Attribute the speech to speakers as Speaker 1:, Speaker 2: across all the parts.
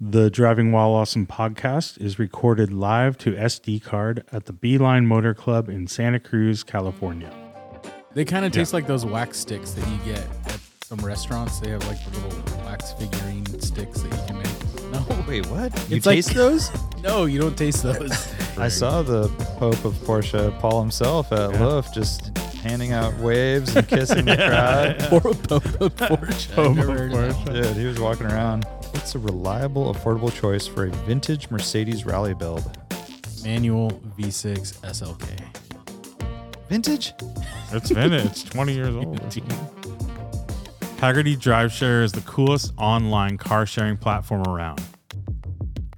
Speaker 1: The Driving While Awesome podcast is recorded live to SD card at the Beeline Motor Club in Santa Cruz, California.
Speaker 2: They kind of taste like those wax sticks that you get at some restaurants. They have like the little wax figurine sticks that you can make. No,
Speaker 3: Wait, what?
Speaker 2: it's like those. No, you don't taste those.
Speaker 3: I saw the Pope of Porsche, Paul himself, at Loaf, just handing out waves and kissing the crowd.
Speaker 2: Poor Popa Porsche. I've never heard of that one.
Speaker 3: Dude, he was walking around. It's a reliable, affordable choice for a vintage Mercedes rally build.
Speaker 2: Manual V6 SLK.
Speaker 3: Vintage?
Speaker 4: It's been it's 20 years old. Haggerty DriveShare is the coolest online car sharing platform around.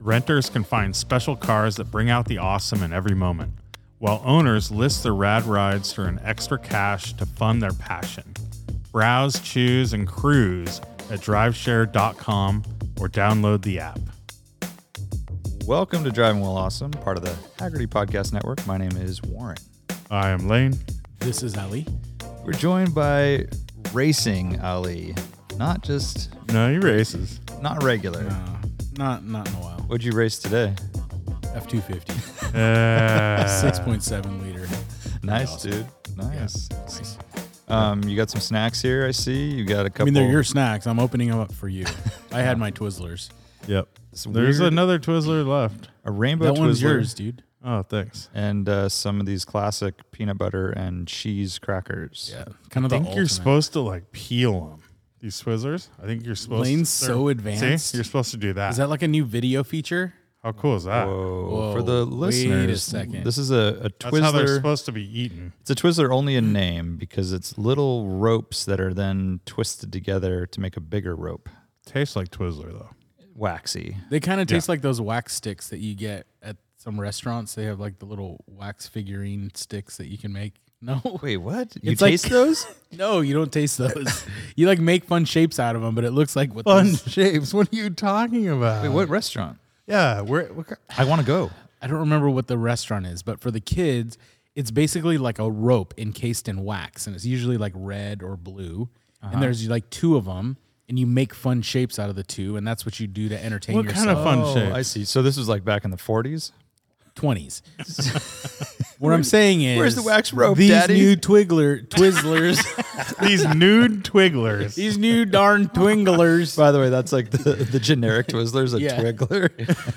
Speaker 4: Renters can find special cars that bring out the awesome in every moment, while owners list their rad rides to earn extra cash to fund their passion. Browse, choose, and cruise at driveshare.com or download the app.
Speaker 3: Welcome to Driving Well Awesome, part of the Haggerty Podcast Network. My name is Warren.
Speaker 4: I am Lane.
Speaker 2: This is Ali.
Speaker 3: We're joined by Racing Ali, not just,
Speaker 4: No, he races.
Speaker 3: not regular.
Speaker 2: Uh, not not in a while.
Speaker 3: What'd you race today?
Speaker 2: F two fifty.
Speaker 4: Uh,
Speaker 2: Six point seven liter.
Speaker 3: Nice,
Speaker 2: Awesome.
Speaker 3: dude. Nice.
Speaker 2: Nice.
Speaker 3: Um, you got some snacks here, I see. You got a couple.
Speaker 2: I mean, they're your snacks. I'm opening them up for you. I had my Twizzlers.
Speaker 4: Yep.
Speaker 3: It's
Speaker 4: There's
Speaker 3: weird.
Speaker 4: another Twizzler left.
Speaker 3: a rainbow
Speaker 2: that one's
Speaker 3: Twizzler
Speaker 2: yours, dude.
Speaker 4: Oh, thanks.
Speaker 3: and uh, some of these classic peanut butter and cheese crackers.
Speaker 2: Yeah, kind of
Speaker 4: I think
Speaker 2: the.
Speaker 4: you're
Speaker 2: ultimate.
Speaker 4: supposed to like peel them. These Twizzlers. I think you're supposed.
Speaker 2: Lane's
Speaker 4: to,
Speaker 2: so advanced.
Speaker 4: See, you're supposed to do that.
Speaker 2: Is that like a new video feature?
Speaker 4: How cool is that?
Speaker 3: Whoa.
Speaker 2: Whoa,
Speaker 3: For the
Speaker 2: wait a
Speaker 3: listeners,
Speaker 2: second.
Speaker 3: this is a, a
Speaker 4: That's how they're
Speaker 3: Twizzler.
Speaker 4: supposed to be eaten.
Speaker 3: It's a Twizzler only in name because it's little ropes that are then twisted together to make a bigger rope.
Speaker 4: Tastes like Twizzler though.
Speaker 3: Waxy.
Speaker 2: They kind of taste like those wax sticks that you get at some restaurants. They have like the little wax figurine sticks that you can make. No,
Speaker 3: Wait, what? You
Speaker 2: It's like-
Speaker 3: taste those?
Speaker 2: no, you don't taste those. you like make fun shapes out of them, but it looks like what those-
Speaker 4: shapes. What are you talking about?
Speaker 3: Wait, what restaurant?
Speaker 4: Yeah, we're, we're
Speaker 3: I want to go.
Speaker 2: I don't remember what the restaurant is, but for the kids, it's basically like a rope encased in wax, and it's usually like red or blue. And there's like two of them, and you make fun shapes out of the two, and that's what you do to entertain
Speaker 4: what
Speaker 2: yourself.
Speaker 4: kind of fun
Speaker 3: oh,
Speaker 4: shape?
Speaker 3: I see. So this was like back in the 40s.
Speaker 2: 20s. what I'm saying is,
Speaker 3: where's the wax rope,
Speaker 2: These
Speaker 3: Daddy?
Speaker 2: new Twiggler Twizzlers,
Speaker 4: These nude Twigglers.
Speaker 2: these new darn Twinglers.
Speaker 3: By the way, that's like the, the generic Twizzler's a
Speaker 2: Yeah.
Speaker 3: Twiggler.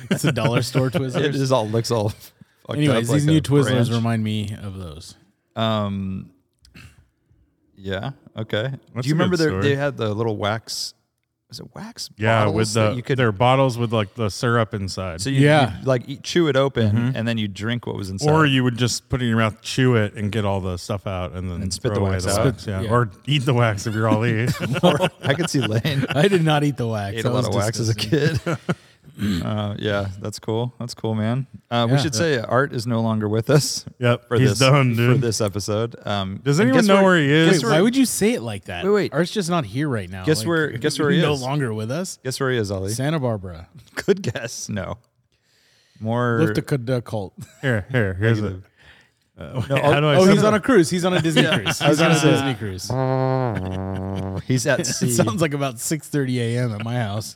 Speaker 2: It's a dollar store
Speaker 3: it
Speaker 2: Twizzlers.
Speaker 3: just all looks all. fucked
Speaker 2: Anyways,
Speaker 3: up
Speaker 2: these
Speaker 3: like
Speaker 2: new
Speaker 3: a
Speaker 2: Twizzlers
Speaker 3: branch.
Speaker 2: remind me of those.
Speaker 3: Um. Yeah. Okay.
Speaker 4: That's
Speaker 3: Do you
Speaker 4: a good
Speaker 3: remember their,
Speaker 4: story.
Speaker 3: they had the little wax? Was it wax?
Speaker 4: yeah,
Speaker 3: bottles
Speaker 4: with
Speaker 3: that
Speaker 4: the
Speaker 3: you could
Speaker 4: their bottles with like the syrup inside.
Speaker 3: so you
Speaker 2: Yeah.
Speaker 3: you'd, like eat, chew it open and then you drink what was inside.
Speaker 4: Mm-hmm. or you would just put it in your mouth, chew it, and get all the stuff out, and then
Speaker 3: spit
Speaker 4: throw
Speaker 3: the
Speaker 4: away
Speaker 3: wax
Speaker 4: the
Speaker 3: out.
Speaker 4: wax. Yeah.
Speaker 2: yeah.
Speaker 4: or eat the wax if you're all eating.
Speaker 3: Or- I could see Lane
Speaker 2: I did not eat the wax.
Speaker 3: ate
Speaker 2: That
Speaker 3: a lot
Speaker 2: was
Speaker 3: of wax as a
Speaker 2: disgusting.
Speaker 3: kid. uh, yeah, that's cool. That's cool, man. Uh, We
Speaker 2: Yeah.
Speaker 3: should say Art is no longer with us.
Speaker 4: Yep,
Speaker 3: For
Speaker 4: he's
Speaker 3: this,
Speaker 4: done, dude.
Speaker 3: For this episode. Um,
Speaker 4: Does
Speaker 3: and
Speaker 4: anyone
Speaker 3: guess
Speaker 4: know
Speaker 3: where-
Speaker 4: where he is?
Speaker 3: guess
Speaker 2: Wait,
Speaker 3: where-
Speaker 2: why would you say it like that?
Speaker 3: Wait, wait.
Speaker 2: Art's just not here right now.
Speaker 3: Guess
Speaker 2: Like,
Speaker 3: where- guess where he
Speaker 2: no
Speaker 3: is.
Speaker 2: longer with us.
Speaker 3: Guess where he is, Ali?
Speaker 2: Santa Barbara.
Speaker 3: Good guess. No. More.
Speaker 2: Left the cult.
Speaker 4: here, here, here's it.
Speaker 3: no,
Speaker 4: How do I
Speaker 2: Oh,
Speaker 4: say
Speaker 2: he's
Speaker 4: that?
Speaker 2: on a cruise. He's on a Disney cruise. He's on a
Speaker 3: gonna
Speaker 2: Disney cruise.
Speaker 3: he's at sea.
Speaker 2: It sounds like about 6:30 a.m. at my house.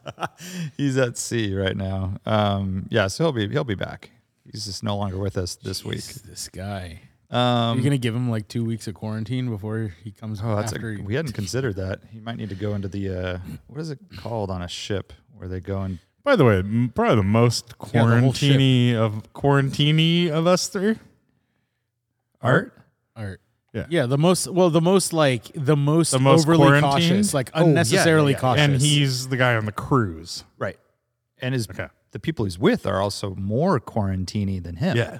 Speaker 3: he's at sea right now. Um, yeah, so he'll be he'll be back. He's just no longer with us this week.
Speaker 2: This guy.
Speaker 3: Um,
Speaker 2: You're gonna give him like two weeks of quarantine before he comes.
Speaker 3: oh, that's a,
Speaker 2: after he-
Speaker 3: we hadn't considered that. He might need to go into the uh, what is it called on a ship where they go and
Speaker 4: By the way, m- probably the most
Speaker 2: Yeah, the whole ship.
Speaker 4: quarantini of quarantini of us three.
Speaker 3: art.
Speaker 2: Art.
Speaker 4: Yeah.
Speaker 2: Yeah. The most. Well, the most like the most,
Speaker 4: The most
Speaker 2: overly
Speaker 4: quarantined? Oh,
Speaker 2: cautious, like
Speaker 3: Oh, yeah, yeah,
Speaker 2: unnecessarily
Speaker 3: yeah.
Speaker 2: cautious.
Speaker 4: And he's the guy on the cruise.
Speaker 3: Right, and his
Speaker 4: Okay.
Speaker 3: the people he's with are also more quarantini than him.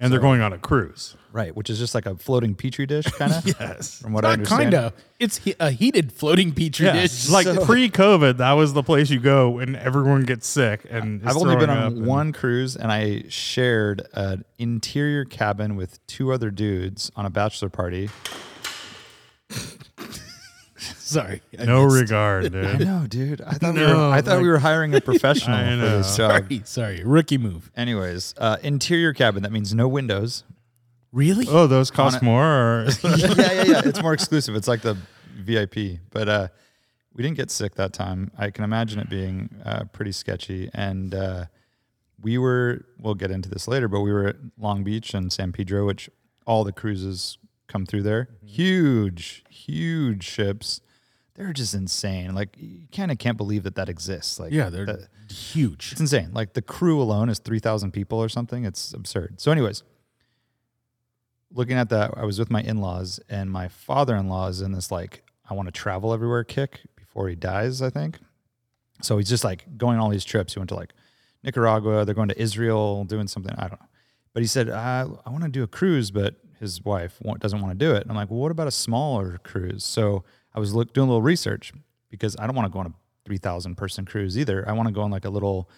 Speaker 4: And they're going on a cruise.
Speaker 3: right, which is just like a floating petri dish kind of.
Speaker 4: Yes.
Speaker 3: from what I
Speaker 2: not
Speaker 3: understand.
Speaker 2: kind of. It's he- a heated floating petri
Speaker 4: Yeah.
Speaker 2: dish.
Speaker 4: Like pre COVID, that was the place you go when everyone gets sick and is
Speaker 3: I've only been
Speaker 4: throwing up
Speaker 3: on
Speaker 4: and-
Speaker 3: one cruise and I shared an interior cabin with two other dudes on a bachelor party.
Speaker 2: Sorry.
Speaker 4: no regard, dude.
Speaker 3: No, dude. I thought we
Speaker 4: No,
Speaker 3: were, I thought
Speaker 4: like-
Speaker 3: we were hiring a professional
Speaker 4: I
Speaker 3: for this
Speaker 4: know.
Speaker 3: job.
Speaker 2: Sorry, sorry. Rookie move.
Speaker 3: Anyways, uh, interior cabin. That means no windows.
Speaker 2: Really?
Speaker 4: Oh, those cost
Speaker 3: On a-
Speaker 4: more. Or
Speaker 3: yeah, yeah, yeah. It's more exclusive. It's like the VIP. But uh, We didn't get sick that time. I can imagine it being uh, pretty sketchy. And uh, we were, we'll get into this later, but we were at Long Beach and San Pedro, which all the cruises come through there. Huge, huge ships. They're just insane. Like you kind of can't believe that that exists. Like
Speaker 2: Yeah, they're
Speaker 3: that-
Speaker 2: huge.
Speaker 3: it's insane. Like the crew alone is 3,000 people or something. It's absurd. So, anyways, looking at that, I was with my in laws, and my father in law is in this, like, I want to travel everywhere kick before he dies, I think. So he's just like going on all these trips. He went to like Nicaragua, they're going to Israel, doing something. I don't know. But he said, I, I want to do a cruise, but his wife wa- doesn't want to do it. And I'm like, well, what about a smaller cruise? So I was look, doing a little research because I don't want to go on a 3,000 person cruise either. I want to go on like a little,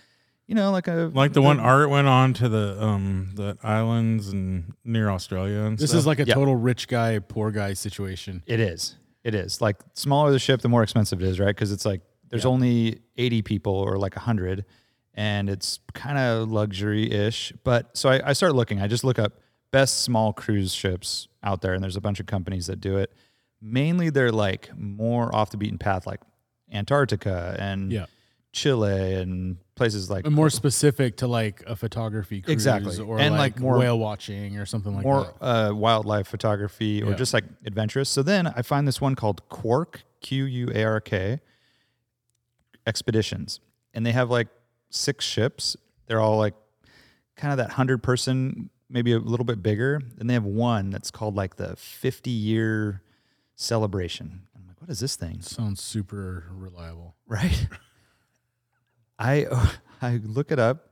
Speaker 3: you know, like a.
Speaker 4: Like the one Art went on to the um the islands and near Australia and
Speaker 2: This
Speaker 4: stuff.
Speaker 2: is like a
Speaker 3: yeah.
Speaker 2: total rich guy, poor guy situation.
Speaker 3: It is. It is. Like smaller the ship, the more expensive it is, right? Because it's like there's only 80 people or like 100, and it's kind of luxury ish. But so I, I start looking. I just look up best small cruise ships out there, and there's a bunch of companies that do it. Mainly they're like more off the beaten path, like Antarctica and
Speaker 2: Yeah.
Speaker 3: Chile and places like
Speaker 2: And more specific to like a photography cruise
Speaker 3: Exactly.
Speaker 2: or
Speaker 3: And,
Speaker 2: like,
Speaker 3: like, more-
Speaker 2: whale watching or something like
Speaker 3: more
Speaker 2: that.
Speaker 3: uh, wildlife photography or
Speaker 2: Yeah.
Speaker 3: just like adventurous. So then I find this one called Quark, Q U A R K, expeditions. And they have like six ships. They're all like kind of that 100 person, maybe a little bit bigger. And they have one that's called like the 50 year celebration. I'm like, what is this thing?
Speaker 2: Sounds super reliable.
Speaker 3: Right. I, I look it up.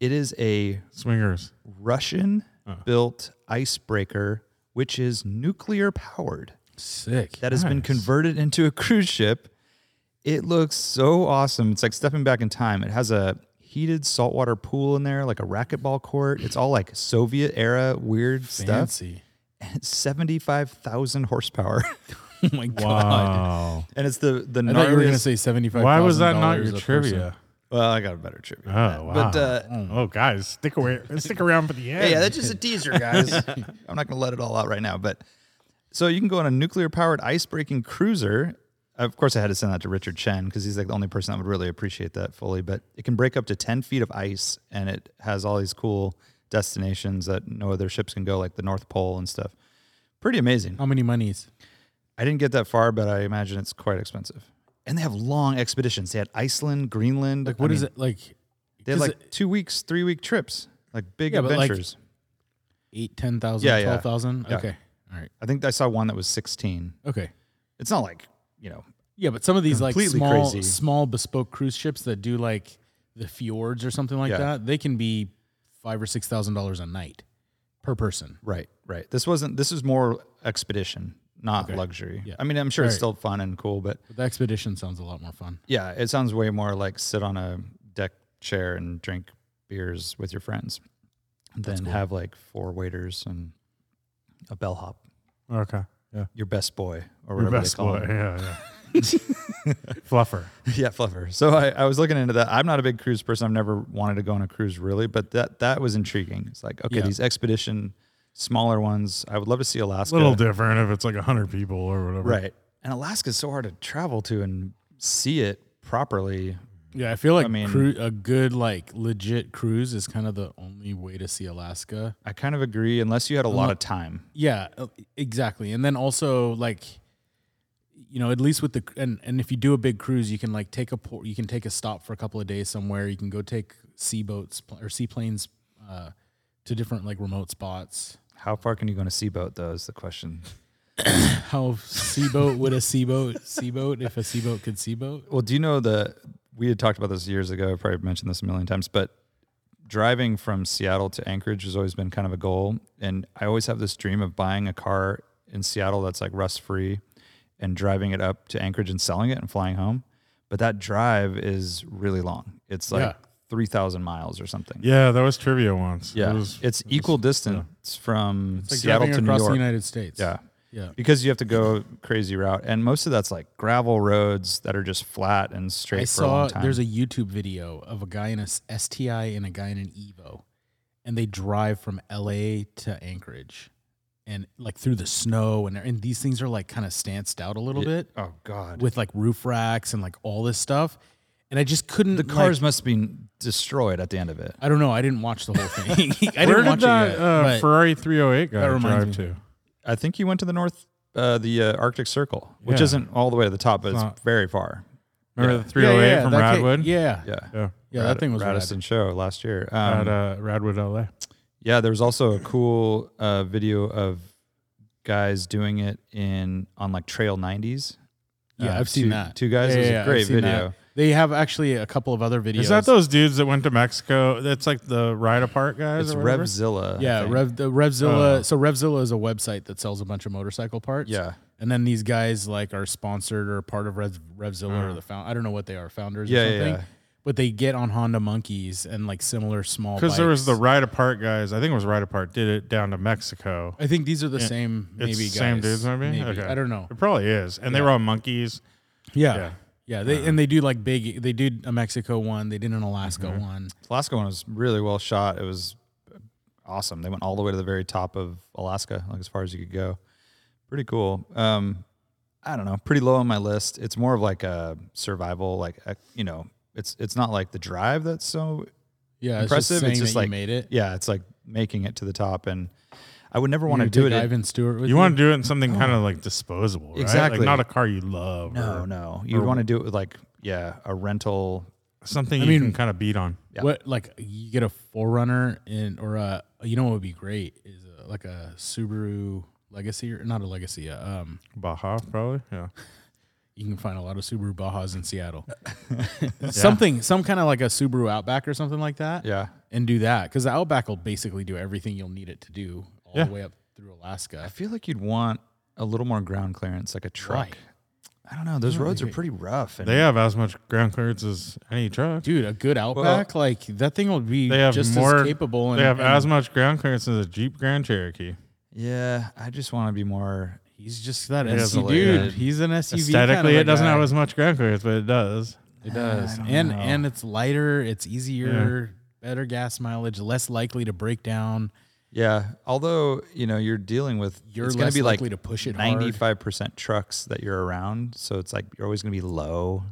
Speaker 3: It is a
Speaker 4: swingers.
Speaker 3: Russian built icebreaker, which is nuclear powered,
Speaker 2: Sick.
Speaker 3: that has been
Speaker 4: Nice.
Speaker 3: converted into a cruise ship. It looks so awesome. It's like stepping back in time. It has a heated saltwater pool in there, like a racquetball court. It's all like Soviet era weird stuff.
Speaker 2: Fancy.
Speaker 3: And it's 75,000 horsepower.
Speaker 2: oh my god.
Speaker 4: Wow.
Speaker 3: and it's the the
Speaker 2: I thought you were gonna
Speaker 3: gnarliest.
Speaker 2: say seventy five.
Speaker 4: Why was that not your trivia?
Speaker 3: well, I got a better trivia.
Speaker 2: Ah.
Speaker 4: Oh wow.
Speaker 3: But uh,
Speaker 2: Mm.
Speaker 4: oh guys, stick away stick around for the end.
Speaker 3: Yeah, yeah, that's just a teaser, guys. I'm not going to let it all out right now, but so you can go on a nuclear-powered ice-breaking cruiser. Of course, I had to send that to Richard Chen because he's like the only person that would really appreciate that fully. But it can break up to 10 feet of ice, and it has all these cool destinations that no other ships can go, like the North Pole and stuff. Pretty amazing.
Speaker 2: How many monies?
Speaker 3: I didn't get that far, but I imagine it's quite expensive. And they have long expeditions. They had Iceland, Greenland.
Speaker 2: Like what is it like
Speaker 3: They had
Speaker 2: 'cause
Speaker 3: like two weeks, three week trips, like big
Speaker 2: Yeah, but, like,
Speaker 3: adventures.
Speaker 2: eight, ten thousand,
Speaker 3: Yeah, yeah.
Speaker 2: twelve thousand?
Speaker 3: Yeah.
Speaker 2: Okay. All right.
Speaker 3: I think I saw one that was 16.
Speaker 2: Okay.
Speaker 3: It's not like, you know,
Speaker 2: Yeah, but some of these like
Speaker 3: Completely
Speaker 2: small
Speaker 3: crazy.
Speaker 2: small bespoke cruise ships that do like the fjords or something like
Speaker 3: Yeah.
Speaker 2: that, they can be five or six thousand dollars a night per person.
Speaker 3: right, right. This wasn't, this is more expedition, not luxury.
Speaker 2: Yeah.
Speaker 3: I mean, I'm sure it's
Speaker 2: Right.
Speaker 3: still fun and cool, but
Speaker 2: But the expedition sounds a lot more fun.
Speaker 3: yeah, it sounds way more like sit on a deck chair and drink beers with your friends than have like four waiters and a bellhop,
Speaker 4: Okay. Yeah.
Speaker 3: your best boy or
Speaker 4: Your
Speaker 3: whatever
Speaker 4: best
Speaker 3: they call
Speaker 4: boy.
Speaker 3: him.
Speaker 4: Yeah, yeah. Fluffer.
Speaker 3: yeah, fluffer. So I, I was looking into that. I'm not a big cruise person. I've never wanted to go on a cruise really, but that that was intriguing. It's like, okay,
Speaker 2: Yeah.
Speaker 3: these expedition smaller ones. I would love to see Alaska.
Speaker 4: little different if it's like 100 people or whatever.
Speaker 3: Right. And Alaska's so hard to travel to and see it properly.
Speaker 2: Yeah, I feel like
Speaker 3: mean-
Speaker 2: cru- a good like legit cruise is kind of the only way to see Alaska.
Speaker 3: I kind of agree, unless you had a lot of time.
Speaker 2: Yeah, uh, exactly. And then also like you know, at least with the and and if you do a big cruise, you can like take a port, you can take a stop for a couple of days somewhere. You can go take sea boats pl- or seaplanes uh, to different like remote spots.
Speaker 3: How far can you go on a sea boat, though, is the question.
Speaker 2: How sea boat would a sea boat sea boat if a sea boat could sea boat?
Speaker 3: Well, do you know the, we had talked about this years ago. I probably mentioned this a million times, but driving from Seattle to Anchorage has always been kind of a goal. And I always have this dream of buying a car in Seattle that's like rust free and driving it up to Anchorage and selling it and flying home. But that drive is really long. It's like
Speaker 2: Yeah.
Speaker 3: 3,000 miles or something.
Speaker 4: Yeah, that was trivia once. It
Speaker 3: Yeah,
Speaker 4: was-
Speaker 3: it's equal distance from
Speaker 2: It's like
Speaker 3: Seattle
Speaker 2: driving
Speaker 3: to New
Speaker 2: across
Speaker 3: York.
Speaker 2: the United States.
Speaker 3: yeah,
Speaker 2: yeah.
Speaker 3: because you have to go crazy route, and most of that's like gravel roads that are just flat and straight
Speaker 2: I
Speaker 3: for a
Speaker 2: saw
Speaker 3: long time.
Speaker 2: there's a YouTube video of a guy in a s- STI and a guy in an Evo, and they drive from LA to Anchorage, and like through the snow and and these things are like kind of stanced out a little bit
Speaker 3: Oh God.
Speaker 2: with like roof racks and like all this stuff. And I just couldn't.
Speaker 3: the cars must have been destroyed at the end of it.
Speaker 2: I don't know. I didn't watch the whole thing.
Speaker 4: Where
Speaker 2: I didn't
Speaker 4: did
Speaker 2: watch
Speaker 4: that
Speaker 2: it yet.
Speaker 4: uh,
Speaker 2: but
Speaker 4: Ferrari 308 guy
Speaker 2: That reminds
Speaker 4: drive
Speaker 2: me.
Speaker 4: to?
Speaker 3: I think you went to the north, uh, the uh, Arctic Circle, which
Speaker 4: Yeah.
Speaker 3: isn't all the way to the top, but it's,
Speaker 4: not-
Speaker 3: very far.
Speaker 4: Remember
Speaker 3: Yeah.
Speaker 4: the 308
Speaker 2: yeah,
Speaker 4: from
Speaker 2: that ca-
Speaker 4: Radwood?
Speaker 2: yeah, yeah,
Speaker 3: Yeah,
Speaker 4: yeah.
Speaker 2: that thing was
Speaker 3: Radisson
Speaker 2: Radisson.
Speaker 3: show last year. Um,
Speaker 4: At uh, Radwood, LA.
Speaker 3: Yeah, there was also a cool uh, video of guys doing it in on like Trail 90s.
Speaker 2: Yeah,
Speaker 3: Uh,
Speaker 2: I've seen
Speaker 3: two-
Speaker 2: that.
Speaker 3: Two guys.
Speaker 2: Yeah,
Speaker 3: it was
Speaker 2: yeah,
Speaker 3: a
Speaker 2: I've
Speaker 3: great
Speaker 2: seen that.
Speaker 3: video.
Speaker 2: They have actually a couple of other videos.
Speaker 4: Is that those dudes that went to Mexico? That's like the ride apart guys.
Speaker 3: It's
Speaker 4: or whatever?
Speaker 3: Revzilla. I
Speaker 2: Yeah,
Speaker 3: think.
Speaker 2: Rev, the Revzilla.
Speaker 4: Oh.
Speaker 2: So Revzilla is a website that sells a bunch of motorcycle parts.
Speaker 3: Yeah.
Speaker 2: and then these guys like are sponsored or part of Rev, Revzilla or the found. I don't know what they are, founders.
Speaker 3: Yeah,
Speaker 2: or
Speaker 3: yeah,
Speaker 2: something.
Speaker 3: yeah.
Speaker 2: But they get on Honda monkeys and like similar small.
Speaker 4: Because there was the
Speaker 2: bikes.
Speaker 4: ride apart guys. I think it was ride apart. Did it down to Mexico.
Speaker 2: I think these are the same. Maybe
Speaker 4: It's the
Speaker 2: guys.
Speaker 4: same dudes, maybe. Okay.
Speaker 2: I don't know.
Speaker 4: It probably is. And they were on monkeys.
Speaker 2: Yeah.
Speaker 4: Yeah.
Speaker 2: Yeah. they and they do like big. They did a Mexico one. They did an Alaska one.
Speaker 3: Alaska one was really well shot. It was awesome. They went all the way to the very top of Alaska, like as far as you could go. Pretty cool. Um, I don't know. Pretty low on my list. It's more of like a survival, like a, you know, it's it's not like the drive that's so
Speaker 2: Yeah,
Speaker 3: impressive.
Speaker 2: It's just, saying
Speaker 3: It's just
Speaker 2: that
Speaker 3: like
Speaker 2: you made it.
Speaker 3: Yeah, it's like making it to the top, and I would never
Speaker 2: You
Speaker 3: want to
Speaker 2: gonna
Speaker 3: do it.
Speaker 2: take
Speaker 3: in-
Speaker 2: Ivan Stewart. With
Speaker 4: You want to do it in something kind
Speaker 2: Oh.
Speaker 4: of like disposable, right? Like
Speaker 3: Exactly.
Speaker 4: not a car you love.
Speaker 3: no,
Speaker 4: or
Speaker 3: no. You'd want to do it with like yeah, a rental.
Speaker 4: Something you
Speaker 2: mean-
Speaker 4: can kind of beat on.
Speaker 3: Yeah.
Speaker 2: What like you get a forerunner in or a you know what would be great is a, like a Subaru Legacy or not a Legacy. uh, um,
Speaker 4: Baja, probably. Yeah.
Speaker 2: you can find a lot of Subaru Bajas in Seattle. Something, some kind of like a Subaru Outback or something like that,
Speaker 3: Yeah,
Speaker 2: and do that because the Outback will basically do everything you'll need it to do all
Speaker 4: Yeah.
Speaker 2: the way up through Alaska.
Speaker 3: I feel like you'd want a little more ground clearance, like a truck.
Speaker 2: Why?
Speaker 3: I don't know. Those roads are pretty rough. And
Speaker 4: They have as much ground clearance as any truck.
Speaker 2: Dude, a good Outback, like that thing will be
Speaker 4: They have
Speaker 2: just
Speaker 4: more
Speaker 2: as capable. And,
Speaker 4: They have
Speaker 2: and
Speaker 4: as much ground clearance as a Jeep Grand Cherokee.
Speaker 3: yeah, I just want to be more.
Speaker 2: He's just that
Speaker 3: has
Speaker 2: SUV
Speaker 3: a
Speaker 2: dude.
Speaker 3: lid.
Speaker 2: He's an SUV. kind of
Speaker 4: Aesthetically,
Speaker 2: a
Speaker 4: it doesn't
Speaker 2: guy.
Speaker 4: have as much ground clearance, but it does.
Speaker 2: It does,
Speaker 3: I don't
Speaker 2: and
Speaker 3: know.
Speaker 2: and it's lighter. It's easier, better gas mileage, less likely to break down.
Speaker 3: Yeah, although you know you're dealing with
Speaker 2: You're
Speaker 3: it's going
Speaker 2: less
Speaker 3: to be like
Speaker 2: likely to push it hard.
Speaker 3: 95 percent trucks that you're around, so it's like you're always going to be low.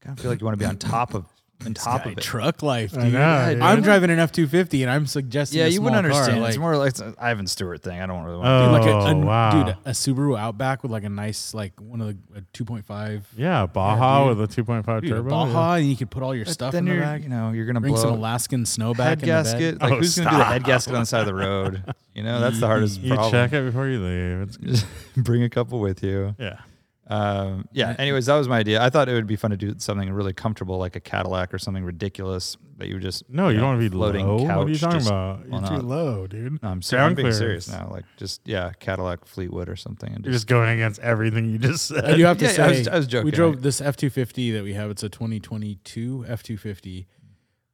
Speaker 3: Kind of feel like you want to be on top of on top
Speaker 2: Guy,
Speaker 3: of it.
Speaker 2: truck life, dude.
Speaker 4: know,
Speaker 3: dude.
Speaker 2: I'm driving an F two fifty, and I'm suggesting.
Speaker 3: Yeah,
Speaker 2: a
Speaker 3: you wouldn't
Speaker 2: small car,
Speaker 3: understand.
Speaker 2: Like,
Speaker 3: it's more like it's an Ivan Stewart thing. I don't really want.
Speaker 4: Oh,
Speaker 2: dude, like a, a-
Speaker 4: wow.
Speaker 2: dude, a Subaru Outback with like a nice like one of the two point five
Speaker 4: yeah, Baja with a 2.5
Speaker 2: Dude, a
Speaker 4: turbo. yeah.
Speaker 2: Baja, and you could put all your
Speaker 3: to
Speaker 2: stuff
Speaker 3: then
Speaker 2: in the
Speaker 3: you're,
Speaker 2: back.
Speaker 3: you know, you're gonna
Speaker 2: Bring some
Speaker 3: blow
Speaker 2: Alaskan snow back
Speaker 3: head
Speaker 2: in the bed.
Speaker 3: gasket. Like,
Speaker 4: Oh,
Speaker 3: who's gonna do the head gasket on the side of the road? You know, that's the hardest
Speaker 4: You
Speaker 3: problem.
Speaker 4: check it before you leave. It's,
Speaker 3: Just bring a couple with you.
Speaker 4: yeah.
Speaker 3: Um, yeah. Anyways, that was my idea. I thought it would be fun to do something really comfortable, like a Cadillac or something ridiculous that you would just.
Speaker 4: No, you
Speaker 3: know,
Speaker 4: don't want to be
Speaker 3: floating
Speaker 4: low.
Speaker 3: Couch,
Speaker 4: what are you talking
Speaker 3: just-
Speaker 4: about? You're
Speaker 3: on
Speaker 4: too
Speaker 3: a-
Speaker 4: low, dude.
Speaker 3: No, I'm, ser- I'm
Speaker 4: Ground
Speaker 3: being serious
Speaker 4: clearance.
Speaker 3: now. Like just yeah, Cadillac Fleetwood or something, and
Speaker 4: You're
Speaker 3: just
Speaker 4: just going against everything you just said.
Speaker 2: I do have to say,
Speaker 3: Yeah, I was- I was joking.
Speaker 2: we drove this F two fifty that we have. It's a twenty twenty two F two fifty.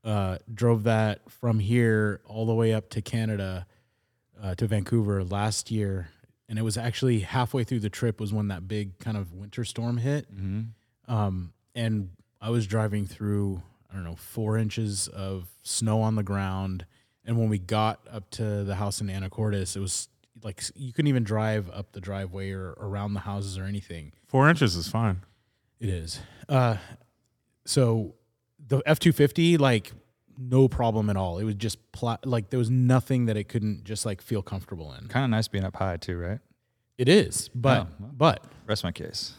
Speaker 2: Uh, drove that from here all the way up to Canada, uh, to Vancouver last year, and it was actually halfway through the trip was when that big kind of winter storm hit.
Speaker 3: Mm-hmm.
Speaker 2: Um, and I was driving through I don't know four inches of snow on the ground, and when we got up to the house in Anacortes, it was like you couldn't even drive up the driveway or around the houses or anything.
Speaker 4: Four inches is fine.
Speaker 2: It is. Uh, so the F two fifty, like no problem at all. It was just pla- like there was nothing that it couldn't just like feel comfortable in.
Speaker 3: kind of nice being up high too, right?
Speaker 2: It is, but but
Speaker 3: Rest my case.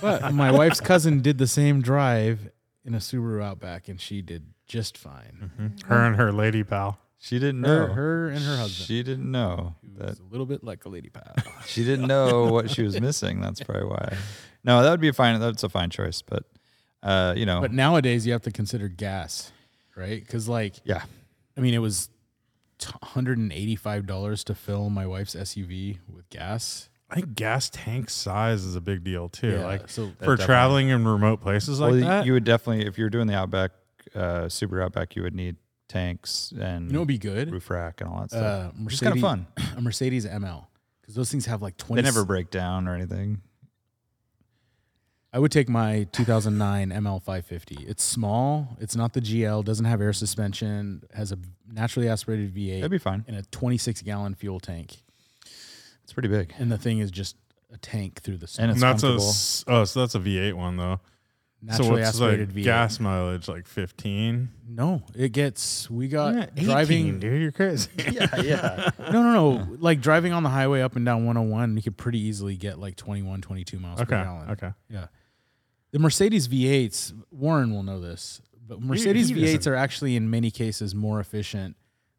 Speaker 2: but my wife's cousin did the same drive in a Subaru Outback, and she did just fine.
Speaker 4: Her and her lady pal.
Speaker 3: She didn't know.
Speaker 2: Her, her and her husband.
Speaker 3: She didn't know that
Speaker 2: It's a little bit like a lady pal.
Speaker 3: She didn't know what she was missing. That's probably why. No, that would be fine. That's a fine choice, but uh, you know,
Speaker 2: but nowadays, you have to consider gas, right? Because like
Speaker 3: yeah,
Speaker 2: I mean, it was t- $185 to fill my wife's SUV with gas.
Speaker 4: I think gas tank size is a big deal too.
Speaker 2: Yeah,
Speaker 4: like
Speaker 2: so- That
Speaker 4: for
Speaker 3: definitely-
Speaker 4: traveling in remote places like
Speaker 3: well, you-
Speaker 4: that.
Speaker 3: you would definitely if you're doing the Outback, uh, Super Outback, you would need tanks and
Speaker 2: You know, it'd be good.
Speaker 3: roof rack and all that
Speaker 2: Uh,
Speaker 3: stuff. It's kind
Speaker 2: Mercedes-
Speaker 3: of fun.
Speaker 2: A Mercedes ML because those things have like 20.
Speaker 3: They never break down or anything.
Speaker 2: I would take my 2009 ML 550. It's small. It's not the GL. Doesn't have air suspension. Has a naturally aspirated
Speaker 3: That'd
Speaker 2: V8
Speaker 3: be fine.
Speaker 2: and a 26 gallon fuel tank.
Speaker 3: It's pretty big.
Speaker 2: and the thing is just a tank through the snow.
Speaker 3: And
Speaker 4: And
Speaker 3: it's
Speaker 4: that's a
Speaker 3: comfortable.
Speaker 4: s- oh, so that's a V8 one though. so
Speaker 2: naturally
Speaker 4: what's
Speaker 2: aspirated
Speaker 4: like
Speaker 2: V8.
Speaker 4: gas mileage like 15?
Speaker 2: No, it gets. We got
Speaker 4: Yeah, 18,
Speaker 2: driving.
Speaker 4: dude, you're crazy.
Speaker 3: yeah, yeah.
Speaker 2: No, no, no. Like driving on the highway up and down 101, you could pretty easily get like 21, 22 miles per
Speaker 4: okay,
Speaker 2: gallon.
Speaker 4: okay.
Speaker 2: Yeah. The Mercedes V8s, Warren will know this, but Mercedes
Speaker 4: he
Speaker 2: V8s are actually in many cases more efficient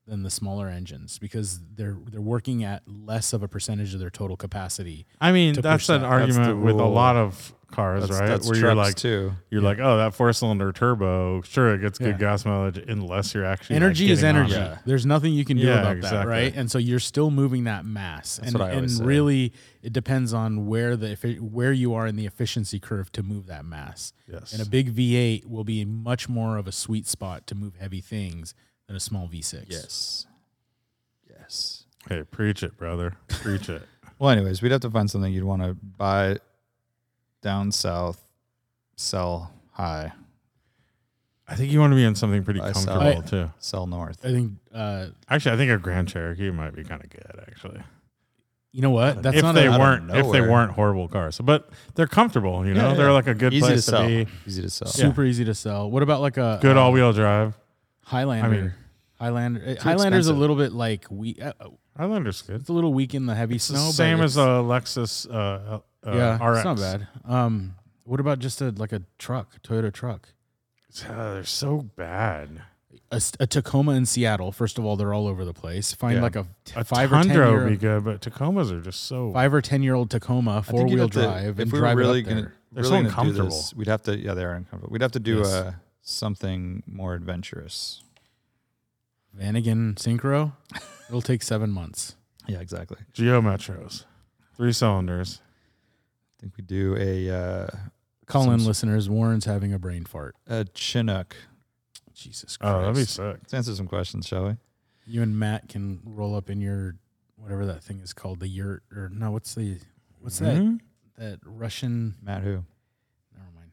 Speaker 2: than the smaller engines because they're they're working at less of a percentage of their total capacity.
Speaker 4: I mean,
Speaker 2: to
Speaker 4: that's
Speaker 2: push
Speaker 4: an
Speaker 2: that.
Speaker 4: argument
Speaker 3: That's the
Speaker 4: with a
Speaker 3: rule.
Speaker 4: lot of cars,
Speaker 3: That's,
Speaker 4: right?
Speaker 3: that's
Speaker 4: Where you're
Speaker 3: trucks,
Speaker 4: like,
Speaker 3: too.
Speaker 4: you're like, oh, that four cylinder turbo, sure, it gets
Speaker 2: Yeah.
Speaker 4: good gas mileage unless you're actually like,
Speaker 2: energy is
Speaker 4: getting on
Speaker 2: energy.
Speaker 4: it.
Speaker 3: Yeah.
Speaker 2: There's nothing you can do
Speaker 4: Yeah,
Speaker 2: about that,
Speaker 4: exactly.
Speaker 2: right? And so you're still moving that mass. and
Speaker 3: what I
Speaker 2: and
Speaker 3: always say.
Speaker 2: really it depends on where the effi- where you are in the efficiency curve to move that mass.
Speaker 4: Yes.
Speaker 2: And a big V8 will be much more of a sweet spot to move heavy things than a small V6.
Speaker 3: Yes. Yes.
Speaker 4: Hey, preach it, brother. Preach it.
Speaker 3: Well, anyways, we'd have to find something you'd want to buy down south, sell high,
Speaker 4: I think you want to be in something pretty
Speaker 3: I saw-
Speaker 4: comfortable too.
Speaker 3: sell north.
Speaker 2: I think uh,
Speaker 4: Actually, I think a Grand Cherokee might be kind of good. Actually,
Speaker 2: you know what? That's
Speaker 4: if
Speaker 2: not
Speaker 4: they
Speaker 2: a,
Speaker 3: out of
Speaker 4: weren't, if they
Speaker 3: nowhere.
Speaker 4: weren't horrible cars, but they're comfortable. You know,
Speaker 3: Yeah,
Speaker 4: they're
Speaker 3: yeah.
Speaker 4: like a good
Speaker 3: Easy to
Speaker 4: place to,
Speaker 3: sell.
Speaker 4: be.
Speaker 3: Easy to sell.
Speaker 2: super easy to sell. What about like a
Speaker 4: Good
Speaker 2: uh,
Speaker 4: all-wheel drive.
Speaker 2: Highlander?
Speaker 4: I mean-
Speaker 2: Highlander. uh, Highlander's a
Speaker 3: expensive.
Speaker 2: little bit like we. Uh, uh,
Speaker 4: Highlander's good.
Speaker 2: it's a little weak in the heavy
Speaker 4: It's
Speaker 2: snow.
Speaker 4: the
Speaker 2: but
Speaker 4: same as a
Speaker 2: it's-
Speaker 4: Lexus uh, uh,
Speaker 2: yeah.
Speaker 4: RX.
Speaker 2: It's not bad. Um, what about just a like a truck, Toyota truck?
Speaker 4: Uh, they're so bad.
Speaker 2: A, s- a Tacoma in Seattle. First of all, they're all over the place. Find
Speaker 3: Yeah.
Speaker 2: like a, t-
Speaker 4: A
Speaker 2: five or ten
Speaker 4: Tundra would
Speaker 2: year
Speaker 4: be good, but Tacomas are just so.
Speaker 2: five or ten year old Tacoma
Speaker 3: I think
Speaker 2: four
Speaker 3: you'd
Speaker 2: wheel
Speaker 3: have to-
Speaker 2: drive and
Speaker 3: if we were
Speaker 2: drive
Speaker 3: really
Speaker 2: it up there.
Speaker 3: gonna,
Speaker 4: They're
Speaker 3: really
Speaker 4: so
Speaker 3: gonna do
Speaker 4: uncomfortable.
Speaker 3: this, we'd have to, yeah, they are uncomfortable. We'd have to do
Speaker 2: Yes.
Speaker 3: uh, something more adventurous.
Speaker 2: Vanagon Synchro. It'll take seven months.
Speaker 3: Yeah, exactly. I
Speaker 4: Geo Metros, three cylinders.
Speaker 3: think we do a uh,
Speaker 2: Call
Speaker 3: Some
Speaker 2: in
Speaker 3: s-
Speaker 2: listeners. Warren's having a brain fart.
Speaker 3: a Chinook.
Speaker 2: Jesus Christ.
Speaker 4: Oh, that'd be sick.
Speaker 3: Let's answer some questions, shall we?
Speaker 2: you and Matt can roll up in your whatever that thing is called, the yurt or no, what's the what's
Speaker 4: Hmm?
Speaker 2: that that Russian
Speaker 3: Matt, who?
Speaker 2: never mind.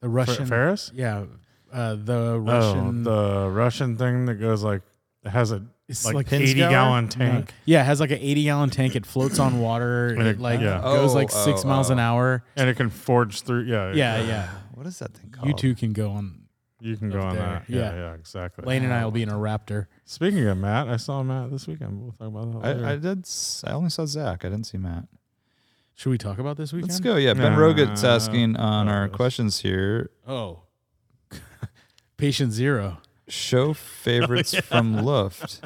Speaker 2: The
Speaker 4: Fer-
Speaker 2: Russian
Speaker 4: Ferris?
Speaker 2: Yeah. Uh, the Russian
Speaker 4: Oh, the Russian thing that goes like it has a
Speaker 2: it's
Speaker 4: like,
Speaker 2: like
Speaker 3: pin
Speaker 4: eighty
Speaker 3: scour?
Speaker 4: gallon
Speaker 2: No.
Speaker 4: tank.
Speaker 2: Yeah, it has like an 80 gallon tank. It floats on water.
Speaker 4: And
Speaker 2: it
Speaker 4: it-
Speaker 2: like
Speaker 4: yeah.
Speaker 2: goes
Speaker 3: Oh,
Speaker 2: like six
Speaker 3: oh,
Speaker 2: miles
Speaker 3: oh.
Speaker 2: an hour.
Speaker 4: and it can forge through. Yeah,
Speaker 2: Yeah, yeah.
Speaker 3: What is that thing called?
Speaker 2: You two can go on.
Speaker 4: You can go
Speaker 2: Up
Speaker 4: on
Speaker 2: there.
Speaker 4: that. Yeah,
Speaker 2: Yeah.
Speaker 4: yeah, exactly.
Speaker 2: Lane and I will be in a Raptor.
Speaker 4: Speaking of Matt, I saw Matt this weekend. We'll talk about that. later.
Speaker 3: I, I did. s- I only saw Zach. I didn't see Matt.
Speaker 2: Should we talk about this weekend?
Speaker 3: Let's go. Yeah, Ben
Speaker 4: Nah,
Speaker 3: Roget's asking on
Speaker 4: fuck
Speaker 3: our
Speaker 4: this.
Speaker 3: questions here.
Speaker 2: Oh. Patient zero.
Speaker 4: Oh,
Speaker 3: Show favorites from Luft.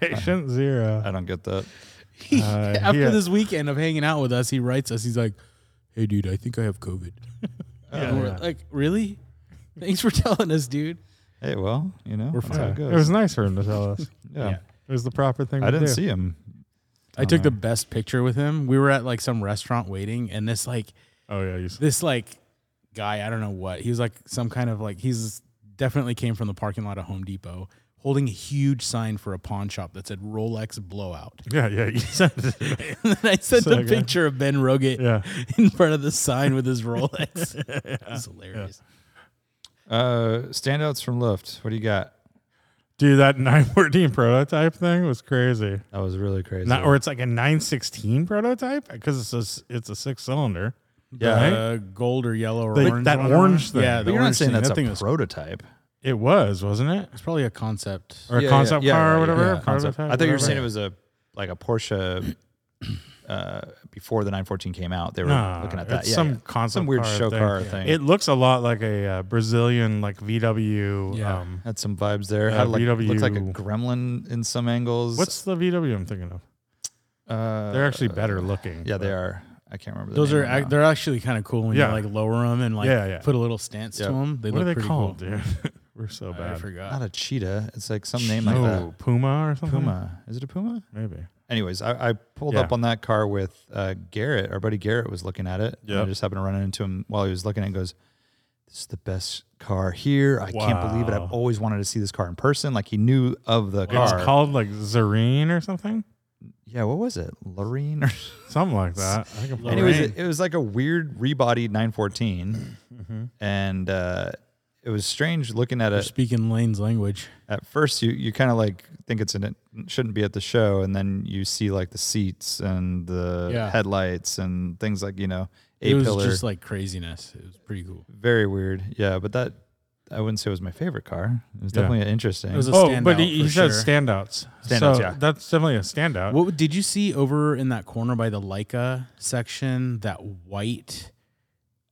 Speaker 4: Patient zero.
Speaker 3: I don't get that.
Speaker 2: He-
Speaker 4: Uh,
Speaker 2: after
Speaker 4: yeah.
Speaker 2: this weekend of hanging out with us, he writes us. He's like, "Hey, dude, I think I have COVID."
Speaker 4: Yeah,
Speaker 2: And we're
Speaker 4: yeah.
Speaker 2: like, "Really? Thanks for telling us, dude."
Speaker 3: Hey, well, you know,
Speaker 2: We're
Speaker 3: that's
Speaker 4: Yeah.
Speaker 3: how it
Speaker 4: It,
Speaker 3: goes.
Speaker 4: was nice for him to tell us. it
Speaker 3: Yeah.
Speaker 2: Yeah.
Speaker 4: was the proper thing.
Speaker 3: I
Speaker 4: to
Speaker 3: didn't
Speaker 4: do.
Speaker 3: see him.
Speaker 2: I took the
Speaker 4: Uh-huh.
Speaker 2: best picture with him. We were at like some restaurant waiting, and this like
Speaker 4: Oh yeah, you. s-
Speaker 2: this like guy, I don't know what he was like, some kind of like he's definitely came from the parking lot of Home Depot, holding a huge sign for a pawn shop that said Rolex Blowout.
Speaker 4: Yeah, yeah. You sent it to me.
Speaker 2: And then I sent
Speaker 4: So
Speaker 2: a
Speaker 4: good.
Speaker 2: picture of Ben Roget
Speaker 4: Yeah.
Speaker 2: in front of the sign with his Rolex. It's hilarious.
Speaker 3: Uh, standouts from Luft. What do you got?
Speaker 4: Dude, that 914 prototype thing was crazy.
Speaker 3: That was really crazy.
Speaker 4: Not, or it's like a 916 prototype because it's a s- it's a six cylinder.
Speaker 3: yeah.
Speaker 4: right?
Speaker 2: uh, gold or yellow or
Speaker 4: They-
Speaker 2: orange.
Speaker 4: that
Speaker 2: one.
Speaker 4: orange thing. But
Speaker 2: Yeah, the
Speaker 3: But you're not
Speaker 2: orange
Speaker 3: saying
Speaker 2: thing.
Speaker 3: that's
Speaker 2: that
Speaker 3: a
Speaker 2: thing was
Speaker 3: prototype.
Speaker 4: It was, wasn't it?
Speaker 2: it's probably a concept.
Speaker 4: Or a
Speaker 3: Yeah, yeah,
Speaker 4: concept
Speaker 3: yeah,
Speaker 4: car
Speaker 3: yeah,
Speaker 4: or whatever.
Speaker 3: yeah, concept.
Speaker 4: prototype,
Speaker 3: I thought you were
Speaker 4: whatever.
Speaker 3: saying it was a like a Porsche uh, before the 914 came out. They were
Speaker 4: Nah,
Speaker 3: looking at that.
Speaker 4: it's
Speaker 3: Yeah,
Speaker 4: some
Speaker 3: yeah.
Speaker 4: concept
Speaker 3: some weird
Speaker 4: car
Speaker 3: show
Speaker 4: thing.
Speaker 3: car thing.
Speaker 4: It looks a lot like a uh, Brazilian like VW.
Speaker 2: Yeah.
Speaker 4: Um,
Speaker 3: had some vibes there.
Speaker 4: Uh,
Speaker 3: Had like
Speaker 4: VW.
Speaker 3: looked like a gremlin in some angles.
Speaker 4: what's the VW I'm thinking of?
Speaker 3: uh,
Speaker 4: They're actually uh, better looking.
Speaker 3: Yeah, they
Speaker 4: but-
Speaker 3: are. I can't remember.
Speaker 2: Those
Speaker 3: the
Speaker 2: are
Speaker 3: name right
Speaker 2: ac
Speaker 3: now.
Speaker 2: they're actually kind of cool when
Speaker 4: Yeah.
Speaker 2: you like lower them and like
Speaker 4: Yeah, yeah.
Speaker 2: put a little stance
Speaker 3: Yeah.
Speaker 2: to them. They
Speaker 4: What
Speaker 2: look
Speaker 4: are they
Speaker 2: pretty
Speaker 4: called,
Speaker 2: cool.
Speaker 4: dude? We're so
Speaker 2: I
Speaker 4: bad.
Speaker 2: forgot.
Speaker 3: not a cheetah. It's like some name like that.
Speaker 4: No, Puma or something.
Speaker 3: Puma. Is it a puma?
Speaker 4: maybe.
Speaker 3: Anyways, I, I pulled
Speaker 4: Yeah.
Speaker 3: up on that car with uh, Garrett. Our buddy Garrett was looking at it. and I
Speaker 4: Yep.
Speaker 3: just happened to run into him while he was looking at it and goes, This is the best car here. I can't believe it.
Speaker 4: Wow.
Speaker 3: I've always wanted to see this car in person. Like he knew of the car.
Speaker 4: It's called like Zareen or something,
Speaker 3: yeah, what was it? Lorraine or
Speaker 4: something like that. I can probably-
Speaker 3: Anyways, it, it was like a weird rebodied 914.
Speaker 2: Mm-hmm.
Speaker 3: And uh, it was strange looking at
Speaker 2: They're
Speaker 3: it.
Speaker 2: speaking Lane's language.
Speaker 3: At first, you, you kind of like think it's an shouldn't shouldn't be at the show, and then you see like the seats and the
Speaker 2: Yeah.
Speaker 3: headlights and things like you know a
Speaker 2: it was
Speaker 3: pillar.
Speaker 2: just like craziness. It was pretty cool.
Speaker 3: Very weird. Yeah, but that I wouldn't say was my favorite car. It was
Speaker 4: Yeah.
Speaker 3: definitely interesting.
Speaker 2: It was a
Speaker 4: Oh,
Speaker 2: standout.
Speaker 4: but he, he
Speaker 2: for
Speaker 4: said
Speaker 2: sure.
Speaker 4: standouts.
Speaker 3: Standouts,
Speaker 4: so
Speaker 3: yeah.
Speaker 4: That's definitely a standout.
Speaker 2: What did you see over in that corner by the Leica section? That white,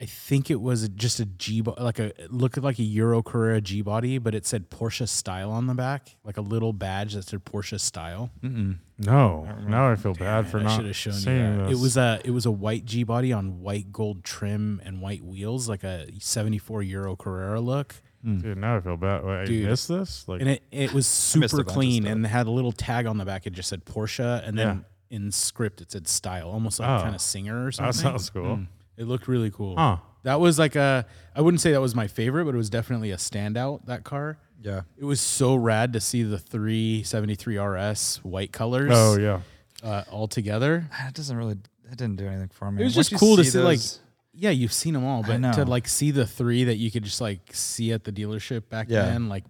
Speaker 2: I think it was just a G, bo- like a it looked like a Euro Carrera G body, but it said Porsche Style on the back, like a little badge that said Porsche Style.
Speaker 3: Mm-mm.
Speaker 4: no, now I feel bad for
Speaker 2: I
Speaker 4: not
Speaker 2: should have shown you
Speaker 4: seeing
Speaker 2: that.
Speaker 4: this.
Speaker 2: It was a it was a white G body on white gold trim and white wheels, like a '74 Euro Carrera look.
Speaker 3: Hmm.
Speaker 4: Dude, now I feel bad. Wait,
Speaker 2: Dude.
Speaker 4: I missed this. Like,
Speaker 2: and it, it was
Speaker 3: missed a
Speaker 2: super
Speaker 3: bunch of
Speaker 2: clean
Speaker 3: stuff.
Speaker 2: and had a little tag on the back. It just said Porsche, and then in script it said style, almost like
Speaker 4: Oh.
Speaker 2: kind of singer or something.
Speaker 4: that sounds cool.
Speaker 2: it looked really cool.
Speaker 4: Huh.
Speaker 2: That was like a I wouldn't say that was my favorite, but it was definitely a standout. That car.
Speaker 3: Yeah.
Speaker 2: It was so rad to see the 373 RS white colors
Speaker 4: Oh yeah.
Speaker 2: uh, all together.
Speaker 3: It doesn't really. It didn't do anything for me.
Speaker 2: It was
Speaker 3: Once
Speaker 2: just
Speaker 3: you
Speaker 2: cool to see, like-
Speaker 3: those-
Speaker 2: Yeah, you've seen them all,
Speaker 3: I
Speaker 2: but
Speaker 3: know.
Speaker 2: to like see the three that you could just like see at the dealership back
Speaker 3: Yeah.
Speaker 2: then, like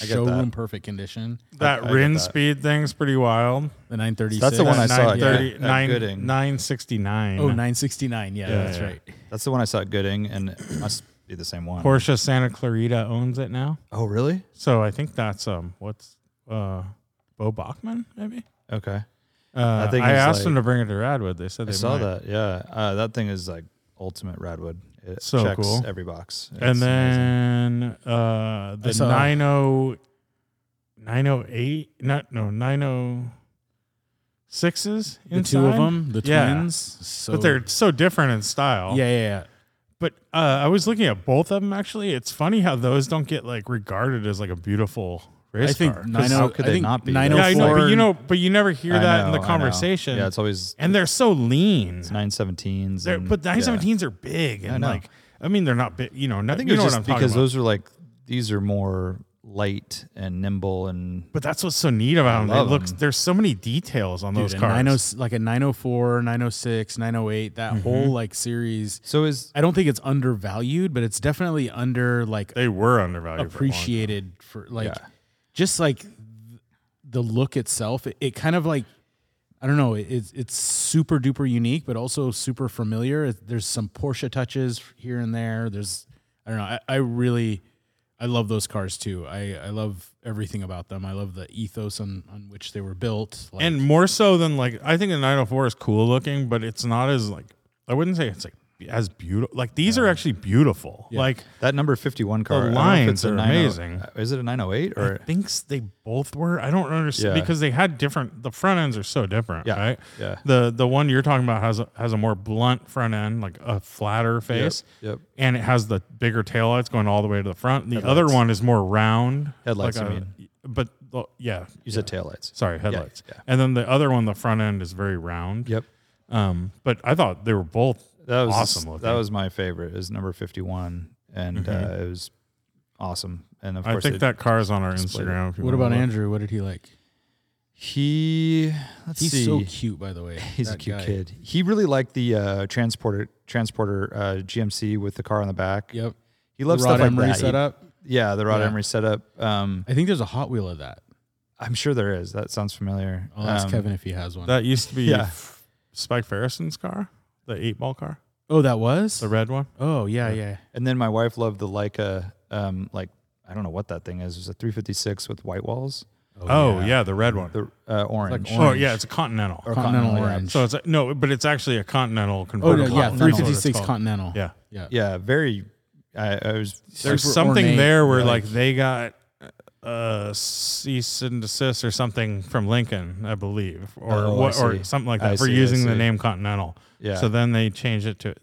Speaker 3: I get
Speaker 2: showroom
Speaker 3: that.
Speaker 2: perfect condition.
Speaker 4: That
Speaker 3: I get
Speaker 4: Rin
Speaker 3: that.
Speaker 4: speed thing's pretty wild.
Speaker 2: The 936.
Speaker 3: That's the one I
Speaker 4: That
Speaker 3: saw at
Speaker 4: 930
Speaker 3: Good- at
Speaker 4: nine-
Speaker 3: Gooding.
Speaker 4: 969.
Speaker 2: Oh, 969. Yeah,
Speaker 4: Yeah,
Speaker 2: that's
Speaker 4: yeah.
Speaker 2: right.
Speaker 3: that's the one I saw at Gooding, and it must be the same one.
Speaker 4: Porsche Santa Clarita owns it now.
Speaker 3: Oh, really?
Speaker 4: So I think that's um what's uh Bo Bachman maybe.
Speaker 3: Okay.
Speaker 4: Uh, I,
Speaker 3: think it's
Speaker 4: asked
Speaker 3: like-
Speaker 4: them to bring it to Radwood. They said they
Speaker 3: I saw
Speaker 4: might.
Speaker 3: that. Yeah, uh, that thing is like ultimate Radwood. It
Speaker 4: So
Speaker 3: checks
Speaker 4: cool.
Speaker 3: every box. It's
Speaker 4: And
Speaker 3: amazing.
Speaker 4: then uh
Speaker 2: I
Speaker 4: the oh,
Speaker 2: saw-
Speaker 4: 90 908 not no 906s
Speaker 2: The
Speaker 4: inside.
Speaker 2: two of them, the
Speaker 4: Yeah.
Speaker 2: twins. So,
Speaker 4: But they're so different in style.
Speaker 2: yeah, yeah, yeah.
Speaker 4: But uh, I was looking at both of them actually. It's funny how those don't get like regarded as like a beautiful race
Speaker 2: I think
Speaker 4: car.
Speaker 2: 90,
Speaker 3: how could
Speaker 2: I
Speaker 3: they
Speaker 2: think
Speaker 3: not be?
Speaker 4: Yeah, I know,
Speaker 2: 904
Speaker 4: but you know, but you never hear
Speaker 3: I
Speaker 4: that
Speaker 3: know,
Speaker 4: in
Speaker 3: I
Speaker 4: the
Speaker 3: know.
Speaker 4: conversation.
Speaker 3: Yeah, it's always
Speaker 4: and they're so lean.
Speaker 3: it's nine seventeens.
Speaker 4: They're, but 917s are big and
Speaker 3: know.
Speaker 4: like I mean they're not big. You know, no,
Speaker 3: I think
Speaker 4: you
Speaker 3: it
Speaker 4: know
Speaker 3: was
Speaker 4: what
Speaker 3: just
Speaker 4: I'm talking
Speaker 3: because
Speaker 4: about.
Speaker 3: those are like these are more light and nimble and
Speaker 4: But that's what's so neat about them.
Speaker 3: love
Speaker 4: They look,
Speaker 3: 'em.
Speaker 4: there's so many details on
Speaker 2: dude,
Speaker 4: those
Speaker 2: a
Speaker 4: cars.
Speaker 2: 90 oh, like a 904, 906, 908, that
Speaker 3: Mm-hmm.
Speaker 2: whole like series.
Speaker 3: so is
Speaker 2: I don't think it's undervalued, but it's definitely under like
Speaker 4: They were undervalued. for a long time.
Speaker 2: appreciated for like
Speaker 3: Yeah.
Speaker 2: just like th- the look itself. It, it kind of like I don't know. it- It's it's super duper unique, but also super familiar. It- There's some Porsche touches here and there. There's I don't know. I, I really I love those cars too. I I love everything about them. I love the ethos on on which they were built. Like,
Speaker 4: and more so than like I think the 904 is cool looking, but it's not as like I wouldn't say it's like as beautiful. Like these are actually beautiful. Like
Speaker 3: that number fifty one car? I don't know if
Speaker 4: lines
Speaker 3: it's a
Speaker 4: are
Speaker 3: 90
Speaker 4: amazing.
Speaker 3: Is it a nine oh eight
Speaker 4: I
Speaker 3: or
Speaker 4: think s- they both were. I don't understand
Speaker 3: Yeah.
Speaker 4: because they had different. The front ends are so different,
Speaker 3: Yeah,
Speaker 4: right?
Speaker 3: yeah.
Speaker 4: The the one you're talking about has a, has a more blunt front end, like a flatter face.
Speaker 3: yep.
Speaker 4: And it has the bigger taillights going all the way to the front. The other
Speaker 3: Headlights.
Speaker 4: one is more round.
Speaker 3: Headlights,
Speaker 4: like
Speaker 3: you
Speaker 4: a- But well, yeah,
Speaker 3: you said taillights?
Speaker 4: sorry, headlights.
Speaker 3: yeah.
Speaker 4: And then the other one, the front end is very round.
Speaker 3: Yep.
Speaker 4: Um, but I thought they were both
Speaker 3: That was
Speaker 4: awesome looking. Mm-hmm.
Speaker 3: That was my favorite. Is number fifty one, and uh, it was awesome. And of
Speaker 4: I
Speaker 3: course,
Speaker 4: think
Speaker 3: they-
Speaker 4: that car is on our
Speaker 3: displayed it.
Speaker 4: Instagram. if you
Speaker 2: what
Speaker 4: wanna
Speaker 2: about
Speaker 4: look.
Speaker 2: Andrew? What did he like?
Speaker 3: he let's
Speaker 2: He's
Speaker 3: see.
Speaker 2: so cute, by the way.
Speaker 3: He's a
Speaker 2: that
Speaker 3: cute
Speaker 2: guy.
Speaker 3: kid. He really liked the uh, transporter transporter uh, GMC with the car on the back.
Speaker 2: Yep.
Speaker 3: He loves
Speaker 2: Rod
Speaker 3: stuff like
Speaker 2: Emery
Speaker 3: that. He-
Speaker 2: setup.
Speaker 3: yeah, the Rod
Speaker 2: Yeah.
Speaker 3: Emery setup. Um,
Speaker 2: I think there's a Hot Wheel of that.
Speaker 3: I'm sure there is. That sounds familiar.
Speaker 2: I'll ask
Speaker 3: Um,
Speaker 2: Oh, Kevin if he has one.
Speaker 4: That used to be
Speaker 3: Yeah.
Speaker 4: Spike Ferrison's car, the eight ball car,
Speaker 2: oh, that was.
Speaker 4: the red one.
Speaker 2: oh yeah, yeah.
Speaker 3: And then my wife loved the Leica. Um, like I don't know what that thing is. It was a 356 with white walls,
Speaker 4: Oh, yeah. the red one.
Speaker 3: the uh, orange.
Speaker 4: Oh yeah, it's a Continental.
Speaker 3: Or
Speaker 2: Continental
Speaker 3: yeah.
Speaker 2: orange.
Speaker 4: So it's a, no, but it's actually a Continental
Speaker 2: Oh yeah,
Speaker 4: convertible.
Speaker 2: yeah,
Speaker 4: That's what
Speaker 2: three
Speaker 4: it's
Speaker 2: fifty six
Speaker 4: called.
Speaker 2: Continental.
Speaker 4: Yeah,
Speaker 2: yeah.
Speaker 3: Yeah, very. I, I was.
Speaker 4: there's
Speaker 2: Super
Speaker 4: something
Speaker 2: ornate,
Speaker 4: there where
Speaker 2: like-
Speaker 4: like, they got uh cease and desist or something from Lincoln, I believe, or
Speaker 3: Oh, I
Speaker 4: what, or
Speaker 3: see.
Speaker 4: something like
Speaker 3: I
Speaker 4: that for
Speaker 3: see, I
Speaker 4: using the
Speaker 3: see.
Speaker 4: name Continental.
Speaker 3: Yeah.
Speaker 4: So then they changed it to.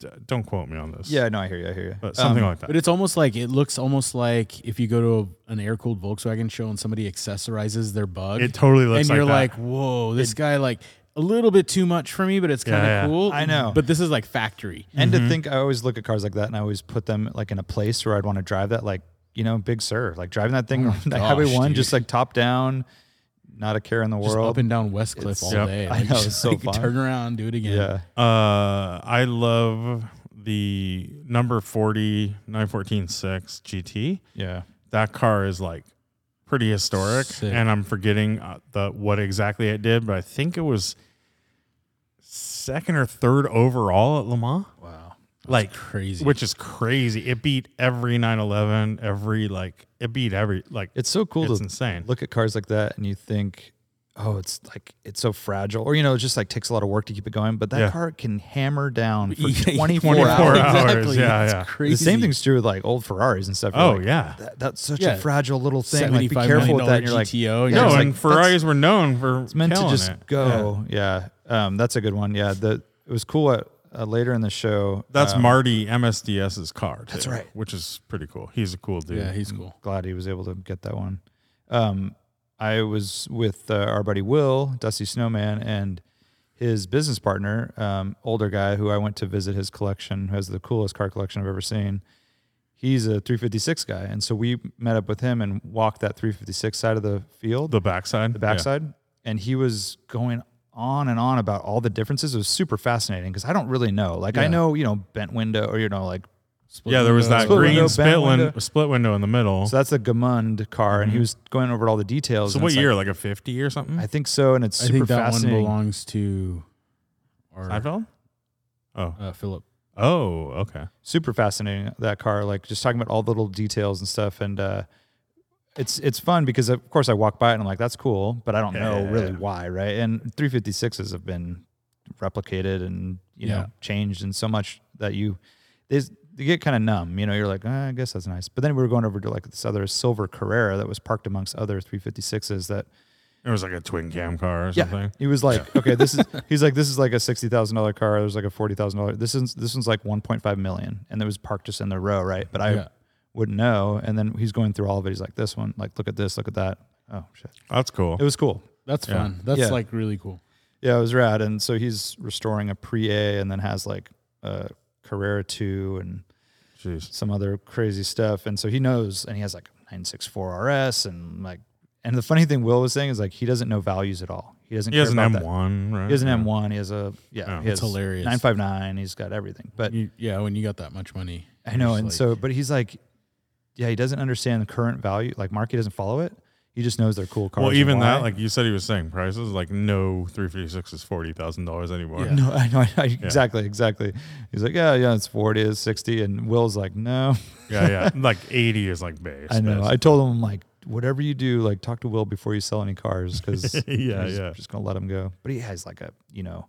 Speaker 4: d- Don't quote me on this.
Speaker 3: Yeah, no, I hear you. I hear you.
Speaker 4: But something
Speaker 3: Um,
Speaker 4: like that.
Speaker 2: But it's almost like it looks almost like if you go to a, an air cooled Volkswagen show and somebody accessorizes their bug.
Speaker 4: It totally looks
Speaker 2: and
Speaker 4: like
Speaker 2: you're
Speaker 4: that.
Speaker 2: like, whoa, this guy like a little bit too much for me, but it's kind of
Speaker 4: Yeah, yeah.
Speaker 2: cool.
Speaker 3: I know.
Speaker 2: But this is like factory.
Speaker 3: And to think, I always look at cars like that, and I always put them like in a place where I'd want to drive that, like you know, Big Sur, like driving that thing, that Highway
Speaker 2: Oh gosh,
Speaker 3: One,
Speaker 2: dude.
Speaker 3: just like top down, not a care in the
Speaker 2: Just
Speaker 3: world.
Speaker 2: up and down West Cliff
Speaker 3: It's-
Speaker 2: all
Speaker 4: Yep.
Speaker 2: day.
Speaker 3: I know,
Speaker 2: just,
Speaker 3: it's so
Speaker 2: like,
Speaker 3: fun.
Speaker 2: Turn around, do it again.
Speaker 3: yeah,
Speaker 4: Uh, I love the number 40 914 6 GT.
Speaker 3: yeah.
Speaker 4: That car is like pretty historic,
Speaker 2: Sick.
Speaker 4: and I'm forgetting uh, the what exactly it did, but I think it was second or third overall at Le Mans.
Speaker 2: Wow.
Speaker 4: Like
Speaker 2: Crazy.
Speaker 4: which is crazy. It beat every 911, every like it beat every like
Speaker 3: It's so cool
Speaker 4: It's
Speaker 3: to
Speaker 4: insane.
Speaker 3: look at cars like that and you think, oh, it's like it's so fragile, or you know, it just like takes a lot of work to keep it going. But that
Speaker 4: Yeah.
Speaker 3: car can hammer down for
Speaker 2: Yeah,
Speaker 3: 24,
Speaker 4: 24
Speaker 3: hours.
Speaker 4: hours. Yeah,
Speaker 2: It's
Speaker 4: yeah. The
Speaker 2: Crazy.
Speaker 3: The same thing's true with like old Ferraris and stuff. You're
Speaker 4: Oh
Speaker 3: like,
Speaker 4: yeah.
Speaker 3: that, that's such
Speaker 2: Yeah.
Speaker 3: a fragile little thing. Like, be
Speaker 2: $75
Speaker 3: careful with that. And you're
Speaker 2: million
Speaker 3: like,
Speaker 2: GTO. and
Speaker 3: yeah,
Speaker 2: you're
Speaker 4: no,
Speaker 3: it's
Speaker 2: just
Speaker 4: and
Speaker 3: like,
Speaker 4: Ferraris were known for
Speaker 3: it's meant to just
Speaker 4: it.
Speaker 3: go. Yeah. Um, that's a good one. Yeah. The it was cool. At, uh, later in the show,
Speaker 4: That's
Speaker 3: um,
Speaker 4: Marty MSDS's car. Too,
Speaker 3: That's right.
Speaker 4: Which is pretty cool. He's a cool dude.
Speaker 2: yeah, he's cool.
Speaker 3: glad he was able to get that one. Um, I was with uh, our buddy Will, Dusty Snowman, and his business partner, um, older guy who I went to visit his collection, who has the coolest car collection I've ever seen. He's a 356 guy, and so we met up with him and walked that 356 side of the field,
Speaker 4: The backside.
Speaker 3: the backside, and he was going on and on about all the differences. It was super fascinating because I don't really know. Like I
Speaker 2: Yeah.
Speaker 3: know, you know, bent window or you know, like
Speaker 2: Split
Speaker 4: Yeah, there was that
Speaker 2: windows.
Speaker 3: Split
Speaker 4: green
Speaker 3: window,
Speaker 4: split
Speaker 3: bent
Speaker 4: window,
Speaker 3: window.
Speaker 4: split window in the middle.
Speaker 3: so that's a Gamund car, and he was going over all the details.
Speaker 4: So
Speaker 3: and
Speaker 4: what
Speaker 3: it's like-
Speaker 4: year? Like, a fifty or something?
Speaker 3: I think so, and it's
Speaker 2: I
Speaker 3: super
Speaker 2: think that one
Speaker 3: fascinating.
Speaker 2: belongs to or,
Speaker 4: Seinfeld. Oh.
Speaker 2: uh, Philip.
Speaker 4: Oh. Okay.
Speaker 3: super fascinating that car. Like just talking about all the little details and stuff, and uh, it's it's fun because of course I walk by it and I'm like, that's cool, but I don't know
Speaker 4: Yeah.
Speaker 3: really why, right? And 356s have been replicated and you
Speaker 2: Yeah.
Speaker 3: know changed and so much that you there's you get kind of numb. You know, you're like, ah, I guess that's nice. But then we were going over to like this other silver Carrera that was parked amongst other 356s that
Speaker 4: It was like a twin cam car or
Speaker 3: Yeah.
Speaker 4: something.
Speaker 3: He was like, okay, this is he's like, this is like a sixty thousand dollar car. There's like a forty thousand dollar. This is this one's like one point five million, and it was parked just in the row, right? But I
Speaker 2: Yeah.
Speaker 3: wouldn't know. And then he's going through all of it. He's like, this one, like, look at this, look at that. Oh shit,
Speaker 4: That's cool.
Speaker 3: it was cool.
Speaker 2: That's fun. That's
Speaker 3: Yeah.
Speaker 2: like really cool.
Speaker 3: Yeah, it was rad. And so he's restoring a pre A, and then has like a Carrera two and
Speaker 4: Jeez.
Speaker 3: some other crazy stuff. And so he knows, and he has like 964 RS, and like, and the funny thing Will was saying is like he doesn't know values at all. He doesn't.
Speaker 4: He has
Speaker 3: care
Speaker 4: an
Speaker 3: about
Speaker 4: M
Speaker 3: that.
Speaker 4: one, right?
Speaker 3: He has an
Speaker 4: Yeah.
Speaker 3: M1. He has a yeah.
Speaker 4: Yeah.
Speaker 3: he
Speaker 2: It's
Speaker 3: has
Speaker 2: hilarious.
Speaker 3: Nine five nine. He's got everything. But
Speaker 2: You, yeah, when you got that much money,
Speaker 3: I know,
Speaker 2: it's
Speaker 3: and
Speaker 2: like-
Speaker 3: so but he's like, yeah, he doesn't understand the current value. Like market doesn't follow it. He just knows they're cool cars.
Speaker 4: Well,
Speaker 3: and
Speaker 4: even that,
Speaker 3: why.
Speaker 4: like you said, he was saying prices. Like, no, three fifty six is forty thousand dollars anymore.
Speaker 2: Yeah.
Speaker 3: No, I know, I know exactly, exactly. He's like, yeah, yeah, it's forty, it's sixty, and Will's like, no,
Speaker 4: yeah, yeah. Like eighty is like base.
Speaker 3: I know.
Speaker 4: base.
Speaker 3: I told him I'm like, whatever you do, like talk to Will before you sell any cars because
Speaker 4: Yeah,
Speaker 3: just,
Speaker 4: yeah.
Speaker 3: just gonna let him go. But he has like a you know,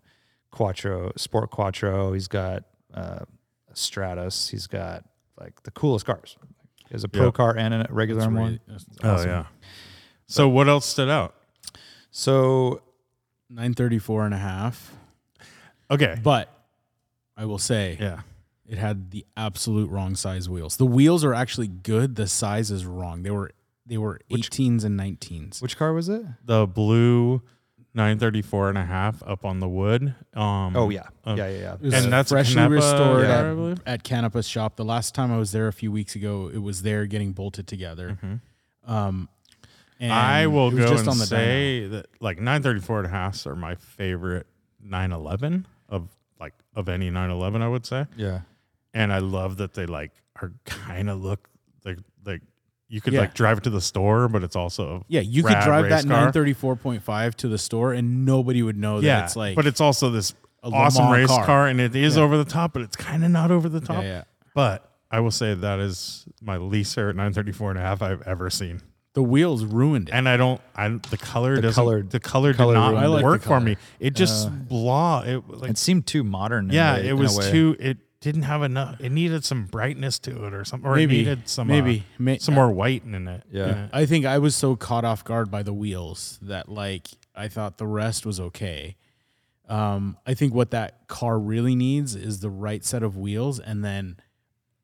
Speaker 3: Quattro Sport Quattro. He's got uh, a Stratus. He's got like the coolest cars. He has a pro
Speaker 4: Yeah.
Speaker 3: car and a regular
Speaker 2: That's
Speaker 3: M1.
Speaker 2: really- that's
Speaker 4: Oh
Speaker 2: awesome.
Speaker 4: yeah. So what else stood out?
Speaker 3: So
Speaker 2: 934 and a half.
Speaker 4: Okay.
Speaker 2: But I will say
Speaker 4: Yeah.
Speaker 2: it had the absolute wrong size wheels. The wheels are actually good, the size is wrong. They were they were 18s and 19s.
Speaker 3: which car was it?
Speaker 4: The blue 934 and a half up on the wood. Um
Speaker 3: Oh yeah,
Speaker 4: uh,
Speaker 3: yeah, yeah,
Speaker 2: It
Speaker 3: yeah.
Speaker 2: was
Speaker 4: And that's
Speaker 2: freshly
Speaker 4: Knappa
Speaker 2: restored
Speaker 4: car,
Speaker 2: at-
Speaker 4: I believe.
Speaker 2: at Canapa's shop. The last time I was there a few weeks ago, it was there getting bolted together.
Speaker 3: Mm-hmm.
Speaker 2: Um, and
Speaker 4: I will
Speaker 2: it was
Speaker 4: go
Speaker 2: just
Speaker 4: and
Speaker 2: on the dyno.
Speaker 4: say that like 934 and a halfs are my favorite 911 of like of any 911 I would say.
Speaker 3: yeah.
Speaker 4: And I love that they like are kind of look like like you could
Speaker 2: Yeah.
Speaker 4: like drive it to the store, but it's also
Speaker 2: Yeah, you could
Speaker 4: rad
Speaker 2: drive
Speaker 4: race
Speaker 2: that
Speaker 4: car.
Speaker 2: 934.5 to the store and nobody would know that it's like
Speaker 4: but it's also this
Speaker 2: a Le
Speaker 4: awesome
Speaker 2: Mans
Speaker 4: race car.
Speaker 2: car.
Speaker 4: and it is over the top, but it's kind of not over the top.
Speaker 2: yeah.
Speaker 4: But I will say that is my least favorite 934 and a half I've ever seen.
Speaker 2: the wheels ruined it.
Speaker 4: And I don't, I the color
Speaker 3: The
Speaker 4: doesn't,
Speaker 3: color-
Speaker 4: the color did
Speaker 3: color
Speaker 4: not
Speaker 3: ruined I
Speaker 2: like it.
Speaker 4: work
Speaker 2: the
Speaker 4: for
Speaker 2: color.
Speaker 4: me. It just blah. It was like,
Speaker 3: It seemed too modern. in
Speaker 4: yeah,
Speaker 3: a- in
Speaker 4: it
Speaker 3: a
Speaker 4: was
Speaker 3: way.
Speaker 4: too, it didn't have enough, it needed some brightness to it or something, or
Speaker 2: Maybe,
Speaker 4: it needed some,
Speaker 2: maybe.
Speaker 4: uh,
Speaker 2: May-
Speaker 4: some more white in it.
Speaker 3: Yeah. Um,
Speaker 4: In it.
Speaker 2: I think I was so caught off guard by the wheels that like I thought the rest was okay. Um, I think what that car really needs is the right set of wheels and then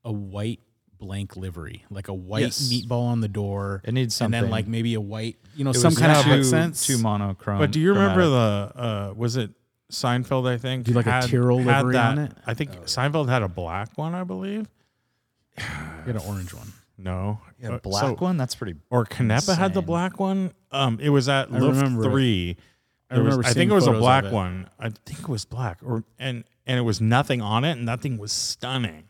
Speaker 2: a white blank livery, like a white
Speaker 3: Yes.
Speaker 2: meatball on the door,
Speaker 3: It needs something.
Speaker 2: and then like maybe a white, you know,
Speaker 3: It
Speaker 2: some
Speaker 3: was
Speaker 2: kind of
Speaker 3: too,
Speaker 2: accents.
Speaker 3: too monochrome.
Speaker 4: But do you remember
Speaker 3: chromatic.
Speaker 4: the uh was it Seinfeld, I think?
Speaker 2: Did, like, a Tyrrell livery
Speaker 4: that,
Speaker 2: on it?
Speaker 4: I think
Speaker 3: Oh.
Speaker 4: Seinfeld had a black one, I believe.
Speaker 2: Get an orange one.
Speaker 4: No.
Speaker 3: Yeah,
Speaker 4: Uh,
Speaker 3: black
Speaker 4: so-
Speaker 3: one? That's pretty.
Speaker 4: Or Canepa had the
Speaker 3: Insane.
Speaker 4: black one. Um it was at
Speaker 2: I
Speaker 4: Lift
Speaker 2: remember it.
Speaker 4: three.
Speaker 2: I
Speaker 4: There was-
Speaker 2: remember
Speaker 4: I
Speaker 2: seeing
Speaker 4: think it was a
Speaker 2: photos of
Speaker 4: black
Speaker 2: it.
Speaker 4: one. I think it was black. Or and and it was nothing on it, and that thing was stunning.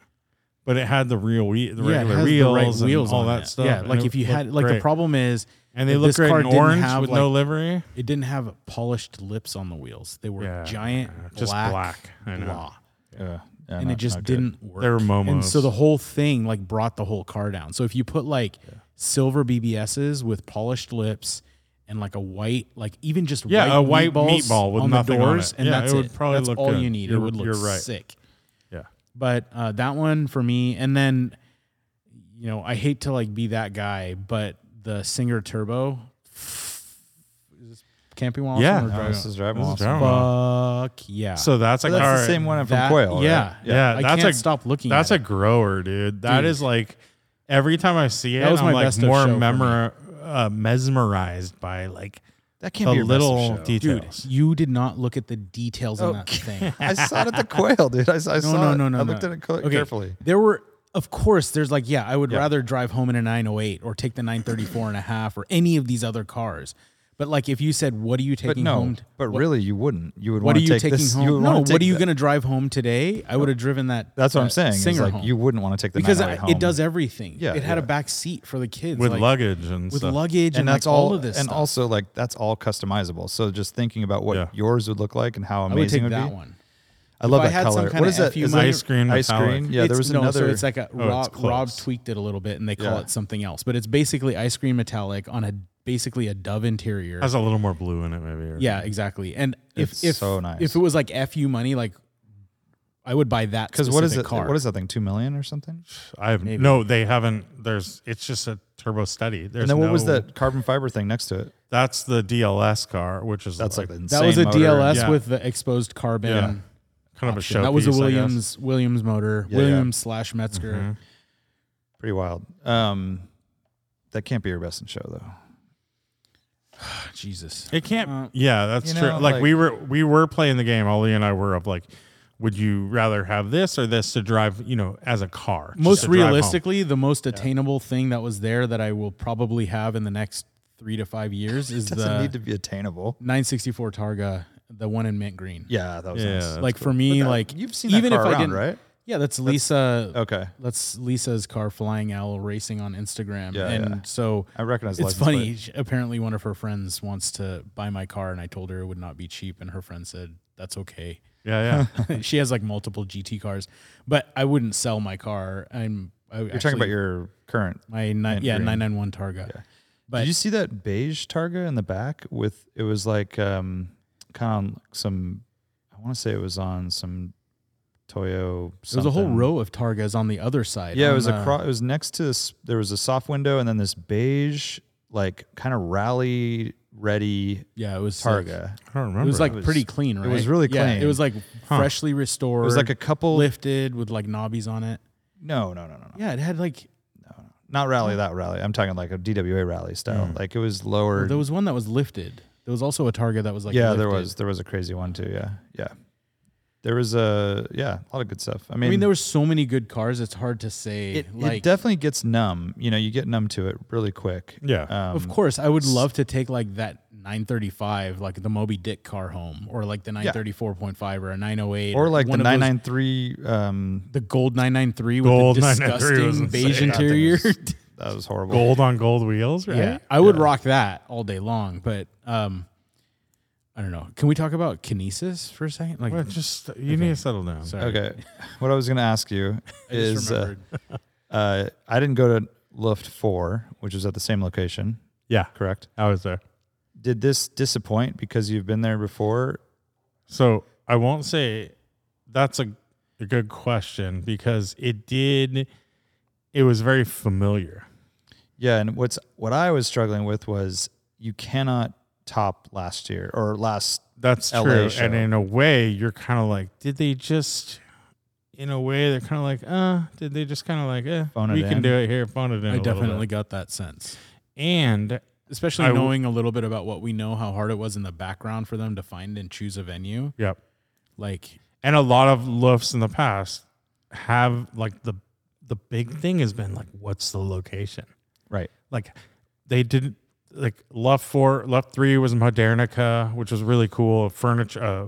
Speaker 4: But it had the real wheel, the
Speaker 2: Yeah, it
Speaker 4: regular
Speaker 2: has the
Speaker 4: wheels,
Speaker 2: right
Speaker 4: and
Speaker 2: wheels
Speaker 4: all
Speaker 2: on
Speaker 4: that
Speaker 2: it.
Speaker 4: stuff.
Speaker 2: Yeah,
Speaker 4: and
Speaker 2: like
Speaker 4: it
Speaker 2: if you
Speaker 4: looked
Speaker 2: had like the
Speaker 4: great.
Speaker 2: problem is
Speaker 4: and they
Speaker 2: if
Speaker 4: look
Speaker 2: this
Speaker 4: great
Speaker 2: car
Speaker 4: in
Speaker 2: didn't
Speaker 4: orange
Speaker 2: have,
Speaker 4: with
Speaker 2: like-
Speaker 4: no livery.
Speaker 2: it didn't have polished lips on the wheels. They were
Speaker 4: Yeah,
Speaker 2: giant,
Speaker 4: just
Speaker 2: black,
Speaker 4: black, I know.
Speaker 2: blah.
Speaker 3: Yeah, yeah,
Speaker 2: and
Speaker 3: not-
Speaker 2: it just
Speaker 3: not good.
Speaker 2: didn't work.
Speaker 4: They were
Speaker 2: And so
Speaker 4: Momos.
Speaker 2: the whole thing like brought the whole car down. So if you put like silver BBSs with polished lips and like a white, like even just
Speaker 4: Yeah,
Speaker 2: white
Speaker 4: a white
Speaker 2: meatballs
Speaker 4: meatball with
Speaker 2: on the
Speaker 4: nothing on
Speaker 2: doors,
Speaker 4: it.
Speaker 2: and
Speaker 4: Yeah,
Speaker 2: that's
Speaker 4: it would probably
Speaker 2: that's
Speaker 4: look
Speaker 2: all
Speaker 4: good.
Speaker 2: you need.
Speaker 4: You're-
Speaker 2: it would look
Speaker 4: you're right.
Speaker 2: sick.
Speaker 4: Yeah.
Speaker 2: But uh, that one for me, and then you know I hate to like be that guy, but the Singer Turbo. Is this Camping Wallace
Speaker 4: Yeah.
Speaker 2: one or
Speaker 4: No,
Speaker 3: No,
Speaker 2: Drive
Speaker 3: this is driving
Speaker 4: This is
Speaker 3: awesome.
Speaker 4: driving
Speaker 2: Fuck yeah!
Speaker 4: So that's
Speaker 3: So
Speaker 4: like
Speaker 3: that's
Speaker 4: all
Speaker 3: the
Speaker 4: right.
Speaker 3: same one from
Speaker 2: That-
Speaker 3: Coil. right?
Speaker 2: yeah.
Speaker 4: Yeah,
Speaker 2: I
Speaker 4: that's
Speaker 2: can't
Speaker 4: a-
Speaker 2: stop looking.
Speaker 4: That's
Speaker 2: at
Speaker 4: a grower, dude. That
Speaker 2: Dude.
Speaker 4: is like every time I see it,
Speaker 2: That was
Speaker 4: I'm
Speaker 2: my
Speaker 4: like
Speaker 2: best of
Speaker 4: more
Speaker 2: show for
Speaker 4: memor- uh, mesmerized by like
Speaker 3: that can't
Speaker 4: the
Speaker 3: be your best of
Speaker 4: little
Speaker 3: show.
Speaker 2: Dude,
Speaker 4: details.
Speaker 2: you did not look at the details on that thing.
Speaker 3: I saw it at the Quail, dude. I, I saw
Speaker 2: no,
Speaker 3: it.
Speaker 2: no, no, no.
Speaker 3: I looked at it co-
Speaker 2: Okay.
Speaker 3: carefully.
Speaker 2: There were, of course, there's like, yeah, I would
Speaker 3: Yeah.
Speaker 2: rather drive home in a 908 or take the 934 and a half or any of these other cars. But like, if you said, what are you
Speaker 3: But
Speaker 2: taking
Speaker 3: no,
Speaker 2: home? t-
Speaker 3: but
Speaker 2: what,
Speaker 3: really, you wouldn't. You would
Speaker 2: what
Speaker 3: want
Speaker 2: are
Speaker 3: to
Speaker 2: you
Speaker 3: take
Speaker 2: taking
Speaker 3: this.
Speaker 2: home?
Speaker 3: You would
Speaker 2: no,
Speaker 3: wanna
Speaker 2: what
Speaker 3: take
Speaker 2: are you
Speaker 3: that-
Speaker 2: going to drive home today? I would have driven that.
Speaker 3: That's what I'm
Speaker 2: that
Speaker 3: saying. It's
Speaker 2: Singer
Speaker 3: like
Speaker 2: home.
Speaker 3: you wouldn't want to take the
Speaker 2: because
Speaker 3: Manual
Speaker 2: I-
Speaker 3: home.
Speaker 2: it does everything.
Speaker 3: Yeah,
Speaker 2: it had
Speaker 3: yeah.
Speaker 2: a back seat for the kids
Speaker 4: with
Speaker 2: like,
Speaker 4: luggage and
Speaker 2: with
Speaker 4: stuff.
Speaker 2: luggage, and,
Speaker 3: and that's
Speaker 2: like,
Speaker 3: all,
Speaker 2: all, of this.
Speaker 3: and
Speaker 2: stuff.
Speaker 3: also like that's all customizable. So just thinking about what
Speaker 4: Yeah.
Speaker 3: yours would look like and how
Speaker 2: I
Speaker 3: amazing
Speaker 2: would take
Speaker 3: it
Speaker 2: that
Speaker 3: would be.
Speaker 2: one.
Speaker 3: I love
Speaker 2: I
Speaker 3: that
Speaker 2: had some
Speaker 3: color.
Speaker 2: kinda
Speaker 3: What is that?
Speaker 2: FU
Speaker 3: Is
Speaker 2: minor-
Speaker 3: that
Speaker 4: Ice cream
Speaker 3: Ice
Speaker 4: metallic.
Speaker 3: cream. Yeah, there
Speaker 2: It's-
Speaker 3: was
Speaker 2: no,
Speaker 3: another.
Speaker 2: So it's like a
Speaker 4: Oh, it's
Speaker 2: Rob, Rob
Speaker 4: close.
Speaker 2: tweaked it a little bit, and they call
Speaker 3: Yeah.
Speaker 2: it something else. But it's basically ice cream metallic on a basically a dove interior.
Speaker 4: Has a little more blue in it, maybe. Or,
Speaker 2: yeah, exactly. And
Speaker 3: It's
Speaker 2: if if
Speaker 3: so nice.
Speaker 2: if it was like fu money, like I would buy that
Speaker 3: because what is it?
Speaker 2: specific Car.
Speaker 3: What is that thing? Two million or something?
Speaker 4: I have
Speaker 2: Maybe.
Speaker 4: no. They haven't. There's. It's just a turbo study. There's
Speaker 3: And then what was
Speaker 4: no-
Speaker 3: that carbon fiber thing next to it?
Speaker 4: That's the DLS car, which is
Speaker 3: That's like the
Speaker 4: like
Speaker 2: that
Speaker 3: insane
Speaker 2: was a
Speaker 3: motor.
Speaker 2: DLS
Speaker 4: Yeah.
Speaker 2: with the exposed carbon.
Speaker 4: Yeah. kind of a
Speaker 2: option.
Speaker 4: show.
Speaker 2: That was a Williams Williams motor,
Speaker 3: Yeah, Mm-hmm. yeah.
Speaker 2: Williams slash Metzger.
Speaker 3: Pretty wild. Um, that can't be your best in show though.
Speaker 2: Jesus.
Speaker 4: It can't.
Speaker 2: Uh,
Speaker 4: yeah, that's
Speaker 3: you
Speaker 4: true.
Speaker 3: know,
Speaker 4: like,
Speaker 3: like-
Speaker 4: we were we were playing the game. Ollie and I were up. Like, would you rather have this or this to drive? You know, as a car. just
Speaker 2: most
Speaker 4: to drive home?
Speaker 2: realistically, the most attainable thing that was there that I will probably have in the next three to five years is
Speaker 3: Doesn't
Speaker 2: the
Speaker 3: need to be attainable.
Speaker 2: 964 Targa, the one in mint green.
Speaker 3: Yeah, that was
Speaker 4: Yeah,
Speaker 3: nice.
Speaker 4: that's
Speaker 2: like
Speaker 4: cool.
Speaker 2: for me,
Speaker 3: But that-
Speaker 2: like
Speaker 3: you've seen that
Speaker 2: even
Speaker 3: car
Speaker 2: if I
Speaker 3: around,
Speaker 2: didn't,
Speaker 3: right? Oh.
Speaker 2: Yeah, that's Lisa.
Speaker 3: Okay,
Speaker 2: That's Lisa's car, Flying Owl Racing on Instagram,
Speaker 3: Yeah,
Speaker 2: and
Speaker 3: yeah.
Speaker 2: so
Speaker 3: I recognize.
Speaker 2: it's
Speaker 3: license
Speaker 2: funny.
Speaker 3: plate.
Speaker 2: She, apparently, one of her friends wants to buy my car, and I told her it would not be cheap, and her friend said that's okay.
Speaker 4: Yeah, yeah.
Speaker 2: she has like multiple GT cars, but I wouldn't sell my car. I'm. I
Speaker 3: You're talking about your current.
Speaker 2: my nine,
Speaker 3: mint
Speaker 2: yeah
Speaker 3: green.
Speaker 2: nine nine one Targa. But-
Speaker 3: Did you see that beige Targa in the back with? It was like um, kind of some. I want to say it was on some Toyo.
Speaker 2: There's a whole
Speaker 3: something.
Speaker 2: row of Targas on the other side.
Speaker 3: Yeah, it
Speaker 2: on
Speaker 3: was
Speaker 2: the-
Speaker 3: across. It was next to this. There was a soft window, and then this beige, like kind of rally ready
Speaker 2: Yeah, it was sick.
Speaker 3: Targa.
Speaker 4: I don't remember.
Speaker 2: It was like
Speaker 3: It was-
Speaker 2: pretty clean, right?
Speaker 3: was really
Speaker 2: Yeah,
Speaker 3: clean.
Speaker 2: it was like freshly restored.
Speaker 3: It was like a couple.
Speaker 2: lifted with like knobbies on it.
Speaker 3: No, no, no, no, no.
Speaker 2: Yeah, it had like
Speaker 3: Not rally that rally. I'm talking like a DWA rally style.
Speaker 2: Mm.
Speaker 3: Like it was lower.
Speaker 2: there was one that was lifted. There was also a target that was like
Speaker 3: yeah, there
Speaker 2: lifted.
Speaker 3: was there was a crazy one too. Yeah, yeah. There was a yeah, a lot of good stuff. I
Speaker 2: I
Speaker 3: mean,
Speaker 2: mean, there were so many good cars. It's hard to say.
Speaker 3: it,
Speaker 2: like,
Speaker 3: it definitely gets numb. You know, you get numb to it really quick.
Speaker 4: Yeah.
Speaker 3: Um,
Speaker 2: of course, I would love to take like that 935, like the Moby Dick car home, or like the 934.5 or a 908,
Speaker 3: Or like the
Speaker 2: one of those-
Speaker 3: 993. Um,
Speaker 2: the gold 993 with
Speaker 4: Gold
Speaker 2: the
Speaker 4: 993 was
Speaker 2: disgusting beige
Speaker 4: insane.
Speaker 3: that thing
Speaker 2: interior.
Speaker 3: was- that was horrible.
Speaker 4: gold on gold wheels, right?
Speaker 2: yeah, I would rock that all day long. But um, I don't know. Can we talk about kinesis for a second? Like,
Speaker 4: Well, just you need to settle down.
Speaker 2: sorry.
Speaker 3: Okay. What I was going to ask you is uh,
Speaker 2: remembered.
Speaker 3: uh, I didn't go to Luft 4, which was at the same location,
Speaker 4: Yeah,
Speaker 3: correct?
Speaker 4: I was there.
Speaker 3: Did this disappoint because you've been there before?
Speaker 4: So I won't say that's a, a good question because it did. It was very familiar.
Speaker 3: Yeah, and what's what I was struggling with was you cannot top last year or last
Speaker 4: That's
Speaker 3: LA
Speaker 4: true.
Speaker 3: show.
Speaker 4: And in a way, you're kind of like, did they just? In a way, they're kind of like, uh, did they just kind of like, eh,
Speaker 3: Phone it
Speaker 4: we can
Speaker 3: in.
Speaker 4: do it here, phone it in. a
Speaker 2: I
Speaker 4: little
Speaker 2: definitely
Speaker 4: bit.
Speaker 2: got that sense,
Speaker 4: And
Speaker 2: especially
Speaker 4: I w-
Speaker 2: knowing a little bit about what we know, how hard it was in the background for them to find and choose a venue.
Speaker 4: yep,
Speaker 2: Like,
Speaker 4: and a lot of lofts in the past have like the the big thing has been like, what's the location?
Speaker 3: right.
Speaker 4: like they didn't like left four left three was modernica which was really cool a furniture uh,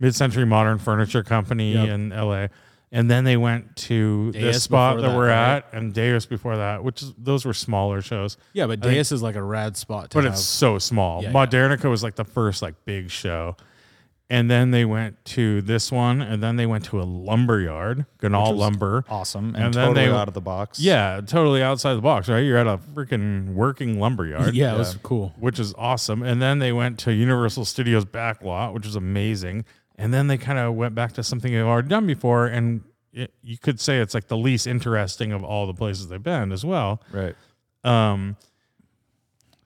Speaker 4: mid-century modern furniture company
Speaker 2: Yep.
Speaker 4: in la And then they went to
Speaker 2: Deus
Speaker 4: this spot that,
Speaker 2: before that,
Speaker 4: we're at
Speaker 2: right?
Speaker 4: and Deus before that, which is, those were smaller shows,
Speaker 2: Yeah, but Deus is like a rad spot to
Speaker 4: but
Speaker 2: have.
Speaker 4: it's so small.
Speaker 2: Yeah, yeah.
Speaker 4: Modernica was like the first like big show. And then they went to this one and then they went to a lumber yard, Ganal Lumber.
Speaker 3: Awesome. And,
Speaker 4: And then
Speaker 3: totally
Speaker 4: they-
Speaker 3: out of the box.
Speaker 4: Yeah, totally outside the box, right? You're at a freaking working lumber yard.
Speaker 2: yeah, it was cool.
Speaker 4: which is awesome. And then they went to Universal Studios back lot, which is amazing. And then they kind of went back to something they've already done before. And it, you could say it's like the least interesting of all the places they've been as well.
Speaker 3: Right.
Speaker 4: Um,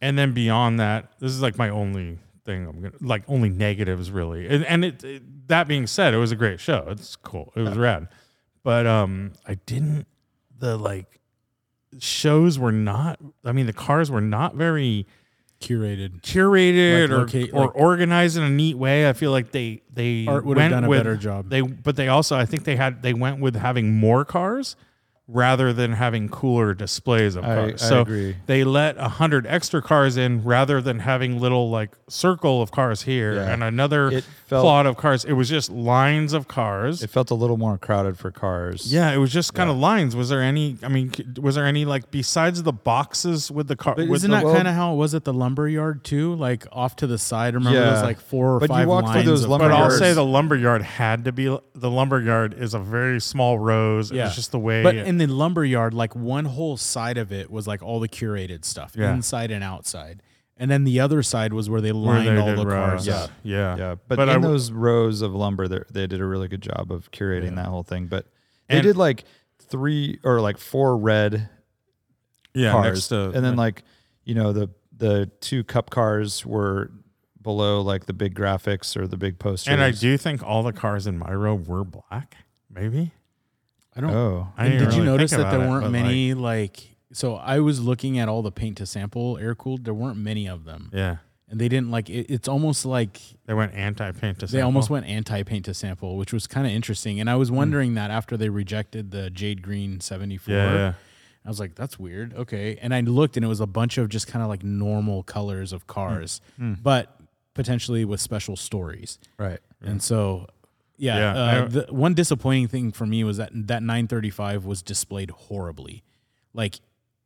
Speaker 4: and then beyond that, this is like my only thing I'm gonna like only negatives really. And, and it, it- that being said, it was a great show. It's cool. It was rad. But um, I didn't the like shows were not. I mean, the cars were not very
Speaker 2: Curated.
Speaker 4: curated
Speaker 2: Like
Speaker 4: or
Speaker 2: locate-
Speaker 4: or
Speaker 2: like-
Speaker 4: organized in a neat way. I feel like they they
Speaker 2: Art would've
Speaker 4: went
Speaker 2: done a
Speaker 4: with-
Speaker 2: better job.
Speaker 4: They but they also I think they had they went with having more cars rather than having cooler displays of
Speaker 3: I-
Speaker 4: cars.
Speaker 3: I
Speaker 4: so
Speaker 3: agree.
Speaker 4: they let a hundred extra cars in rather than having little like circle of cars here
Speaker 3: Yeah.
Speaker 4: and another
Speaker 3: It felt-
Speaker 4: plot of cars. It was just lines of cars.
Speaker 3: It felt a little more crowded for cars.
Speaker 4: yeah, it was just kind of lines. Was there any? I mean, c- was there any like besides the boxes with the car?
Speaker 2: But
Speaker 4: with
Speaker 2: isn't
Speaker 4: the-
Speaker 2: that
Speaker 3: well-
Speaker 2: kind of how it was at the lumber yard too? Like off to the side. Remember,
Speaker 3: Yeah.
Speaker 2: there's like four or
Speaker 3: But you
Speaker 2: five
Speaker 3: walked through
Speaker 2: lines
Speaker 3: those
Speaker 2: of
Speaker 3: lumber
Speaker 4: But I'll
Speaker 3: yards.
Speaker 2: cars.
Speaker 4: say the lumberyard had to be the lumberyard is a very small rows. Yeah.
Speaker 2: Yeah.
Speaker 4: It's just the way.
Speaker 2: But in the lumber yard, like one whole side of it was like all the curated stuff,
Speaker 4: Yeah.
Speaker 2: inside and outside, and then the other side was where they
Speaker 4: where
Speaker 2: lined
Speaker 4: they
Speaker 2: all
Speaker 4: did
Speaker 2: the
Speaker 4: rows.
Speaker 2: cars.
Speaker 4: Yeah.
Speaker 2: up.
Speaker 4: yeah,
Speaker 3: Yeah. But,
Speaker 4: I
Speaker 3: in
Speaker 4: w-
Speaker 3: those rows of lumber, they they did a really good job of curating that whole thing. But they
Speaker 4: And-
Speaker 3: did like three or like four red
Speaker 4: yeah,
Speaker 3: cars,
Speaker 4: next to-
Speaker 3: and then like you know the the two cup cars were below like the big graphics or the big posters.
Speaker 4: and I do think all the cars in my row were black. Maybe
Speaker 2: I don't.
Speaker 3: Oh,
Speaker 4: I
Speaker 2: and
Speaker 4: didn't
Speaker 2: did you
Speaker 4: really
Speaker 2: notice
Speaker 4: think
Speaker 2: that there
Speaker 4: about it,
Speaker 2: weren't
Speaker 4: but, like,
Speaker 2: many like, So I was looking at all the paint to sample air cooled. There weren't many of them,
Speaker 4: yeah,
Speaker 2: and they didn't like. It, it's almost like
Speaker 4: they went anti-paint to
Speaker 2: they almost went anti paint to sample, which was kind of interesting. And I
Speaker 4: Hmm.
Speaker 2: was wondering that after they rejected the jade green seventy four.
Speaker 4: Yeah, yeah.
Speaker 2: I was like, that's weird. Okay. And I looked and it was a bunch of just kind of like normal colors
Speaker 4: Hmm.
Speaker 2: of cars, but potentially with special stories.
Speaker 3: right.
Speaker 2: And so, yeah,
Speaker 4: Yeah,
Speaker 2: uh,
Speaker 4: I-
Speaker 2: the one disappointing thing for me was that that 935 was displayed horribly. Like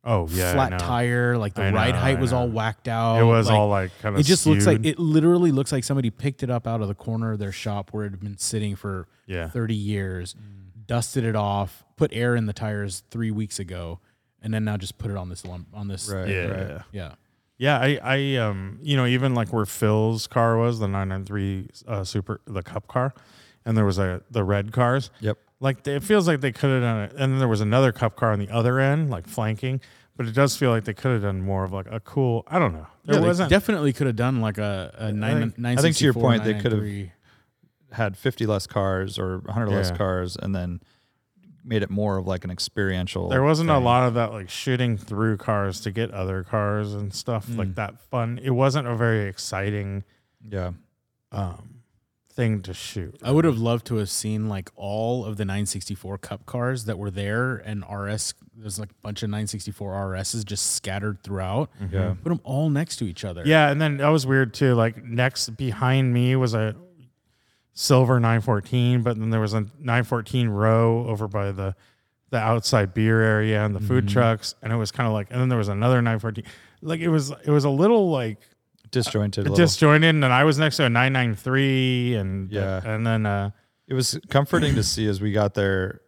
Speaker 4: Oh yeah, I know.
Speaker 2: flat tire, like the
Speaker 4: I
Speaker 2: ride
Speaker 4: know, I
Speaker 2: height was all
Speaker 4: know.
Speaker 2: whacked out.
Speaker 4: It was
Speaker 2: like,
Speaker 4: all like kind of.
Speaker 2: it just looks like it literally looks like somebody picked it up out of the corner of their shop where it had been sitting for
Speaker 4: Yeah.
Speaker 2: 30 years,
Speaker 3: Mm.
Speaker 2: dusted it off, put air in the tires 3 weeks ago, and then now just put it on this lump on this
Speaker 3: Right.
Speaker 4: Yeah.
Speaker 3: Right.
Speaker 2: yeah.
Speaker 4: Yeah, I, I, um, you know, even like where Phil's car was, the 993 uh, Super, the Cup car, and there was a the red cars.
Speaker 3: Yep.
Speaker 4: Like they, it feels like they could have done it, and then there was another Cup car on the other end, like flanking. But it does feel like they could have done more of like a cool. I don't know. There
Speaker 2: Yeah, they
Speaker 4: wasn't.
Speaker 2: definitely could have done like a, a nine,
Speaker 3: think- I think to your
Speaker 2: 964,
Speaker 3: point, they could have-
Speaker 2: 993.
Speaker 3: Had fifty less cars or hundred less
Speaker 4: Yeah.
Speaker 3: cars, and then made it more of like an experiential.
Speaker 4: there wasn't a lot of that like shooting through cars to get other cars and stuff
Speaker 2: Mm.
Speaker 4: like that. Fun. It wasn't a very exciting
Speaker 3: Yeah.
Speaker 4: um, thing to shoot.
Speaker 2: I would have loved to have seen like all of the 964 Cup cars that were there and RS. There's like a bunch of 964 RSs just scattered throughout.
Speaker 3: Yeah.
Speaker 2: Put them all next to each other.
Speaker 4: Yeah, and then that was weird too. Like next behind me was a silver 914, but then there was a 914 row over by the the outside beer area and the food trucks, and it was kind of like, and then there was another 914. Like it was, it was a little like
Speaker 3: Disjointed. a little.
Speaker 4: disjointed, and I was next to a 993, and
Speaker 3: Yeah.
Speaker 4: and then uh,
Speaker 3: It was comforting to see as we got there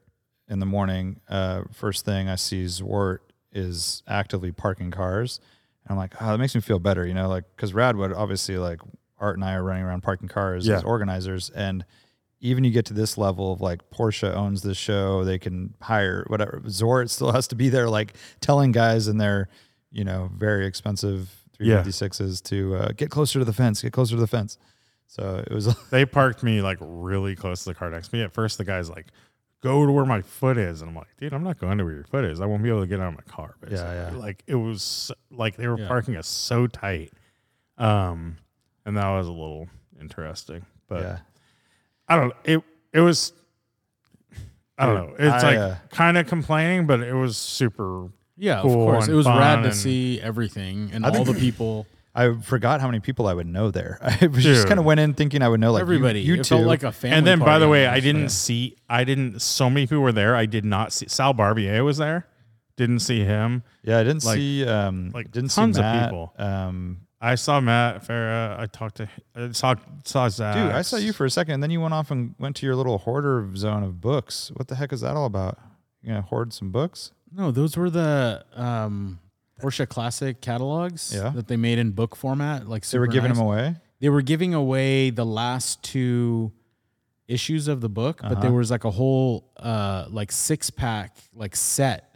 Speaker 3: in the morning. Uh, first thing I see Zwart is actively parking cars. And I'm like, oh, that makes me feel better, you know, like, because Radwood, obviously, like, Art and I are running around parking cars
Speaker 4: Yeah.
Speaker 3: as organizers. And even you get to this level of like Porsche owns this show, they can hire whatever. Zwart still has to be there, like, telling guys in their, you know, very expensive
Speaker 4: Yeah.
Speaker 3: 356s to uh, get closer to the fence, get closer to the fence. So it was
Speaker 4: they parked me like really close to the car next to me. At first, the guy's like, "Go to where my foot is," and I'm like, "Dude, I'm not going to where your foot is. I won't be able to get out of my car." Basically.
Speaker 3: yeah.
Speaker 4: Like it was like they were
Speaker 2: Yeah.
Speaker 4: parking us so tight, um, and that was a little interesting. But
Speaker 3: yeah.
Speaker 4: I don't. It it was. I don't know. It's
Speaker 3: I,
Speaker 4: like
Speaker 3: uh,
Speaker 4: kind of complaining, but it was super.
Speaker 2: Yeah,
Speaker 4: Cool
Speaker 2: of course.
Speaker 4: and
Speaker 2: It was
Speaker 4: fun
Speaker 2: rad to
Speaker 4: and-
Speaker 2: see everything and all the people.
Speaker 3: I forgot how many people I would know there. I was just
Speaker 4: Dude.
Speaker 3: kind of went in thinking I would know like you-
Speaker 2: Everybody,
Speaker 3: you,
Speaker 2: it
Speaker 3: two.
Speaker 2: felt like a family.
Speaker 4: and then, by
Speaker 2: party
Speaker 4: the way, I
Speaker 2: almost.
Speaker 4: didn't see. I didn't. So many people were there. I did not see. Sal Barbier was there. Didn't see him.
Speaker 3: yeah, I didn't
Speaker 4: like-
Speaker 3: see um
Speaker 4: like
Speaker 3: didn't
Speaker 4: tons
Speaker 3: see
Speaker 4: of
Speaker 3: Matt.
Speaker 4: people.
Speaker 3: Um,
Speaker 4: I saw Matt Farah. I talked to. I saw saw Zach.
Speaker 3: dude, uh, I saw you for a second, and then you went off and went to your little hoarder zone of books. What the heck is that all about? You gonna hoard some books?
Speaker 2: No, those were the um, Porsche Classic catalogs
Speaker 3: Yeah.
Speaker 2: that they made in book format. Like
Speaker 3: They were
Speaker 2: super
Speaker 3: giving
Speaker 2: nice.
Speaker 3: them away.
Speaker 2: They were giving away the last two issues of the book, but
Speaker 3: Uh-huh.
Speaker 2: there was like a whole uh, like six pack like set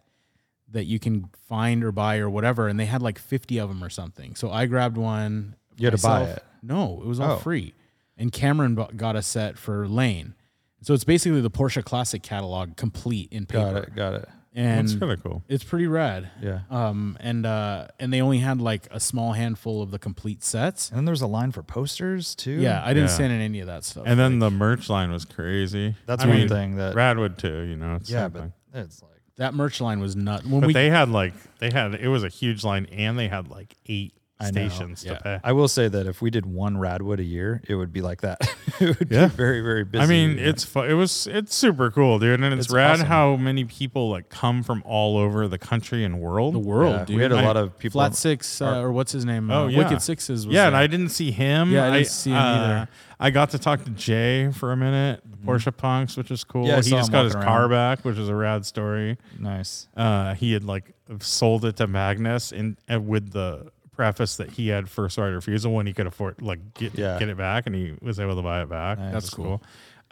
Speaker 2: that you can find or buy or whatever, and they had like fifty of them or something. So I grabbed one.
Speaker 3: You had to buy it?
Speaker 2: No, it was all
Speaker 3: Oh.
Speaker 2: free. And Cameron bu- got a set for Lane. So it's basically the Porsche Classic catalog complete in paper.
Speaker 3: Got it. Got it.
Speaker 2: And
Speaker 4: That's kind of cool.
Speaker 2: it's pretty rad.
Speaker 3: Yeah.
Speaker 2: Um, and uh, and they only had like a small handful of the complete sets.
Speaker 3: And then there was a line for posters too.
Speaker 2: Yeah, I didn't
Speaker 4: Yeah.
Speaker 2: stand in any of that stuff.
Speaker 4: And then the merch line was crazy.
Speaker 3: That's
Speaker 4: I
Speaker 3: one
Speaker 4: mean,
Speaker 3: thing that.
Speaker 4: Radwood too. You know. It's
Speaker 3: yeah, but
Speaker 4: something.
Speaker 3: it's like
Speaker 2: that merch line was nut. When
Speaker 4: But
Speaker 2: we
Speaker 4: they had like they had it was a huge line, and they had like eight
Speaker 3: know.
Speaker 4: stations to
Speaker 2: Yeah.
Speaker 4: pay.
Speaker 3: I will say that if we did one Radwood a year, it would be like that. it would
Speaker 4: Yeah.
Speaker 3: be very, very busy.
Speaker 4: I mean,
Speaker 3: Yeah.
Speaker 4: it's fun. It was it's super cool, dude, and it's,
Speaker 3: It's
Speaker 4: rad
Speaker 3: awesome.
Speaker 4: how many people like come from all over the country and world.
Speaker 2: the world,
Speaker 3: Yeah,
Speaker 2: dude.
Speaker 3: we had a
Speaker 4: I-
Speaker 3: lot of people.
Speaker 2: Flat Six uh, or what's his name?
Speaker 4: Oh,
Speaker 2: uh,
Speaker 4: yeah.
Speaker 2: Wicked Sixes. Was
Speaker 4: yeah, and
Speaker 2: there.
Speaker 4: I didn't see him. uh,
Speaker 2: Yeah, I didn't see him either. Mm-hmm.
Speaker 4: I got to talk to Jay for a minute, the Porsche Punks, which is cool.
Speaker 3: Yeah, I
Speaker 4: he
Speaker 3: saw
Speaker 4: just
Speaker 3: him
Speaker 4: got his
Speaker 3: walking
Speaker 4: car
Speaker 3: around.
Speaker 4: back, which is a rad story.
Speaker 3: nice.
Speaker 4: Uh, he had like sold it to Magnus, and, and with the preface that he had first right of refusal when he could afford like get
Speaker 3: Yeah.
Speaker 4: get it back, and he was able to buy it back.
Speaker 3: Nice.
Speaker 4: That's
Speaker 3: That's
Speaker 4: cool.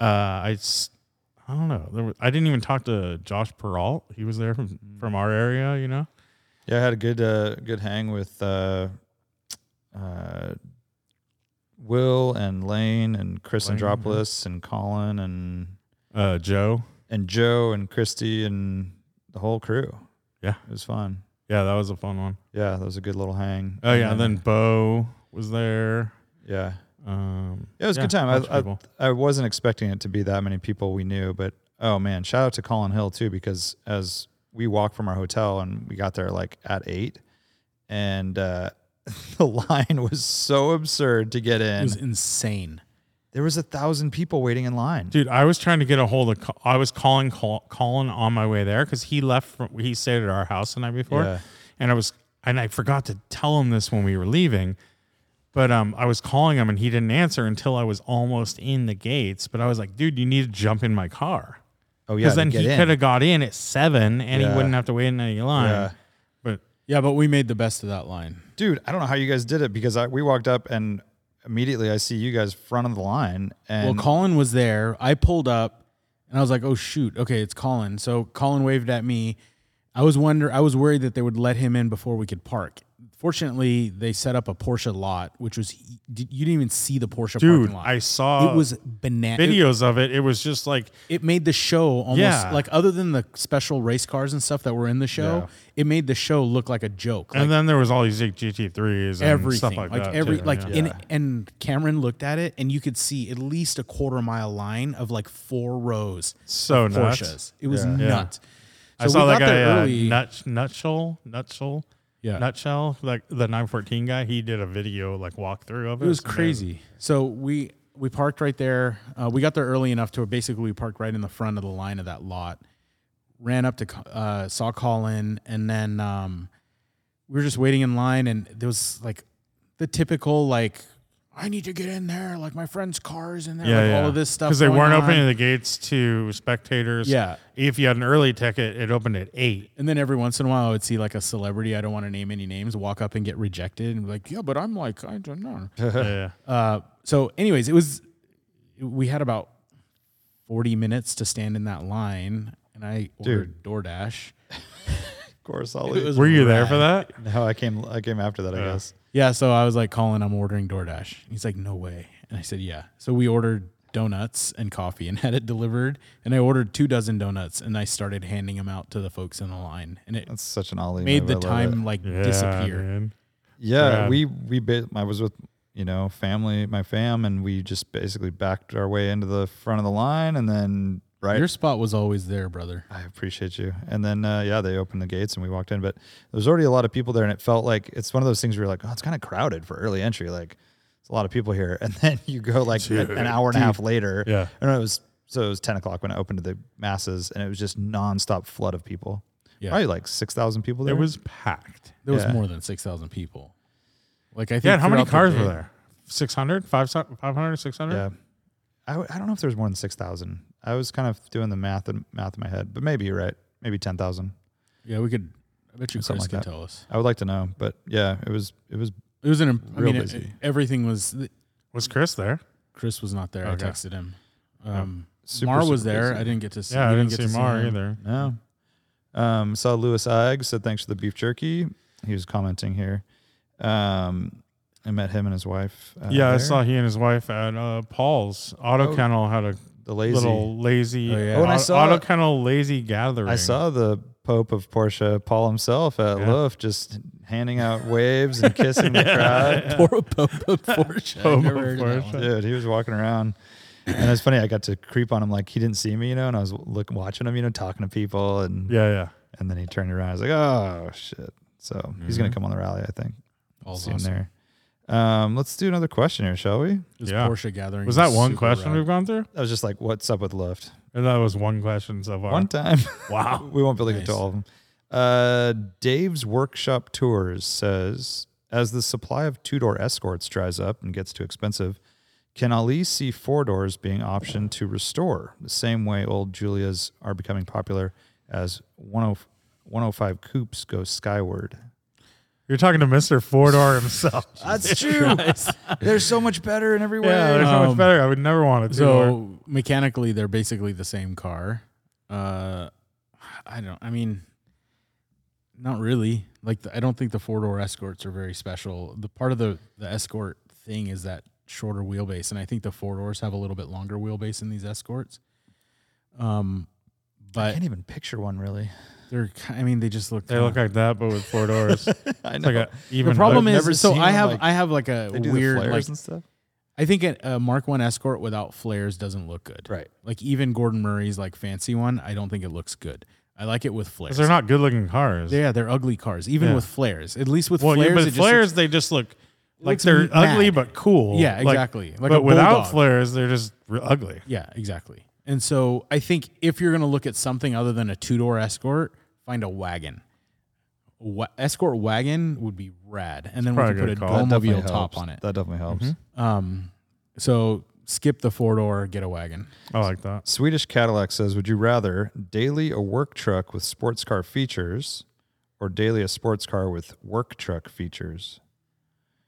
Speaker 4: Uh, I s- I don't know. There was, I didn't even talk to Josh Peralt. He was there from
Speaker 2: Mm.
Speaker 4: from our area, you know.
Speaker 3: Yeah, I had a good, uh, good hang with uh, uh, Will and Lane and Chris
Speaker 4: Lane, yeah.
Speaker 3: Andropoulos and Colin and
Speaker 4: Uh, Joe.
Speaker 3: and Joe and Christy and the whole crew.
Speaker 4: Yeah.
Speaker 3: it was fun.
Speaker 4: Yeah, that was a fun one.
Speaker 3: Yeah, that was a good little hang.
Speaker 4: Oh yeah, and then Bo was there.
Speaker 3: yeah,
Speaker 4: Um,
Speaker 3: Yeah, it was a
Speaker 4: yeah,
Speaker 3: good time.
Speaker 4: bunch of
Speaker 3: I,
Speaker 4: people.
Speaker 3: I, I wasn't expecting it to be that many people we knew, but oh man, shout out to Colin Hill too, because as we walked from our hotel and we got there like at eight, and uh, the line was so absurd to get
Speaker 2: it
Speaker 3: in.
Speaker 2: was insane.
Speaker 3: there was a thousand people waiting in line.
Speaker 4: Dude, I was trying to get a hold of. Co- I was calling call, Colin on my way there because he left. From, he stayed at our house the night before,
Speaker 3: Yeah.
Speaker 4: and I was and I forgot to tell him this when we were leaving. But um, I was calling him and he didn't answer until I was almost in the gates. But I was like, dude, you need to jump in my car
Speaker 3: oh yeah,
Speaker 4: because
Speaker 3: to
Speaker 4: then
Speaker 3: get
Speaker 4: he
Speaker 3: in.
Speaker 4: could have got in at seven and he
Speaker 3: Yeah.
Speaker 4: wouldn't have to wait in any line.
Speaker 3: Yeah.
Speaker 4: But
Speaker 2: Yeah, but we made the best of that line.
Speaker 3: dude I don't know how you guys did it because I, we walked up and immediately I see you guys front of the line and
Speaker 2: well, Colin was there. I pulled up and I was like, "Oh shoot, okay, it's Colin." So Colin waved at me. I was wonder, I was worried that they would let him in before we could park. Fortunately, they set up a Porsche lot, which was you didn't even see the Porsche
Speaker 4: dude,
Speaker 2: parking lot.
Speaker 4: I saw
Speaker 2: it was banana. It,
Speaker 4: videos of it. It was just like
Speaker 2: it made the show almost
Speaker 4: Yeah.
Speaker 2: like other than the special race cars and stuff that were in the show,
Speaker 3: Yeah.
Speaker 2: it made the show look like a joke. Like,
Speaker 4: and then there was all these like, GT3s and
Speaker 2: everything
Speaker 4: stuff like, that.
Speaker 2: every
Speaker 4: too,
Speaker 2: like
Speaker 4: yeah.
Speaker 2: in
Speaker 3: Yeah.
Speaker 2: and Cameron looked at it and you could see at least a quarter mile line of like four rows
Speaker 4: so nuts.
Speaker 2: Porsches. It was
Speaker 3: Yeah.
Speaker 4: Yeah.
Speaker 2: nuts.
Speaker 4: I saw that guy uh,
Speaker 2: early.
Speaker 4: Nut Nutshell Nutshell
Speaker 2: Yeah.
Speaker 4: Nutshell like the 914 guy. He did a video like walkthrough of it.
Speaker 2: it was
Speaker 4: It's amazing.
Speaker 2: crazy. So we we parked right there. Uh, we got there early enough to basically we parked right in the front of the line of that lot. Ran up to Co- uh, saw Colin, and then um, we were just waiting in line, and there was like the typical like. I need to get in there. Like my friend's car is in there.
Speaker 4: Yeah,
Speaker 2: like
Speaker 4: yeah.
Speaker 2: all of this stuff
Speaker 4: because they
Speaker 2: going
Speaker 4: weren't
Speaker 2: on.
Speaker 4: opening the gates to spectators.
Speaker 2: Yeah.
Speaker 4: if you had an early ticket, it opened at eight.
Speaker 2: And then every once in a while, I would see like a celebrity. I don't want to name any names. Walk up and get rejected, and be like, "Yeah, but I'm like, I don't know."
Speaker 4: yeah,
Speaker 2: Uh, so, anyways, it was we had about forty minutes to stand in that line, and I ordered DoorDash.
Speaker 3: of course I'll
Speaker 2: It was
Speaker 4: were you there for
Speaker 2: rad.
Speaker 4: that?
Speaker 3: no I came I came after that I
Speaker 4: Yeah.
Speaker 3: guess
Speaker 2: Yeah. So I was like, Colin, I'm ordering DoorDash. And he's like, No way. And I said, Yeah. So we ordered donuts and coffee and had it delivered. And I ordered two dozen donuts, and I started handing them out to the folks in the line, and it
Speaker 3: that's such an ollie
Speaker 2: made
Speaker 3: move.
Speaker 2: the
Speaker 3: I love it.
Speaker 2: time like
Speaker 4: Yeah,
Speaker 2: disappear.
Speaker 4: dude.
Speaker 3: Yeah,
Speaker 4: Rad.
Speaker 3: we we bit. I was with you know family, my fam, and we just basically backed our way into the front of the line, and then right?
Speaker 2: Your spot was always there, brother.
Speaker 3: I appreciate you. And then uh, yeah, they opened the gates and we walked in, but there's already a lot of people there, and it felt like it's one of those things where you're like, oh, it's kind of crowded for early entry. Like, it's a lot of people here, and then you go like a- an hour and a half later.
Speaker 1: Yeah.
Speaker 3: and it was so it was 10 o'clock when I opened to the masses, and it was just nonstop flood of people.
Speaker 2: Yeah.
Speaker 3: probably like six thousand people there.
Speaker 4: It was packed.
Speaker 2: There was
Speaker 3: Yeah.
Speaker 2: more than six thousand people. Like I think.
Speaker 4: Yeah, and how many
Speaker 2: throughout the
Speaker 4: cars were
Speaker 2: day-
Speaker 4: there? 600, 500, 500, 600?
Speaker 3: yeah. I, w- I don't know if there was more than six thousand. I was kind of doing the math in, math in my head, but maybe you're right. Maybe ten thousand.
Speaker 2: Yeah, we could. I bet you Chris
Speaker 3: Something like
Speaker 2: could
Speaker 3: that.
Speaker 2: tell us.
Speaker 3: I would like to know, but yeah, it was it was
Speaker 2: It was an. imp- I
Speaker 3: Real
Speaker 2: mean, it-
Speaker 3: busy.
Speaker 2: everything was.
Speaker 4: Was Chris there?
Speaker 2: Chris was not there.
Speaker 4: Okay.
Speaker 2: I texted him. Um,
Speaker 3: super.
Speaker 2: Mar was
Speaker 3: super
Speaker 2: there.
Speaker 3: busy.
Speaker 2: I didn't get to see.
Speaker 4: Yeah, I
Speaker 2: you
Speaker 4: didn't
Speaker 2: get
Speaker 4: see
Speaker 2: to
Speaker 4: Mar
Speaker 2: him.
Speaker 4: either.
Speaker 3: No. Um, saw Lewis Ig said thanks for the beef jerky. He was commenting here. Um, I met him and his wife. Uh,
Speaker 4: yeah, I
Speaker 3: there.
Speaker 4: saw he and his wife at uh, Paul's Auto
Speaker 3: Oh.
Speaker 4: Kennel had a
Speaker 3: the lazy.
Speaker 4: little lazy
Speaker 2: Oh, yeah.
Speaker 3: Oh, and I
Speaker 4: au-
Speaker 3: saw-
Speaker 4: Auto Kennel lazy gathering.
Speaker 3: I saw the Pope of Porsche, Paul himself at
Speaker 4: Yeah.
Speaker 3: Loof, just handing out waves and kissing the crowd.
Speaker 2: Poor Pope of Porsche. I've
Speaker 4: Pope
Speaker 2: never
Speaker 4: of
Speaker 2: heard of that one.
Speaker 3: Dude, he was walking around. And it's funny, I got to creep on him like he didn't see me, you know, and I was looking, watching him, you know, talking to people. And,
Speaker 4: Yeah, yeah.
Speaker 3: and then he turned around. I was like, oh, shit. So he's going to come on the rally, I think.
Speaker 2: Paul's
Speaker 3: soon
Speaker 2: awesome.
Speaker 3: there. Um, let's do another question here, shall we?
Speaker 2: This
Speaker 4: Yeah.
Speaker 2: Porsche gathering.
Speaker 4: Was that one
Speaker 2: super
Speaker 4: question
Speaker 2: rad.
Speaker 4: we've gone through?
Speaker 3: I was just like, what's up with Lyft?
Speaker 4: And that was one question so far.
Speaker 3: One time.
Speaker 4: Wow.
Speaker 3: we won't be able to get to
Speaker 2: Nice.
Speaker 3: all of them. Uh, Dave's Workshop Tours says, as the supply of two-door escorts dries up and gets too expensive, can Ali see four doors being optioned to restore the same way old Julias are becoming popular as oh, 10 105 coupes go skyward?
Speaker 4: You're talking to Mr. Fordor himself.
Speaker 3: That's true. They're so much better in every way.
Speaker 4: yeah, there's so much
Speaker 2: Um,
Speaker 4: better. I would never want to.
Speaker 2: So mechanically, they're basically the same car. Uh, I don't. I mean, not really. Like the, I don't think the four door escorts are very special. The part of the the escort thing is that shorter wheelbase, and I think the four doors have a little bit longer wheelbase in these escorts. Um,
Speaker 3: I
Speaker 2: but
Speaker 3: can't even picture one really.
Speaker 2: they're. ki- I mean, they just look.
Speaker 4: they look
Speaker 2: kinda-
Speaker 4: like that, but with four doors. It's
Speaker 3: I know.
Speaker 4: like a even.
Speaker 2: the problem
Speaker 3: I've
Speaker 2: is,
Speaker 3: never
Speaker 2: so
Speaker 3: seen
Speaker 2: I
Speaker 3: them,
Speaker 2: have
Speaker 3: like-
Speaker 2: I have like a
Speaker 3: they do
Speaker 2: weird
Speaker 3: the flares
Speaker 2: like
Speaker 3: and stuff.
Speaker 2: I think a, a Mark One Escort without flares doesn't look good.
Speaker 3: Right.
Speaker 2: Like even Gordon Murray's like fancy one, I don't think it looks good. I like it with flares.
Speaker 4: because they're not good-looking cars.
Speaker 2: Yeah, they're ugly cars. Even
Speaker 4: Yeah.
Speaker 2: with flares, at least with
Speaker 4: Well,
Speaker 2: flares,
Speaker 4: yeah,
Speaker 2: it
Speaker 4: but
Speaker 2: just
Speaker 4: flares, they just look like
Speaker 2: looks
Speaker 4: they're
Speaker 2: mad.
Speaker 4: ugly but cool.
Speaker 2: Yeah,
Speaker 4: Like-
Speaker 2: exactly. Like a
Speaker 4: but without
Speaker 2: bulldog.
Speaker 4: flares, they're just r- ugly.
Speaker 2: looks- yeah, exactly. And so I think if you're gonna look at something other than a two door Escort, find a wagon. A Wa- escort wagon would be rad, and then we
Speaker 4: probably
Speaker 2: could
Speaker 4: a
Speaker 2: put a
Speaker 4: good
Speaker 3: That
Speaker 4: call.
Speaker 3: definitely
Speaker 2: Oldsmobile top
Speaker 3: helps.
Speaker 2: on it.
Speaker 3: That definitely helps.
Speaker 2: Um, so skip the four door, get a wagon.
Speaker 4: I like that.
Speaker 3: Swedish Cadillac says, "Would you rather daily a work truck with sports car features, or daily a sports car with work truck features?"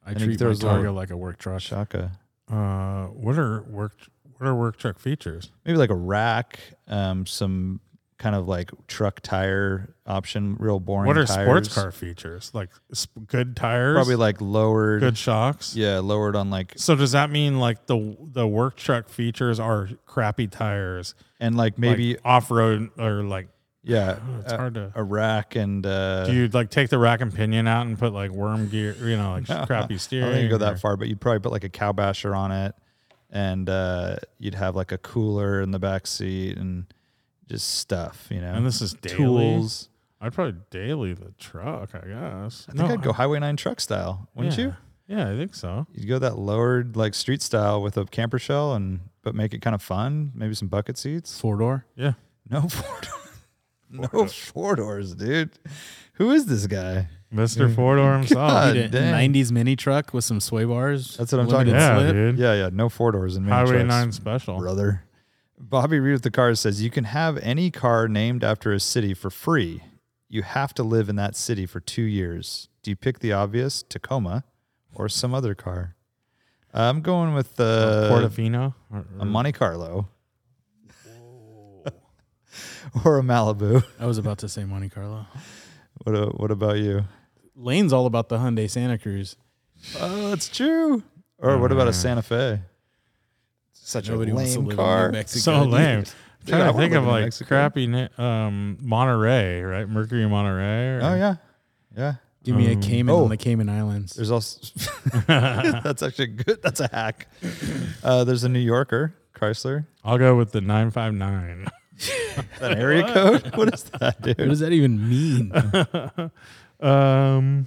Speaker 2: I,
Speaker 3: think
Speaker 2: treat my
Speaker 3: there's a-
Speaker 2: Targa like a work truck.
Speaker 3: Shaka,
Speaker 4: Uh, what are work? What are work truck features?
Speaker 3: maybe like a rack, um, some kind of like truck tire option, real boring.
Speaker 4: What are sports
Speaker 3: tires.
Speaker 4: car features? Like sp- good tires,
Speaker 3: Probably like lowered.
Speaker 4: good shocks.
Speaker 3: Yeah, lowered on like
Speaker 4: So does that mean like the the work truck features are crappy tires,
Speaker 3: and like maybe Uh,
Speaker 4: off road or like
Speaker 3: yeah,
Speaker 4: oh, it's
Speaker 3: a,
Speaker 4: hard to.
Speaker 3: a rack and uh,
Speaker 4: Do you like take the rack and pinion out and put like worm gear, you know, like crappy
Speaker 3: I
Speaker 4: steering?
Speaker 3: don't think you go
Speaker 4: or-
Speaker 3: that far, but you'd probably put like a cow basher on it, and uh, you'd have like a cooler in the back seat and just stuff, you know.
Speaker 4: And this is daily.
Speaker 3: tools.
Speaker 4: I'd probably daily the truck, I guess.
Speaker 3: I think I'd go Highway Nine truck style, wouldn't you?
Speaker 4: Yeah, I think so.
Speaker 3: You'd go that lowered like street style with a camper shell, and but make it kind of fun. Maybe some bucket seats.
Speaker 2: Four door.
Speaker 4: Yeah.
Speaker 3: No four, door- no four doors, dude. Who is this guy?
Speaker 4: Mr.
Speaker 3: Mm.
Speaker 4: Ford or himself.
Speaker 3: God.
Speaker 2: Need a
Speaker 3: dang.
Speaker 2: 90s mini truck with some sway bars.
Speaker 3: That's what I'm
Speaker 2: limited
Speaker 3: talking
Speaker 4: Yeah,
Speaker 3: about.
Speaker 2: slip.
Speaker 4: dude.
Speaker 3: Yeah, yeah. No four doors in mini
Speaker 4: Highway
Speaker 3: trucks.
Speaker 4: 9 special.
Speaker 3: brother. Bobby Reed with the cars says you can have any car named after a city for free. You have to live in that city for two years. Do you pick the obvious Tacoma or some other car? I'm going with
Speaker 4: Or
Speaker 3: uh,
Speaker 4: Portofino. Or- or-
Speaker 3: a Monte Carlo or a Malibu.
Speaker 2: I was about to say Monte Carlo.
Speaker 3: What a, what about you?
Speaker 2: Lane's all about the Hyundai Santa Cruz.
Speaker 3: Oh, that's true. Or what about a Santa Fe? Such
Speaker 2: Nobody
Speaker 3: a
Speaker 2: wants to
Speaker 3: lame
Speaker 2: live in
Speaker 3: car.
Speaker 2: New Mexico.
Speaker 4: so lame. I'm
Speaker 3: Dude, I
Speaker 4: trying to
Speaker 3: wanna
Speaker 4: think
Speaker 3: live
Speaker 4: of
Speaker 3: in
Speaker 4: like
Speaker 3: Mexico.
Speaker 4: crappy na- um, Monterey, right? Mercury Monterey. Or,
Speaker 3: Oh yeah, yeah.
Speaker 2: Give
Speaker 4: Um,
Speaker 2: me a Cayman
Speaker 3: oh.
Speaker 2: on the Cayman Islands.
Speaker 3: There's also that's actually good. That's a hack. Uh, there's a New Yorker Chrysler.
Speaker 4: I'll go with the 959.
Speaker 3: Is that an area code? What is that,
Speaker 2: What
Speaker 3: dude?
Speaker 2: does that even mean?
Speaker 4: um,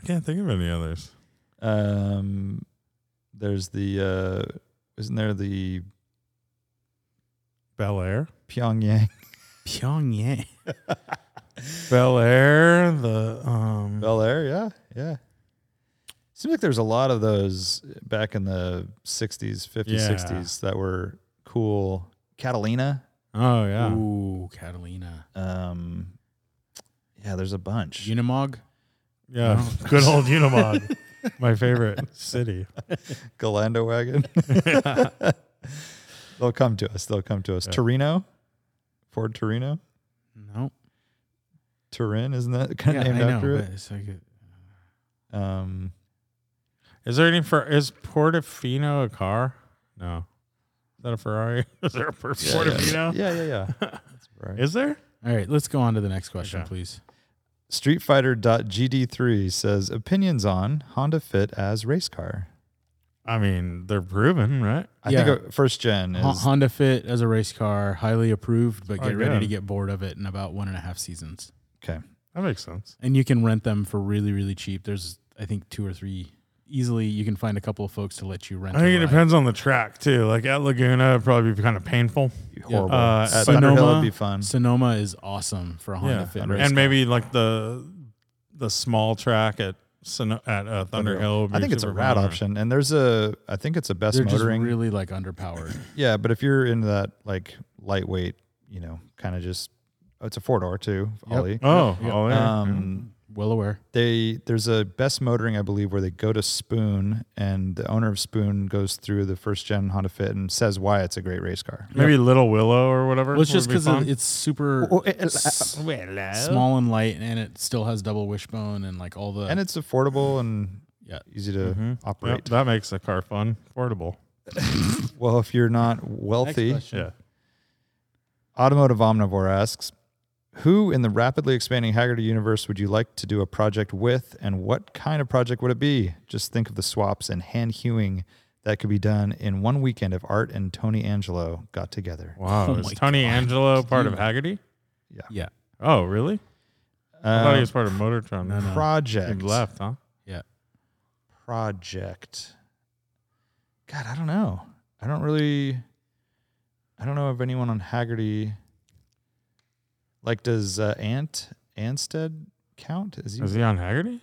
Speaker 4: I can't think of any others.
Speaker 3: Um, there's the uh, isn't there the
Speaker 4: Bel Air,
Speaker 3: Pyongyang
Speaker 2: Pyongyang.
Speaker 4: Bel Air, the um,
Speaker 3: Bel Air? Yeah, yeah. Seems like there's a lot of those back in the '60s, '50s,
Speaker 4: Yeah.
Speaker 3: '60s that were cool. Catalina.
Speaker 4: oh yeah,
Speaker 2: Ooh, Catalina.
Speaker 3: Um, yeah, there's a bunch.
Speaker 2: Unimog.
Speaker 4: yeah, good old Unimog, my favorite city.
Speaker 3: Galando wagon. They'll come to us. They'll come to us.
Speaker 4: Yeah.
Speaker 3: Torino, Ford Torino,
Speaker 2: No.
Speaker 3: Turin, isn't that kind of named after
Speaker 2: but it's like a-
Speaker 3: it? Um,
Speaker 4: Is there any for is Portofino a car? No, is that a Ferrari? Is there a Por- Portofino?
Speaker 3: yeah, yeah, yeah. That's right.
Speaker 4: Is there?
Speaker 2: All right, let's go on to the next question,
Speaker 4: Okay.
Speaker 2: please.
Speaker 3: Street Fighter.gd3 says opinions on Honda Fit as race car.
Speaker 4: I mean, they're proven, right?
Speaker 3: I
Speaker 2: Yeah.
Speaker 3: think uh, first gen
Speaker 2: Hon-
Speaker 3: is
Speaker 2: Honda Fit as a race car, highly approved, but
Speaker 4: Oh,
Speaker 2: get ready
Speaker 4: good.
Speaker 2: to get bored of it in about one and a half seasons.
Speaker 3: okay.
Speaker 4: That makes sense.
Speaker 2: And you can rent them for really, really cheap. There's, I think, two or three easily. You can find a couple of folks to let you rent.
Speaker 4: I think
Speaker 2: a
Speaker 4: it
Speaker 2: ride.
Speaker 4: depends on the track too. Like at Laguna, it'd probably be kind of painful.
Speaker 3: Horrible.
Speaker 4: Uh,
Speaker 3: At
Speaker 4: Sonoma-
Speaker 3: Thunderhill would be fun.
Speaker 2: Sonoma is awesome for a Honda
Speaker 4: yeah,
Speaker 2: Fit.
Speaker 3: and
Speaker 2: race
Speaker 4: and
Speaker 2: car.
Speaker 4: maybe like the the small track at Sono- at uh, Thunder Hill. would
Speaker 3: I
Speaker 4: be
Speaker 3: think it's a
Speaker 4: super
Speaker 3: rad
Speaker 4: fun.
Speaker 3: option, and there's a. I think it's a best
Speaker 2: they're just
Speaker 3: motoring.
Speaker 2: really like underpowered.
Speaker 3: Yeah, but if you're into that like lightweight, you know, kind of just oh, it's a four door too,
Speaker 2: Yep.
Speaker 3: Ollie.
Speaker 4: Oh,
Speaker 2: Yeah.
Speaker 4: all there.
Speaker 3: Um,
Speaker 2: well aware.
Speaker 3: they there's a best motoring I believe where they go to Spoon and the owner of Spoon goes through the first gen Honda Fit and says why it's a great race car.
Speaker 4: maybe Little Willow or whatever.
Speaker 2: Well, it's just
Speaker 4: would be
Speaker 2: because
Speaker 4: fun.
Speaker 2: it's super s-
Speaker 4: uh,
Speaker 2: small and light, and it still has double wishbone and like all the.
Speaker 3: And it's affordable and
Speaker 2: Yeah.
Speaker 3: easy to
Speaker 4: Mhm.
Speaker 3: operate.
Speaker 4: Yep, that makes a car fun, portable.
Speaker 3: Well, if you're not
Speaker 2: Next
Speaker 3: wealthy,
Speaker 2: question.
Speaker 4: Yeah.
Speaker 3: Automotive Omnivore asks, who in the rapidly expanding Haggerty universe would you like to do a project with, and what kind of project would it be? Just think of the swaps and hand hewing that could be done in one weekend if Art and Tony Angelo got together.
Speaker 4: Wow.
Speaker 2: Oh
Speaker 4: is
Speaker 2: my
Speaker 4: Tony
Speaker 2: God.
Speaker 4: Angelo part of
Speaker 2: Dude.
Speaker 4: Haggerty?
Speaker 2: Yeah.
Speaker 4: Oh, really? I
Speaker 3: Uh,
Speaker 4: thought he was part of Motortron.
Speaker 2: no, no.
Speaker 4: He
Speaker 3: project
Speaker 4: left, huh?
Speaker 3: Project. God, I don't know. I don't really. I don't know of anyone on Haggerty. Like, does uh, Ant Anstead count? Is he?
Speaker 4: Is he on Haggerty?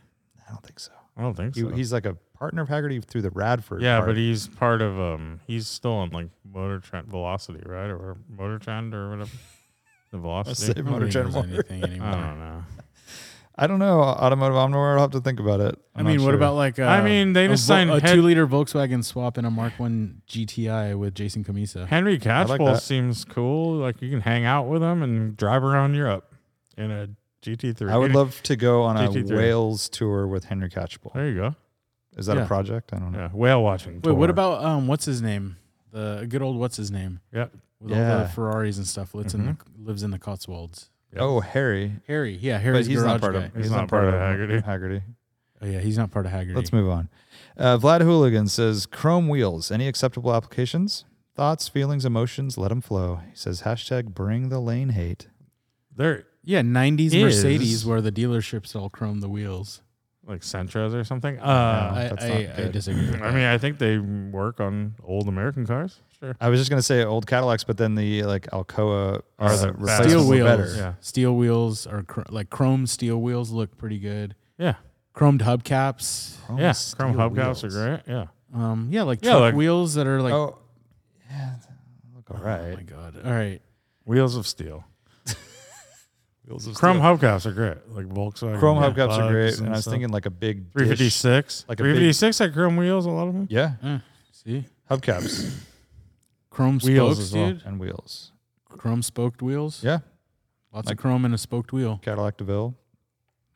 Speaker 3: I don't think so.
Speaker 4: I don't think
Speaker 3: He,
Speaker 4: so.
Speaker 3: He's like a partner of Haggerty through the Radford.
Speaker 4: yeah,
Speaker 3: part.
Speaker 4: but he's part of um. He's still on like Motor Trend Velocity, right, or Motor Trend or whatever. The Velocity.
Speaker 3: say
Speaker 2: I don't
Speaker 3: Motor
Speaker 2: think
Speaker 3: Gen
Speaker 2: there's
Speaker 3: Warrior.
Speaker 2: anything anymore.
Speaker 4: I don't know.
Speaker 3: I don't know. Automotive Omnivore. I'll have to think about it.
Speaker 2: I
Speaker 3: I'm
Speaker 2: mean,
Speaker 3: not
Speaker 2: what
Speaker 3: sure.
Speaker 2: about like I
Speaker 4: I mean, they just
Speaker 2: a,
Speaker 4: signed
Speaker 2: a
Speaker 4: Hen-
Speaker 2: two-liter Volkswagen swap and a Mark One GTI with Jason Camisa.
Speaker 4: Henry
Speaker 3: like
Speaker 4: Catchpole
Speaker 3: that.
Speaker 4: seems cool. Like you can hang out with him and drive around Europe in a GT3.
Speaker 3: I would love to go on a
Speaker 4: GT3.
Speaker 3: Wales tour with Henry Catchpole.
Speaker 4: There you go.
Speaker 3: Is that
Speaker 2: Yeah.
Speaker 3: a project? I don't know.
Speaker 4: Yeah, whale watching.
Speaker 2: Wait,
Speaker 4: tour.
Speaker 2: what about um, what's his name? The good old what's his name
Speaker 4: Yeah,
Speaker 2: with all
Speaker 3: Yeah.
Speaker 2: the Ferraris and stuff. Lives in the, lives in the Cotswolds.
Speaker 4: Yeah.
Speaker 3: Oh, Harry.
Speaker 2: Harry, yeah, Harry's
Speaker 3: but he's
Speaker 2: garage
Speaker 3: not part
Speaker 2: guy.
Speaker 3: of.
Speaker 4: He's not part of Haggerty.
Speaker 3: Haggerty.
Speaker 2: Oh yeah, he's not part of Haggerty.
Speaker 3: Let's move on. Uh, Vlad Hooligan says, "Chrome wheels. Any acceptable applications? Thoughts, feelings, emotions. Let them flow." He says, "Hashtag bring the lane hate."
Speaker 4: they're
Speaker 2: yeah,
Speaker 4: Is-
Speaker 2: '90s Mercedes where the dealerships all chrome the wheels.
Speaker 4: like Centras or something.
Speaker 3: Oh,
Speaker 4: Uh,
Speaker 2: I,
Speaker 3: that's
Speaker 2: I,
Speaker 3: not
Speaker 2: I
Speaker 3: good.
Speaker 2: disagree. With
Speaker 4: I
Speaker 2: that.
Speaker 4: mean, I think they work on old American cars. Sure.
Speaker 3: I was just gonna say old Cadillacs, but then the like Alcoa
Speaker 4: Are
Speaker 3: uh,
Speaker 4: the
Speaker 3: replacements
Speaker 2: steel
Speaker 3: were
Speaker 2: wheels,
Speaker 3: better.
Speaker 4: Yeah.
Speaker 2: steel wheels are cr- like chrome steel wheels look pretty good.
Speaker 4: Yeah.
Speaker 2: Chromed hubcaps.
Speaker 3: Chrome
Speaker 4: yeah.
Speaker 3: steel
Speaker 4: Chrome hubcaps
Speaker 3: wheels.
Speaker 4: are great. Yeah.
Speaker 2: Um, yeah, like
Speaker 4: Yeah,
Speaker 2: truck
Speaker 4: like-
Speaker 2: wheels that are like. Oh,
Speaker 3: oh, yeah, they look all right.
Speaker 2: my god! All right,
Speaker 4: Wheels of steel.
Speaker 3: Wheels of
Speaker 4: Chrome
Speaker 3: steel.
Speaker 4: hubcaps are great. Like Volkswagen.
Speaker 3: Chrome
Speaker 4: yeah,
Speaker 3: hubcaps are
Speaker 4: Bugs
Speaker 3: great, and I was
Speaker 4: stuff.
Speaker 3: thinking like a big dish.
Speaker 4: 356.
Speaker 3: like
Speaker 4: Like
Speaker 3: a
Speaker 4: 356 had chrome wheels. A lot of them.
Speaker 3: Yeah,
Speaker 2: Uh, see
Speaker 3: hubcaps
Speaker 2: chrome
Speaker 4: Wheels
Speaker 2: spokes,
Speaker 4: as well.
Speaker 2: dude.
Speaker 3: and wheels.
Speaker 2: Chrome spoked wheels.
Speaker 3: Yeah,
Speaker 2: Lots of
Speaker 3: Like-
Speaker 2: chrome and a spoked wheel.
Speaker 3: Cadillac DeVille.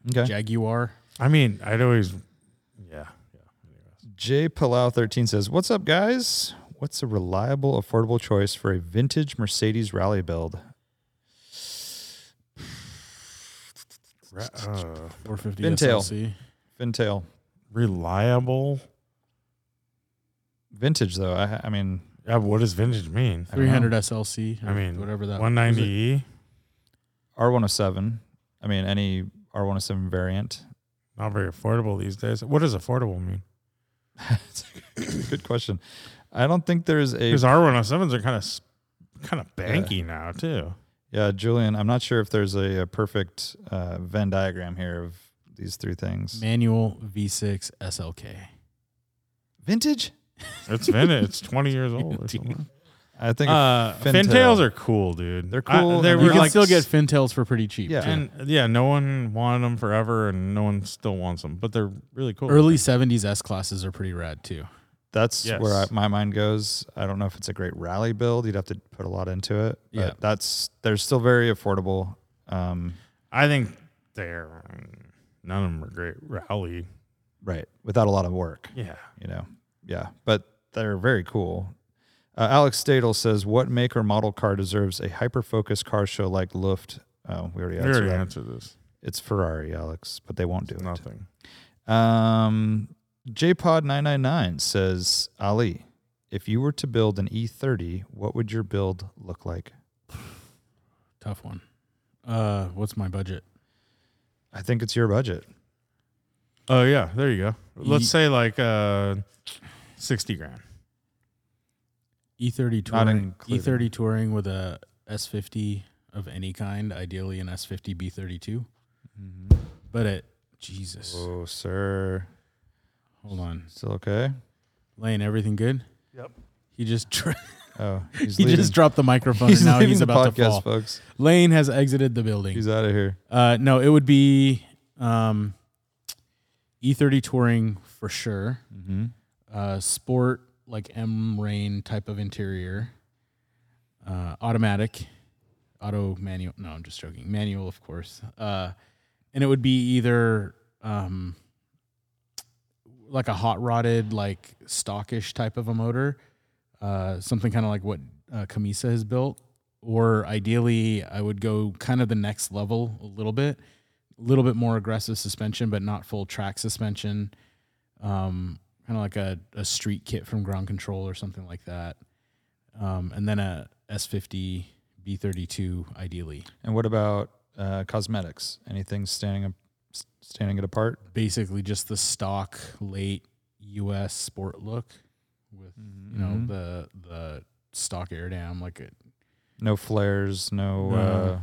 Speaker 3: Okay.
Speaker 2: Jaguar.
Speaker 4: I mean, I'd always. Yeah.
Speaker 3: Jay Palau thirteen says, "What's up, guys? What's a reliable, affordable choice for a vintage Mercedes rally build?
Speaker 4: Re- uh,
Speaker 2: 450
Speaker 3: Pintail.
Speaker 2: SLC.
Speaker 3: Fintail,
Speaker 4: reliable.
Speaker 3: vintage though. I, I mean,
Speaker 4: Yeah, but what does vintage mean?
Speaker 2: 300 SLC. Or
Speaker 4: I mean,
Speaker 2: whatever that
Speaker 4: one ninety e.
Speaker 3: R107. I mean, any R107 variant.
Speaker 4: Not very affordable these days. What does affordable mean?
Speaker 3: It's a good- good question. I don't think there's a
Speaker 4: Because R one hundred sevens are kind of kind of banky now too.
Speaker 3: yeah, Julian. I'm not sure if there's a, a perfect uh, Venn diagram here of these three things.
Speaker 2: Manual V6 SLK.
Speaker 3: Vintage.
Speaker 4: It's vintage. it's twenty years old or something.
Speaker 3: I think.
Speaker 4: Uh,
Speaker 3: Fintail.
Speaker 4: fintails are cool, dude.
Speaker 3: They're
Speaker 4: I-
Speaker 3: cool
Speaker 4: they
Speaker 3: and
Speaker 4: were
Speaker 2: You can
Speaker 4: like
Speaker 2: still get fintails for pretty cheap.
Speaker 3: Yeah.
Speaker 2: too.
Speaker 4: and yeah, no one wanted them forever, and no one still wants them. But they're really cool.
Speaker 2: Early 70s S classes are pretty rad too.
Speaker 3: that's
Speaker 4: yes.
Speaker 3: where I, my mind goes. I don't know if it's a great rally build. You'd have to put a lot into it. But
Speaker 2: Yeah.
Speaker 3: that's they're still very affordable. Um,
Speaker 4: I think they're none of them are great rally.
Speaker 3: right, without a lot of work.
Speaker 4: Yeah,
Speaker 3: you know, yeah, but they're very cool. Uh, Alex Stadel says, "What make or model car deserves a hyper focused car show like Luft?" Oh, we already
Speaker 4: we
Speaker 3: answered
Speaker 4: already
Speaker 3: that.
Speaker 4: answered this.
Speaker 3: It's Ferrari, Alex, but they won't do it.
Speaker 4: Nothing.
Speaker 3: Um, JPod999 says, "Ali, if you were to build an E30, what would your build look like?"
Speaker 2: Tough one. Uh, what's my budget?
Speaker 3: I think it's your budget.
Speaker 4: Oh yeah, there you go. Let's
Speaker 2: Ye-
Speaker 4: say like uh, sixty grand.
Speaker 2: E30
Speaker 3: Not
Speaker 2: E touring.
Speaker 3: included.
Speaker 2: E30 touring with a S50 of any kind, ideally an S50 B32.
Speaker 4: Mm-hmm.
Speaker 2: But it, Jesus.
Speaker 3: Oh, sir,
Speaker 2: Hold on.
Speaker 3: still okay?
Speaker 2: Lane, everything good?
Speaker 4: Yep.
Speaker 2: He just dro-
Speaker 3: Oh, he's
Speaker 2: he
Speaker 3: leaving.
Speaker 2: just dropped the microphone
Speaker 3: he's
Speaker 2: and now
Speaker 3: leaving
Speaker 2: he's
Speaker 3: the
Speaker 2: about to
Speaker 3: podcast,
Speaker 2: fall.
Speaker 3: folks.
Speaker 2: Lane has exited the building.
Speaker 3: He's out of here.
Speaker 2: Uh, no, it would be um, E30 touring for sure.
Speaker 3: Mm-hmm.
Speaker 2: Uh, sport like M Rain type of interior. Uh, automatic, auto manual. No, I'm just joking. Manual, of course. Uh, and it would be either um, like a hot rodded, like stockish type of a motor, uh, something kind of like what uh, Camisa has built. Or ideally, I would go kind of the next level a little bit, a little bit more aggressive suspension, but not full track suspension. Um, kind of like a, a street kit from ground control or something like that. Um, and then a S50 B32, ideally.
Speaker 3: And what about uh, cosmetics? Anything standing up, s- standing it apart?
Speaker 2: Basically, just the stock late US sport look with you know
Speaker 3: Mhm.
Speaker 2: the the stock air dam like it
Speaker 3: no flares, no,
Speaker 2: No,
Speaker 3: uh,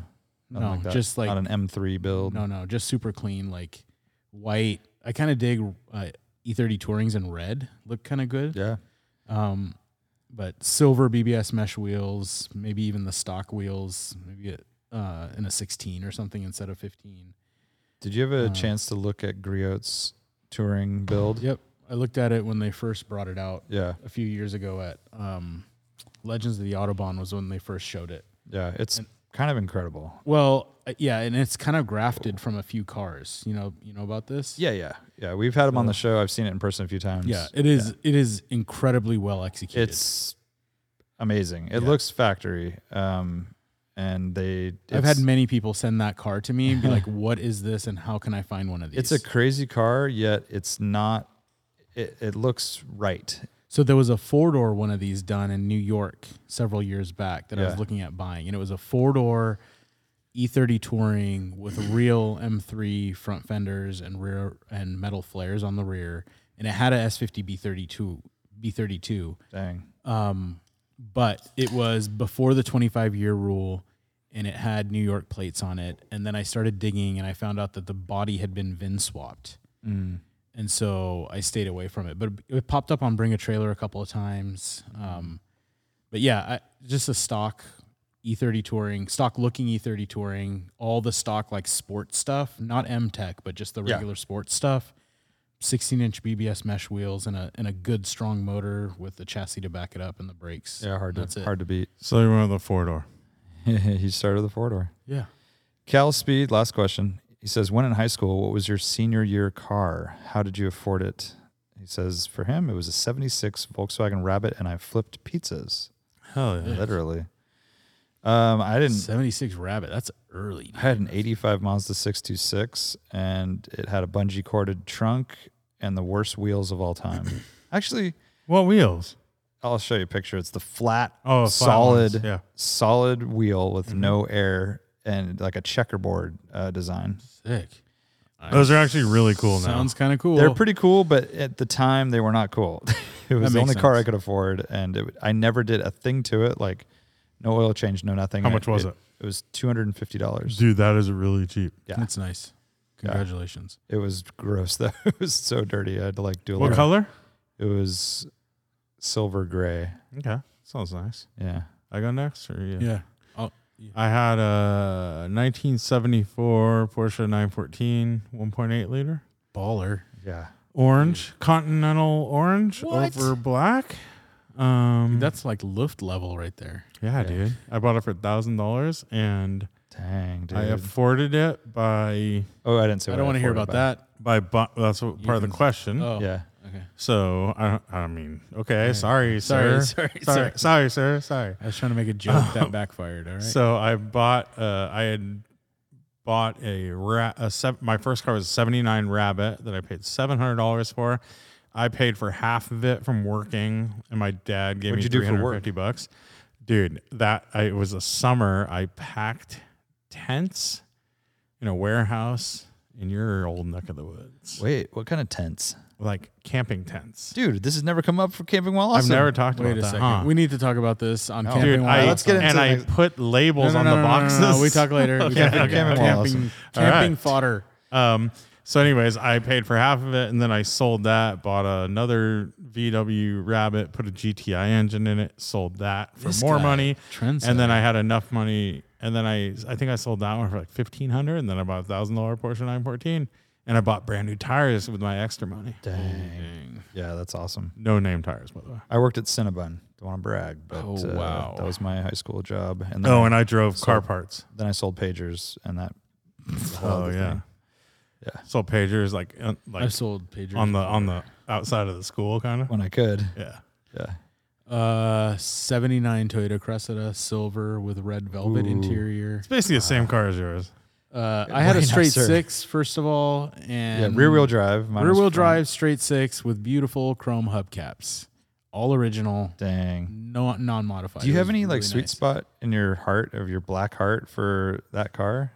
Speaker 3: nothing
Speaker 2: no
Speaker 3: like that.
Speaker 2: just like
Speaker 3: not an M3 build.
Speaker 2: no no just super clean like white i kind of dig uh, e30 tourings in red look kind of good
Speaker 3: Yeah,
Speaker 2: um but silver bbs mesh wheels maybe even the stock wheels maybe it, uh in a 16 or something instead of 15
Speaker 3: did you have a
Speaker 2: Uh,
Speaker 3: chance to look at Griot's touring build?
Speaker 2: yep i looked at it when they first brought it out
Speaker 3: Yeah,
Speaker 2: a few years ago at um legends of the autobahn was when they first showed it
Speaker 3: yeah, it's kind of incredible.
Speaker 2: Well, uh, yeah, and it's kind of grafted from a few cars. You know, you know about this.
Speaker 3: Yeah, yeah, yeah. We've had him on the show. I've seen it in person a few times.
Speaker 2: yeah. It is. It is incredibly well executed.
Speaker 3: it's amazing. It
Speaker 2: Yeah.
Speaker 3: looks factory. Um, and they,
Speaker 2: I've had
Speaker 3: it's-
Speaker 2: many people send that car to me and be like, "What is this? And how can I find one of these?"
Speaker 3: It's a crazy car, yet it's not. It, it looks right.
Speaker 2: so there was a four door one of these done in New York several years back that I was
Speaker 3: Yeah.
Speaker 2: looking at buying, and it was a four door E30 touring with real M3 front fenders and rear and metal flares on the rear, and it had a S50 B32 B32.
Speaker 3: Dang.
Speaker 2: Um, but it was before the 25 year rule and it had New York plates on it. And then I started digging and I found out that the body had been VIN swapped. And so I stayed away from it. But it popped up on Bring a Trailer a couple of times. Um, but yeah, I, just a stock E30 touring, stock looking E30 touring, all the stock like sports stuff, not M Tech, but just the
Speaker 3: Yeah.
Speaker 2: regular sports stuff. 16 inch BBS mesh wheels and a and a good strong motor with the chassis to back it up and the brakes.
Speaker 3: Yeah, hard
Speaker 2: That's
Speaker 3: to
Speaker 2: it.
Speaker 3: hard to beat.
Speaker 4: So you went with a four door.
Speaker 3: he started the four door.
Speaker 2: Yeah.
Speaker 3: Cal Speed, last question. He says, When in high school, what was your senior year car? How did you afford it? He says, For him, it was a 76 Volkswagen Rabbit, and I flipped pizzas,
Speaker 4: Hell yeah.
Speaker 3: literally. Um, I didn't.
Speaker 2: 76 Rabbit. That's early.
Speaker 3: I had an 85 Mazda 626, and it had a bungee corded trunk and the worst wheels of all time. Actually,
Speaker 4: What wheels?
Speaker 3: I'll show you a picture. It's the flat,
Speaker 4: Oh, flat
Speaker 3: solid,
Speaker 4: ones, yeah. Mm-hmm.
Speaker 3: solid wheel with no air and like a checkerboard uh, design.
Speaker 2: Sick.
Speaker 4: Those are actually really cool now.
Speaker 2: Sounds kind of cool.
Speaker 3: They're pretty cool, but at the time they were not cool. it was the
Speaker 2: makes
Speaker 3: only car I
Speaker 2: sense.
Speaker 3: could afford, and it, I never did a thing to it. Like no oil change, no nothing.
Speaker 4: How much was it?
Speaker 3: It was two hundred and fifty dollars.
Speaker 4: Dude, that is really cheap.
Speaker 3: Yeah.
Speaker 2: That's nice. Congratulations.
Speaker 3: It was gross though. it was so dirty. I had to like do a
Speaker 4: What
Speaker 3: little.
Speaker 4: color?
Speaker 3: It was silver gray.
Speaker 4: Okay. Sounds nice.
Speaker 3: Yeah.
Speaker 4: I go next or you?
Speaker 2: Yeah. Oh,
Speaker 4: I had a 1974 Porsche 914 1.8 liter.
Speaker 2: baller.
Speaker 3: Yeah.
Speaker 4: Orange, continental orange
Speaker 2: What?
Speaker 4: over black. Um
Speaker 2: That's like Luft level right there.
Speaker 4: yeah, dude. I bought it for $1000 and
Speaker 3: Dang, dude.
Speaker 4: I afforded it by
Speaker 3: oh, I didn't say.
Speaker 2: I
Speaker 3: what
Speaker 2: don't want to hear
Speaker 3: afforded
Speaker 2: about
Speaker 3: by.
Speaker 2: that.
Speaker 4: by bu- that's what, part of the
Speaker 2: can-
Speaker 4: question.
Speaker 2: Oh,
Speaker 3: Yeah.
Speaker 2: Okay.
Speaker 4: So I don't- I mean, okay, sorry,
Speaker 2: Sorry,
Speaker 4: sir. sorry,
Speaker 2: sorry, sorry.
Speaker 4: sorry, sir, sorry.
Speaker 2: I was trying to make a joke that backfired. All right.
Speaker 4: So I bought. Uh, I had bought a, ra- a sev- my first car was a '79 Rabbit that I paid seven hundred dollars for. I paid for half of it from working, and my dad gave
Speaker 3: What'd you
Speaker 4: me
Speaker 3: do
Speaker 4: three
Speaker 3: for
Speaker 4: hundred
Speaker 3: work?
Speaker 4: fifty bucks. Dude, that I, it was a summer. I packed tents in a warehouse in your old neck of the woods,
Speaker 3: Wait, what kind of tents?
Speaker 4: like camping tents.
Speaker 3: Dude, this has never come up for camping while
Speaker 4: I've
Speaker 3: awesome.
Speaker 4: never talked
Speaker 2: Wait
Speaker 4: about
Speaker 2: a
Speaker 4: that.
Speaker 2: second.
Speaker 4: huh?
Speaker 2: We need to talk about this on camping.
Speaker 4: Dude,
Speaker 2: Wild.
Speaker 4: I,
Speaker 3: Let's get into
Speaker 4: and
Speaker 3: the
Speaker 4: I
Speaker 3: next-
Speaker 4: put labels
Speaker 2: No, no,
Speaker 4: on the
Speaker 2: no, no, no,
Speaker 4: boxes.
Speaker 2: no, no. We talk later. We
Speaker 4: Yeah,
Speaker 2: talk later.
Speaker 4: okay.
Speaker 2: Camping, camping
Speaker 4: Alright.
Speaker 2: fodder.
Speaker 4: Um, so, anyways, I paid for half of it, and then I sold that. Bought another VW Rabbit, put a GTI engine in it, sold that for
Speaker 2: This
Speaker 4: more
Speaker 2: guy,
Speaker 4: money,
Speaker 2: trendsetter.
Speaker 4: and then I had enough money, and then I I think I sold that one for like fifteen hundred, and then I bought a thousand dollar Porsche nine fourteen, and I bought brand new tires with my extra money.
Speaker 3: Dang. Yeah, that's awesome.
Speaker 4: No name tires, by the way.
Speaker 3: I worked at Cinnabon. Don't want to brag, but
Speaker 2: Oh,
Speaker 3: uh,
Speaker 2: wow.
Speaker 3: that was my high school job. And then,
Speaker 4: Oh, and I drove car parts.
Speaker 3: then I sold pagers, and that. whole
Speaker 4: Oh
Speaker 3: other
Speaker 4: yeah,
Speaker 3: thing.
Speaker 4: yeah. Sold pagers like uh,
Speaker 2: I've
Speaker 4: like
Speaker 2: sold pagers
Speaker 4: on the on the outside of the school, kind of.
Speaker 3: when I could.
Speaker 4: Yeah.
Speaker 3: Yeah.
Speaker 2: uh 79 Toyota Cressida silver with red velvet interior.
Speaker 4: It's basically the same car as yours.
Speaker 2: Uh, I had a
Speaker 3: Way
Speaker 2: straight
Speaker 3: nicer.
Speaker 2: six first of all,
Speaker 3: Yeah,
Speaker 2: and
Speaker 3: rear wheel drive. mine
Speaker 2: rear
Speaker 3: was
Speaker 2: wheel
Speaker 3: front.
Speaker 2: drive straight six with beautiful chrome hubcaps, all original,
Speaker 3: Dang.
Speaker 2: no non modified.
Speaker 3: Do you have any like sweet spot in your heart of your black heart for that car?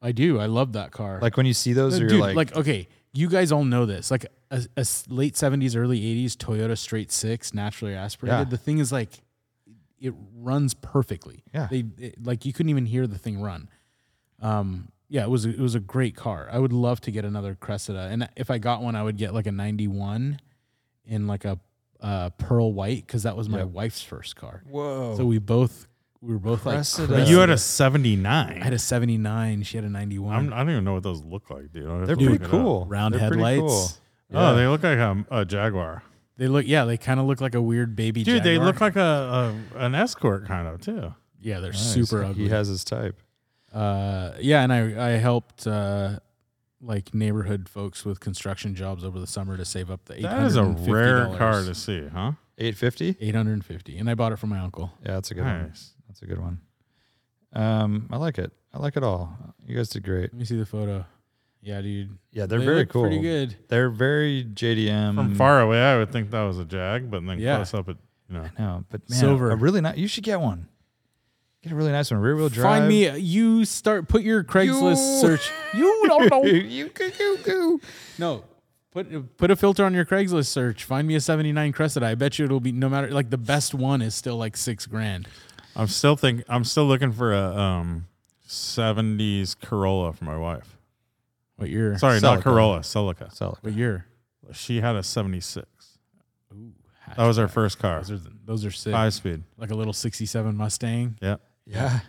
Speaker 2: I do. I love that car.
Speaker 3: Like when you see those,
Speaker 2: No,
Speaker 3: you're
Speaker 2: Uh, dude,
Speaker 3: like,
Speaker 2: okay, you guys all know this. Like a, a s- late seventies, early eighties Toyota straight six naturally aspirated.
Speaker 3: Yeah.
Speaker 2: The thing is like it runs perfectly.
Speaker 3: Yeah.
Speaker 2: They it- like you couldn't even hear the thing run. Um yeah, it was a- it was a great car. I would love to get another Cressida. And if I got one, I would get like a 91 in like a uh, pearl white cuz that was my wife's first car.
Speaker 3: whoa.
Speaker 2: So we both we were both
Speaker 3: Oh. Cressida.
Speaker 2: like
Speaker 3: But
Speaker 4: you
Speaker 2: Cressida.
Speaker 4: had a
Speaker 2: I had
Speaker 4: 79.
Speaker 2: a 79, she had a 91.
Speaker 4: I'm, I don't even know what those look like, dude. I'll have
Speaker 3: They're
Speaker 4: to
Speaker 3: pretty
Speaker 4: look it up.
Speaker 3: cool.
Speaker 2: Round
Speaker 3: They're pretty
Speaker 2: headlights.
Speaker 3: cool.
Speaker 4: Oh, they look like a, a Jaguar.
Speaker 2: They look, yeah, they kind of look like a weird baby.
Speaker 4: Dude, they
Speaker 2: Jaguar.
Speaker 4: look like a, a an escort kind of too.
Speaker 2: yeah, they're
Speaker 3: Nice.
Speaker 2: super ugly.
Speaker 3: He has his type.
Speaker 2: uh, yeah, and I I helped uh, like neighborhood folks with construction jobs over the summer to save up the eight
Speaker 4: That is a rare car to see, huh?
Speaker 3: 850?
Speaker 2: Eight hundred and fifty, and I bought it from my uncle.
Speaker 3: Yeah, that's a good one.
Speaker 4: Nice.
Speaker 3: That's a good one. Um, I like it. I like it all. You guys did great.
Speaker 2: Let me see the photo. Yeah, dude,
Speaker 3: Yeah, they're
Speaker 2: They
Speaker 3: very
Speaker 2: look
Speaker 3: cool.
Speaker 2: Pretty good.
Speaker 3: They're very JDM.
Speaker 4: From far away, I would think that was a Jag, but then
Speaker 2: Yeah.
Speaker 4: close up, it you know.
Speaker 3: No, but man,
Speaker 2: Silver.
Speaker 3: A really nice. You should get one. Get a really nice one. Rear wheel drive.
Speaker 2: Find me. uh, You start. Put your Craigslist
Speaker 3: You-
Speaker 2: search. You don't know.
Speaker 3: you go, you go.
Speaker 2: No. Put, put a filter on your Craigslist search. Find me a 79 Cressida. I bet you it'll be no matter like the best one is still like six grand.
Speaker 4: I'm still think I'm still looking for a um 70s Corolla for my wife.
Speaker 2: What year?
Speaker 4: Sorry,
Speaker 3: Celica.
Speaker 4: not Corolla, Celica.
Speaker 3: Sell it.
Speaker 2: What year?
Speaker 4: She had a 76.
Speaker 2: Ooh,
Speaker 4: That
Speaker 2: Oh,
Speaker 4: was her first car.
Speaker 2: those are those are sick.
Speaker 4: Five speed.
Speaker 2: Like a little '67 Mustang
Speaker 4: Yep.
Speaker 3: Yeah.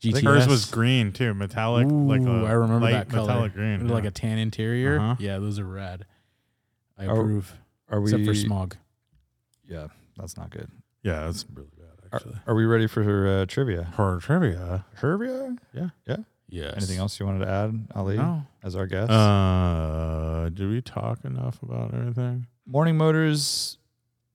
Speaker 2: GT.
Speaker 3: think
Speaker 4: Hers was green too, metallic,
Speaker 2: Ooh,
Speaker 4: like a
Speaker 2: I remember
Speaker 4: light
Speaker 2: that color.
Speaker 4: metallic green,
Speaker 2: like
Speaker 4: yeah.
Speaker 2: a tan interior.
Speaker 4: Uh-huh.
Speaker 2: Yeah, those are rad. I
Speaker 3: Are-
Speaker 2: approve,
Speaker 3: Are we?
Speaker 2: except for smog.
Speaker 3: Yeah, that's not good.
Speaker 4: Yeah, that's really bad
Speaker 3: Are,
Speaker 4: actually.
Speaker 3: are we ready for uh, trivia?
Speaker 4: Her trivia.
Speaker 3: Trivia.
Speaker 2: Yeah.
Speaker 3: Anything else you wanted to add, Ali,
Speaker 2: No.
Speaker 3: as our guest?
Speaker 4: Uh, did we talk enough about everything?
Speaker 3: Morning Motors,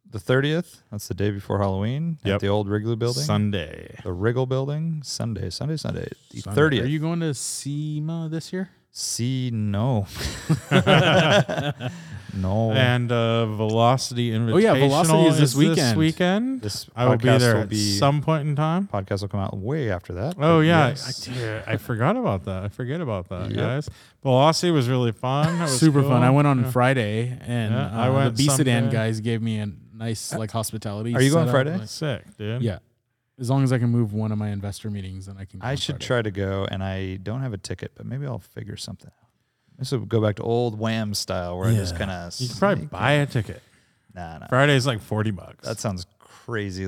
Speaker 3: the thirtieth. That's the day before Halloween
Speaker 4: Yep.
Speaker 3: at the old Wrigley Building.
Speaker 4: Sunday.
Speaker 3: the Wriggle Building, Sunday, Sunday, Sunday, the
Speaker 2: Sunday. Are
Speaker 3: thirtieth.
Speaker 2: you going to SEMA this year?
Speaker 3: See, no. no.
Speaker 4: And uh, Velocity Invitational.
Speaker 2: yeah, Velocity is this
Speaker 4: This
Speaker 2: weekend.
Speaker 4: weekend.
Speaker 3: This
Speaker 4: I will be
Speaker 3: podcast
Speaker 4: there
Speaker 3: will
Speaker 4: at
Speaker 3: be-
Speaker 4: some point in time.
Speaker 3: Podcast will come out way after that.
Speaker 4: Oh
Speaker 3: but
Speaker 4: yeah,
Speaker 3: yes.
Speaker 4: I, dude, I forgot about that. I forget about that,
Speaker 3: Yep.
Speaker 4: guys. Velocity was really fun. That was
Speaker 2: Super
Speaker 4: cool.
Speaker 2: fun. I went on
Speaker 4: Yeah.
Speaker 2: Friday, and
Speaker 4: Yeah, I
Speaker 2: uh,
Speaker 4: went
Speaker 2: the B Sedan
Speaker 4: someday.
Speaker 2: guys gave me a nice like hospitality.
Speaker 3: Are you going
Speaker 2: setup,
Speaker 3: Friday?
Speaker 2: like-
Speaker 4: Sick, dude.
Speaker 2: Uh, yeah, as long as I can move one of my investor meetings, then I can. go
Speaker 3: I
Speaker 2: on
Speaker 3: should
Speaker 2: Friday.
Speaker 3: try to go, and I don't have a ticket, but maybe I'll figure something out. This will go back to old Wham style, where I just
Speaker 2: Yeah.
Speaker 3: kind of
Speaker 4: You can probably buy a ticket.
Speaker 3: Nah, nah.
Speaker 4: Friday's like forty bucks.
Speaker 3: That sounds crazy,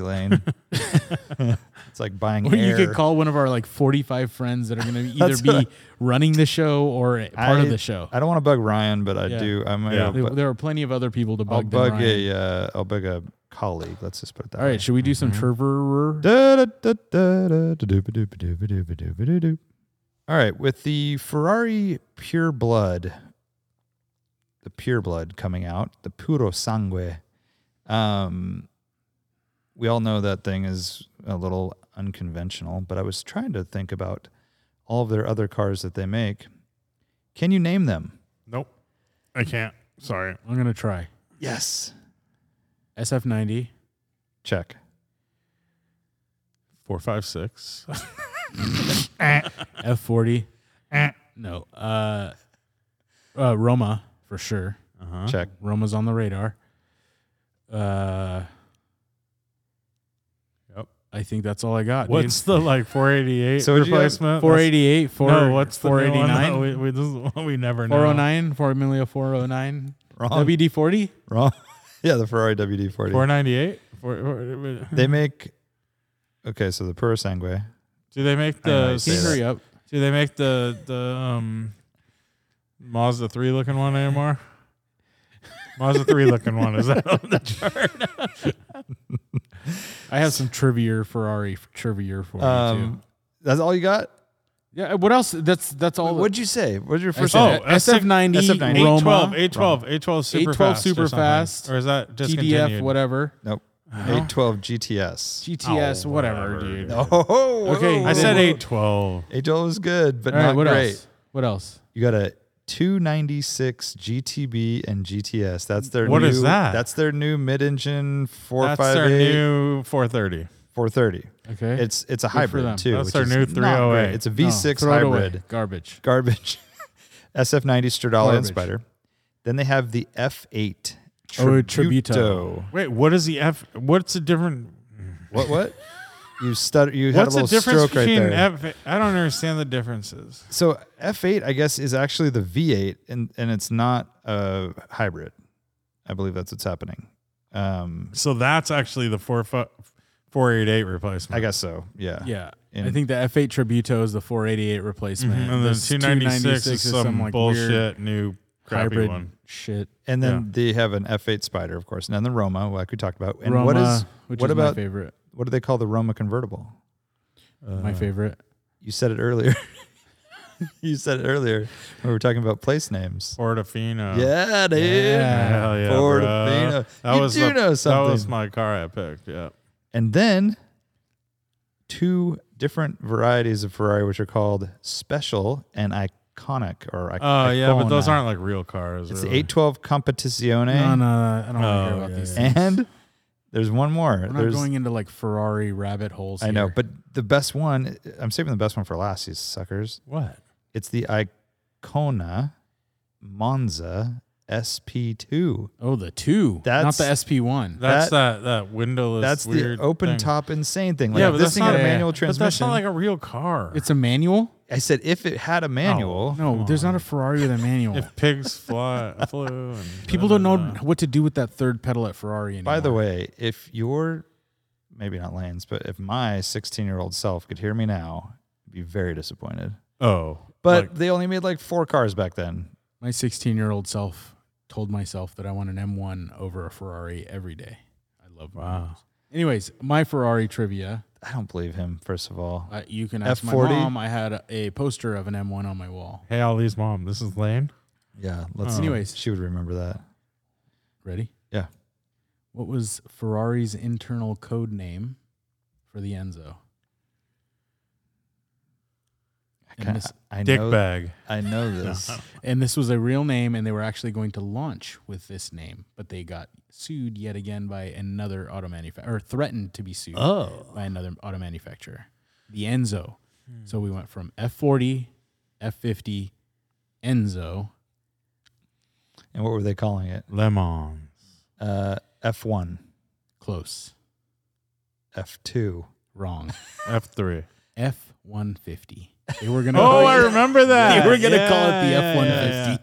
Speaker 3: Lane. it's like buying.
Speaker 2: Or you
Speaker 3: air.
Speaker 2: could call one of our like 45 friends that are going to either
Speaker 3: That's what
Speaker 2: be running the show or part
Speaker 3: I-
Speaker 2: of the show.
Speaker 3: I don't want to bug Ryan, but I
Speaker 2: Yeah.
Speaker 3: do. I might.
Speaker 4: Yeah.
Speaker 3: I'll
Speaker 2: there,
Speaker 3: bu-
Speaker 2: there are plenty of other people to
Speaker 3: I'll
Speaker 2: bug. than
Speaker 3: bug
Speaker 2: Ryan.
Speaker 3: a. Uh, I'll bug a colleague. Let's just put it that
Speaker 2: All right, should we do some
Speaker 3: Mm-hmm.
Speaker 2: Trevor?
Speaker 3: way. All right, with the Ferrari Pure Blood, the Pure Blood coming out, the Puro Sangue. Um, we all know that thing is a little unconventional, but I was trying to think about all of their other cars that they make. Can you name them?
Speaker 4: nope, I can't. Sorry.
Speaker 2: I'm going to try.
Speaker 3: Yes.
Speaker 2: SF90.
Speaker 3: Check.
Speaker 4: Four, five, six.
Speaker 2: F forty.
Speaker 3: Eh.
Speaker 2: no. Uh, uh, Roma for sure.
Speaker 4: Uh-huh.
Speaker 3: Check.
Speaker 2: Roma's on the radar. Uh,
Speaker 4: Yep.
Speaker 2: I think that's all I got.
Speaker 4: What's the like 488
Speaker 3: So would you have
Speaker 4: replacement?
Speaker 2: four eighty eight? Four
Speaker 4: no, what's the new
Speaker 2: four
Speaker 4: one?
Speaker 2: eighty
Speaker 4: No,
Speaker 2: nine?
Speaker 4: We, we, this is one we never know.
Speaker 2: Four oh nine? Formula four oh nine?
Speaker 3: Wrong.
Speaker 2: WD forty?
Speaker 3: Wrong. yeah, the Ferrari WD40.
Speaker 4: 498? Four- four-
Speaker 3: They make. Okay, so the Puro Sangue.
Speaker 4: do they make
Speaker 3: I don't know how
Speaker 4: the
Speaker 3: you
Speaker 2: Can you
Speaker 3: Say
Speaker 2: hurry up?
Speaker 4: Do they make the the um Mazda three looking one anymore? Mazda three looking one is that on the chart?
Speaker 2: I have some trivia Ferrari f- trivia for you too.
Speaker 3: Um, that's all you got.
Speaker 2: Yeah. What else? That's that's all.
Speaker 3: What'd you say? What's your
Speaker 2: I
Speaker 3: first?
Speaker 2: said
Speaker 4: Oh,
Speaker 2: SF90,
Speaker 3: SF90.
Speaker 2: Roma,
Speaker 4: A twelve, A twelve super
Speaker 2: 812
Speaker 4: fast,
Speaker 2: super
Speaker 4: or something.
Speaker 2: fast,
Speaker 4: or is that just
Speaker 2: TDF, whatever,
Speaker 3: Nope.
Speaker 2: Uh-huh.
Speaker 3: Eight twelve GTS.
Speaker 2: GTS,
Speaker 4: Oh,
Speaker 2: whatever,
Speaker 4: whatever,
Speaker 2: dude.
Speaker 4: dude.
Speaker 3: Oh, ho, ho,
Speaker 2: Okay,
Speaker 3: whoa.
Speaker 4: I said eight twelve.
Speaker 3: Eight twelve was good, but
Speaker 2: All
Speaker 3: not
Speaker 2: right, what
Speaker 3: great.
Speaker 2: else? What else?
Speaker 3: You got a two ninety six GTB and GTS. That's their
Speaker 4: What
Speaker 3: new,
Speaker 4: is that?
Speaker 3: That's their new mid engine four
Speaker 4: That's their
Speaker 3: five eight
Speaker 4: new four thirty.
Speaker 3: four thirty.
Speaker 2: Okay.
Speaker 3: It's it's a
Speaker 2: for them.
Speaker 3: hybrid too.
Speaker 4: That's
Speaker 3: which
Speaker 4: their
Speaker 3: is
Speaker 4: new
Speaker 3: not
Speaker 4: 308.
Speaker 3: great. It's a
Speaker 2: oh No,
Speaker 3: V six
Speaker 2: throw it away.
Speaker 3: hybrid.
Speaker 2: Garbage.
Speaker 3: garbage. SF90 Stradale and
Speaker 2: Garbage.
Speaker 3: Spider. Then they have the F8
Speaker 2: Oh,
Speaker 3: Tributo.
Speaker 4: Wait, what is the F? What's the different?
Speaker 3: What? What? You stutter. You had
Speaker 4: What's
Speaker 3: a
Speaker 4: the
Speaker 3: little
Speaker 4: difference
Speaker 3: stroke right
Speaker 4: between
Speaker 3: there.
Speaker 4: F? I don't understand the differences.
Speaker 3: so F8, I guess, is actually the V8, and and it's not a hybrid. I believe that's what's happening. Um,
Speaker 4: So that's actually the four fu- four eight eight replacement.
Speaker 3: I guess so. Yeah.
Speaker 2: Yeah.
Speaker 3: And-
Speaker 2: I think the F8 Tributo is the 488 replacement.
Speaker 3: Mm-hmm.
Speaker 4: Mhm. And then
Speaker 2: This
Speaker 4: two ninety six is some,
Speaker 2: like, weird
Speaker 4: bullshit new crappy
Speaker 2: hybrid
Speaker 4: one.
Speaker 2: shit.
Speaker 3: And then
Speaker 4: Yeah.
Speaker 3: they have an F8 Spider, of course, and then the Roma, like we talked about. And
Speaker 2: Roma,
Speaker 3: what is
Speaker 2: which
Speaker 3: what
Speaker 2: is my
Speaker 3: about-
Speaker 2: favorite?
Speaker 3: what do they call the Roma convertible? uh,
Speaker 2: my favorite.
Speaker 3: You said it earlier. you said it earlier when we were talking about place names.
Speaker 4: Portofino.
Speaker 3: Yeah, dude.
Speaker 2: Yeah.
Speaker 4: Hell yeah,
Speaker 3: Portofino.
Speaker 4: bro. That
Speaker 3: You
Speaker 4: was
Speaker 3: do
Speaker 4: the-
Speaker 3: know
Speaker 4: That was
Speaker 3: something.
Speaker 4: my car I picked. Yeah.
Speaker 3: and then two different varieties of Ferrari, which are called special and iconic, or
Speaker 4: Oh yeah, but those aren't like real cars.
Speaker 3: It's
Speaker 4: really.
Speaker 3: the 812 Competizione,
Speaker 2: No, no, I don't want to hear
Speaker 4: Oh,
Speaker 2: about
Speaker 4: yeah,
Speaker 2: these
Speaker 4: yeah.
Speaker 2: things.
Speaker 3: and there's one more.
Speaker 2: We're not
Speaker 3: there's
Speaker 2: going into like Ferrari rabbit holes.
Speaker 3: I know,
Speaker 2: here.
Speaker 3: but the best one. I'm saving the best one for last, you suckers.
Speaker 4: What?
Speaker 3: It's the Icona Monza SP2.
Speaker 2: oh, the two,
Speaker 3: That's-
Speaker 2: not the SP1.
Speaker 4: That's
Speaker 3: That-
Speaker 4: that that windowless.
Speaker 3: That's the
Speaker 4: weird
Speaker 3: open
Speaker 4: thing.
Speaker 3: top insane thing. Like
Speaker 4: yeah,
Speaker 3: if
Speaker 4: but
Speaker 3: this
Speaker 4: that's
Speaker 3: thing
Speaker 4: not
Speaker 3: had a
Speaker 2: yeah,
Speaker 3: manual
Speaker 4: But
Speaker 3: transmission.
Speaker 4: that's not like Oh, a real car.
Speaker 2: it's a manual.
Speaker 3: I said if it had a manual.
Speaker 2: No,
Speaker 4: Come
Speaker 2: there's
Speaker 4: on.
Speaker 2: not a Ferrari with a manual.
Speaker 4: if pigs fly flew. And
Speaker 2: People don't know what to do with that third pedal at Ferrari anymore.
Speaker 3: By the way, if your maybe not Lane's, but if my 16 year old self could hear me now, I'd be very disappointed.
Speaker 4: Oh,
Speaker 3: But
Speaker 4: like,
Speaker 3: they only made like four cars back then.
Speaker 2: my 16 year old self told myself that I want an M1 over a Ferrari every day. I love
Speaker 4: wow.
Speaker 2: Anyways, my Ferrari trivia.
Speaker 3: I don't believe him. First of all,
Speaker 2: Uh, you can ask
Speaker 3: F40?
Speaker 2: my mom. I had a poster of an M1 on my wall.
Speaker 4: Hey, Ali's mom. This is Lane.
Speaker 3: yeah. Let's.
Speaker 4: Oh.
Speaker 2: Anyways.
Speaker 3: she would remember that.
Speaker 2: Ready?
Speaker 3: Yeah.
Speaker 2: What was Ferrari's internal code name for the Enzo? And this,
Speaker 3: I
Speaker 4: Dick
Speaker 3: know,
Speaker 4: bag.
Speaker 3: I know this.
Speaker 2: and this was a real name, and they were actually going to launch with this name, but they got sued yet again by another auto manufacturer, or threatened to be sued by another auto manufacturer, the Enzo. So we went from F40, F50, Enzo.
Speaker 3: And what were they calling it?
Speaker 4: Lemons.
Speaker 3: Uh, F1,
Speaker 2: Close.
Speaker 3: F2.
Speaker 2: Wrong.
Speaker 4: F3.
Speaker 2: F one fifty. They were gonna.
Speaker 4: Oh, I remember that.
Speaker 2: They were gonna call it the
Speaker 4: Yeah,
Speaker 2: F one
Speaker 4: yeah, yeah, yeah.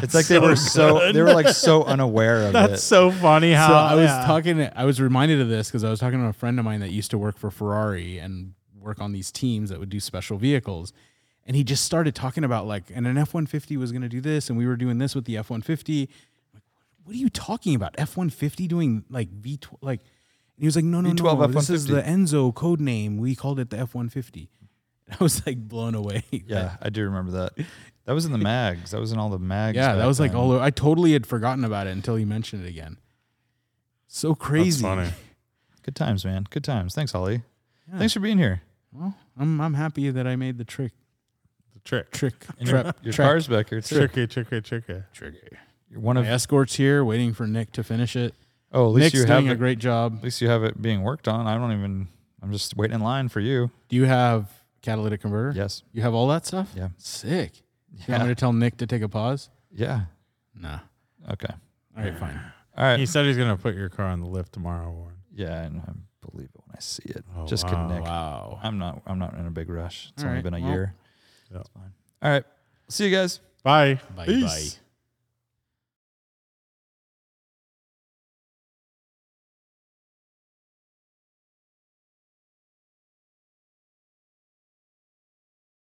Speaker 2: fifty.
Speaker 3: It's like they were so they were like so unaware of
Speaker 4: That's
Speaker 3: it.
Speaker 4: so funny how
Speaker 2: So I was
Speaker 4: yeah.
Speaker 2: talking. I was reminded of this because I was talking to a friend of mine that used to work for Ferrari and work on these teams that would do special vehicles, and he just started talking about like, and an F one fifty was gonna do this, and we were doing this with the F one fifty. What are you talking about? F one fifty doing like V twelve like. And he was like, no, no,
Speaker 3: V12
Speaker 2: no. This is the
Speaker 3: F-150.
Speaker 2: Enzo code name. We called it the F one fifty. I was like blown away.
Speaker 3: Yeah, I do remember that. That was in the mags. That was in all the mags.
Speaker 2: Yeah, that
Speaker 3: back
Speaker 2: was like
Speaker 3: then.
Speaker 2: all. o- I totally had forgotten about it until you mentioned it again. So crazy.
Speaker 4: funny.
Speaker 3: good times, man. Good times. Thanks, Holly.
Speaker 2: Yeah.
Speaker 3: Thanks for being here.
Speaker 2: Well, I'm I'm happy that I made the trick
Speaker 4: the trick.
Speaker 2: trick
Speaker 3: And your-
Speaker 2: trap
Speaker 3: your
Speaker 2: track.
Speaker 3: car's back here too.
Speaker 4: Tricky, tricky, tricky.
Speaker 2: trigger.
Speaker 3: You're one of
Speaker 2: My escorts here waiting for Nick to finish it.
Speaker 3: oh, at least
Speaker 2: Nick's
Speaker 3: you have
Speaker 2: doing
Speaker 3: it,
Speaker 2: a great job.
Speaker 3: at least you have it being worked on. I don't even. I'm just waiting in line for you.
Speaker 2: Do you have catalytic converter?
Speaker 3: Yes.
Speaker 2: You have all that stuff?
Speaker 3: Yeah.
Speaker 2: Sick. You want
Speaker 3: Yeah.
Speaker 2: me to tell Nick to take a pause?
Speaker 3: Yeah.
Speaker 2: Nah.
Speaker 3: Okay.
Speaker 2: All right, fine.
Speaker 3: All right.
Speaker 4: He said he's gonna put your car on the lift tomorrow, Warren.
Speaker 3: yeah, and I believe it when I see it.
Speaker 4: Oh,
Speaker 3: just
Speaker 4: wow.
Speaker 3: connect.
Speaker 2: Wow.
Speaker 3: I'm not. I'm not in a big rush. It's
Speaker 2: All
Speaker 3: only
Speaker 2: right,
Speaker 3: been a
Speaker 2: well-
Speaker 3: year.
Speaker 4: Yeah.
Speaker 3: It's fine. All right. See you guys.
Speaker 4: Bye.
Speaker 2: Bye
Speaker 4: Peace.
Speaker 2: bye.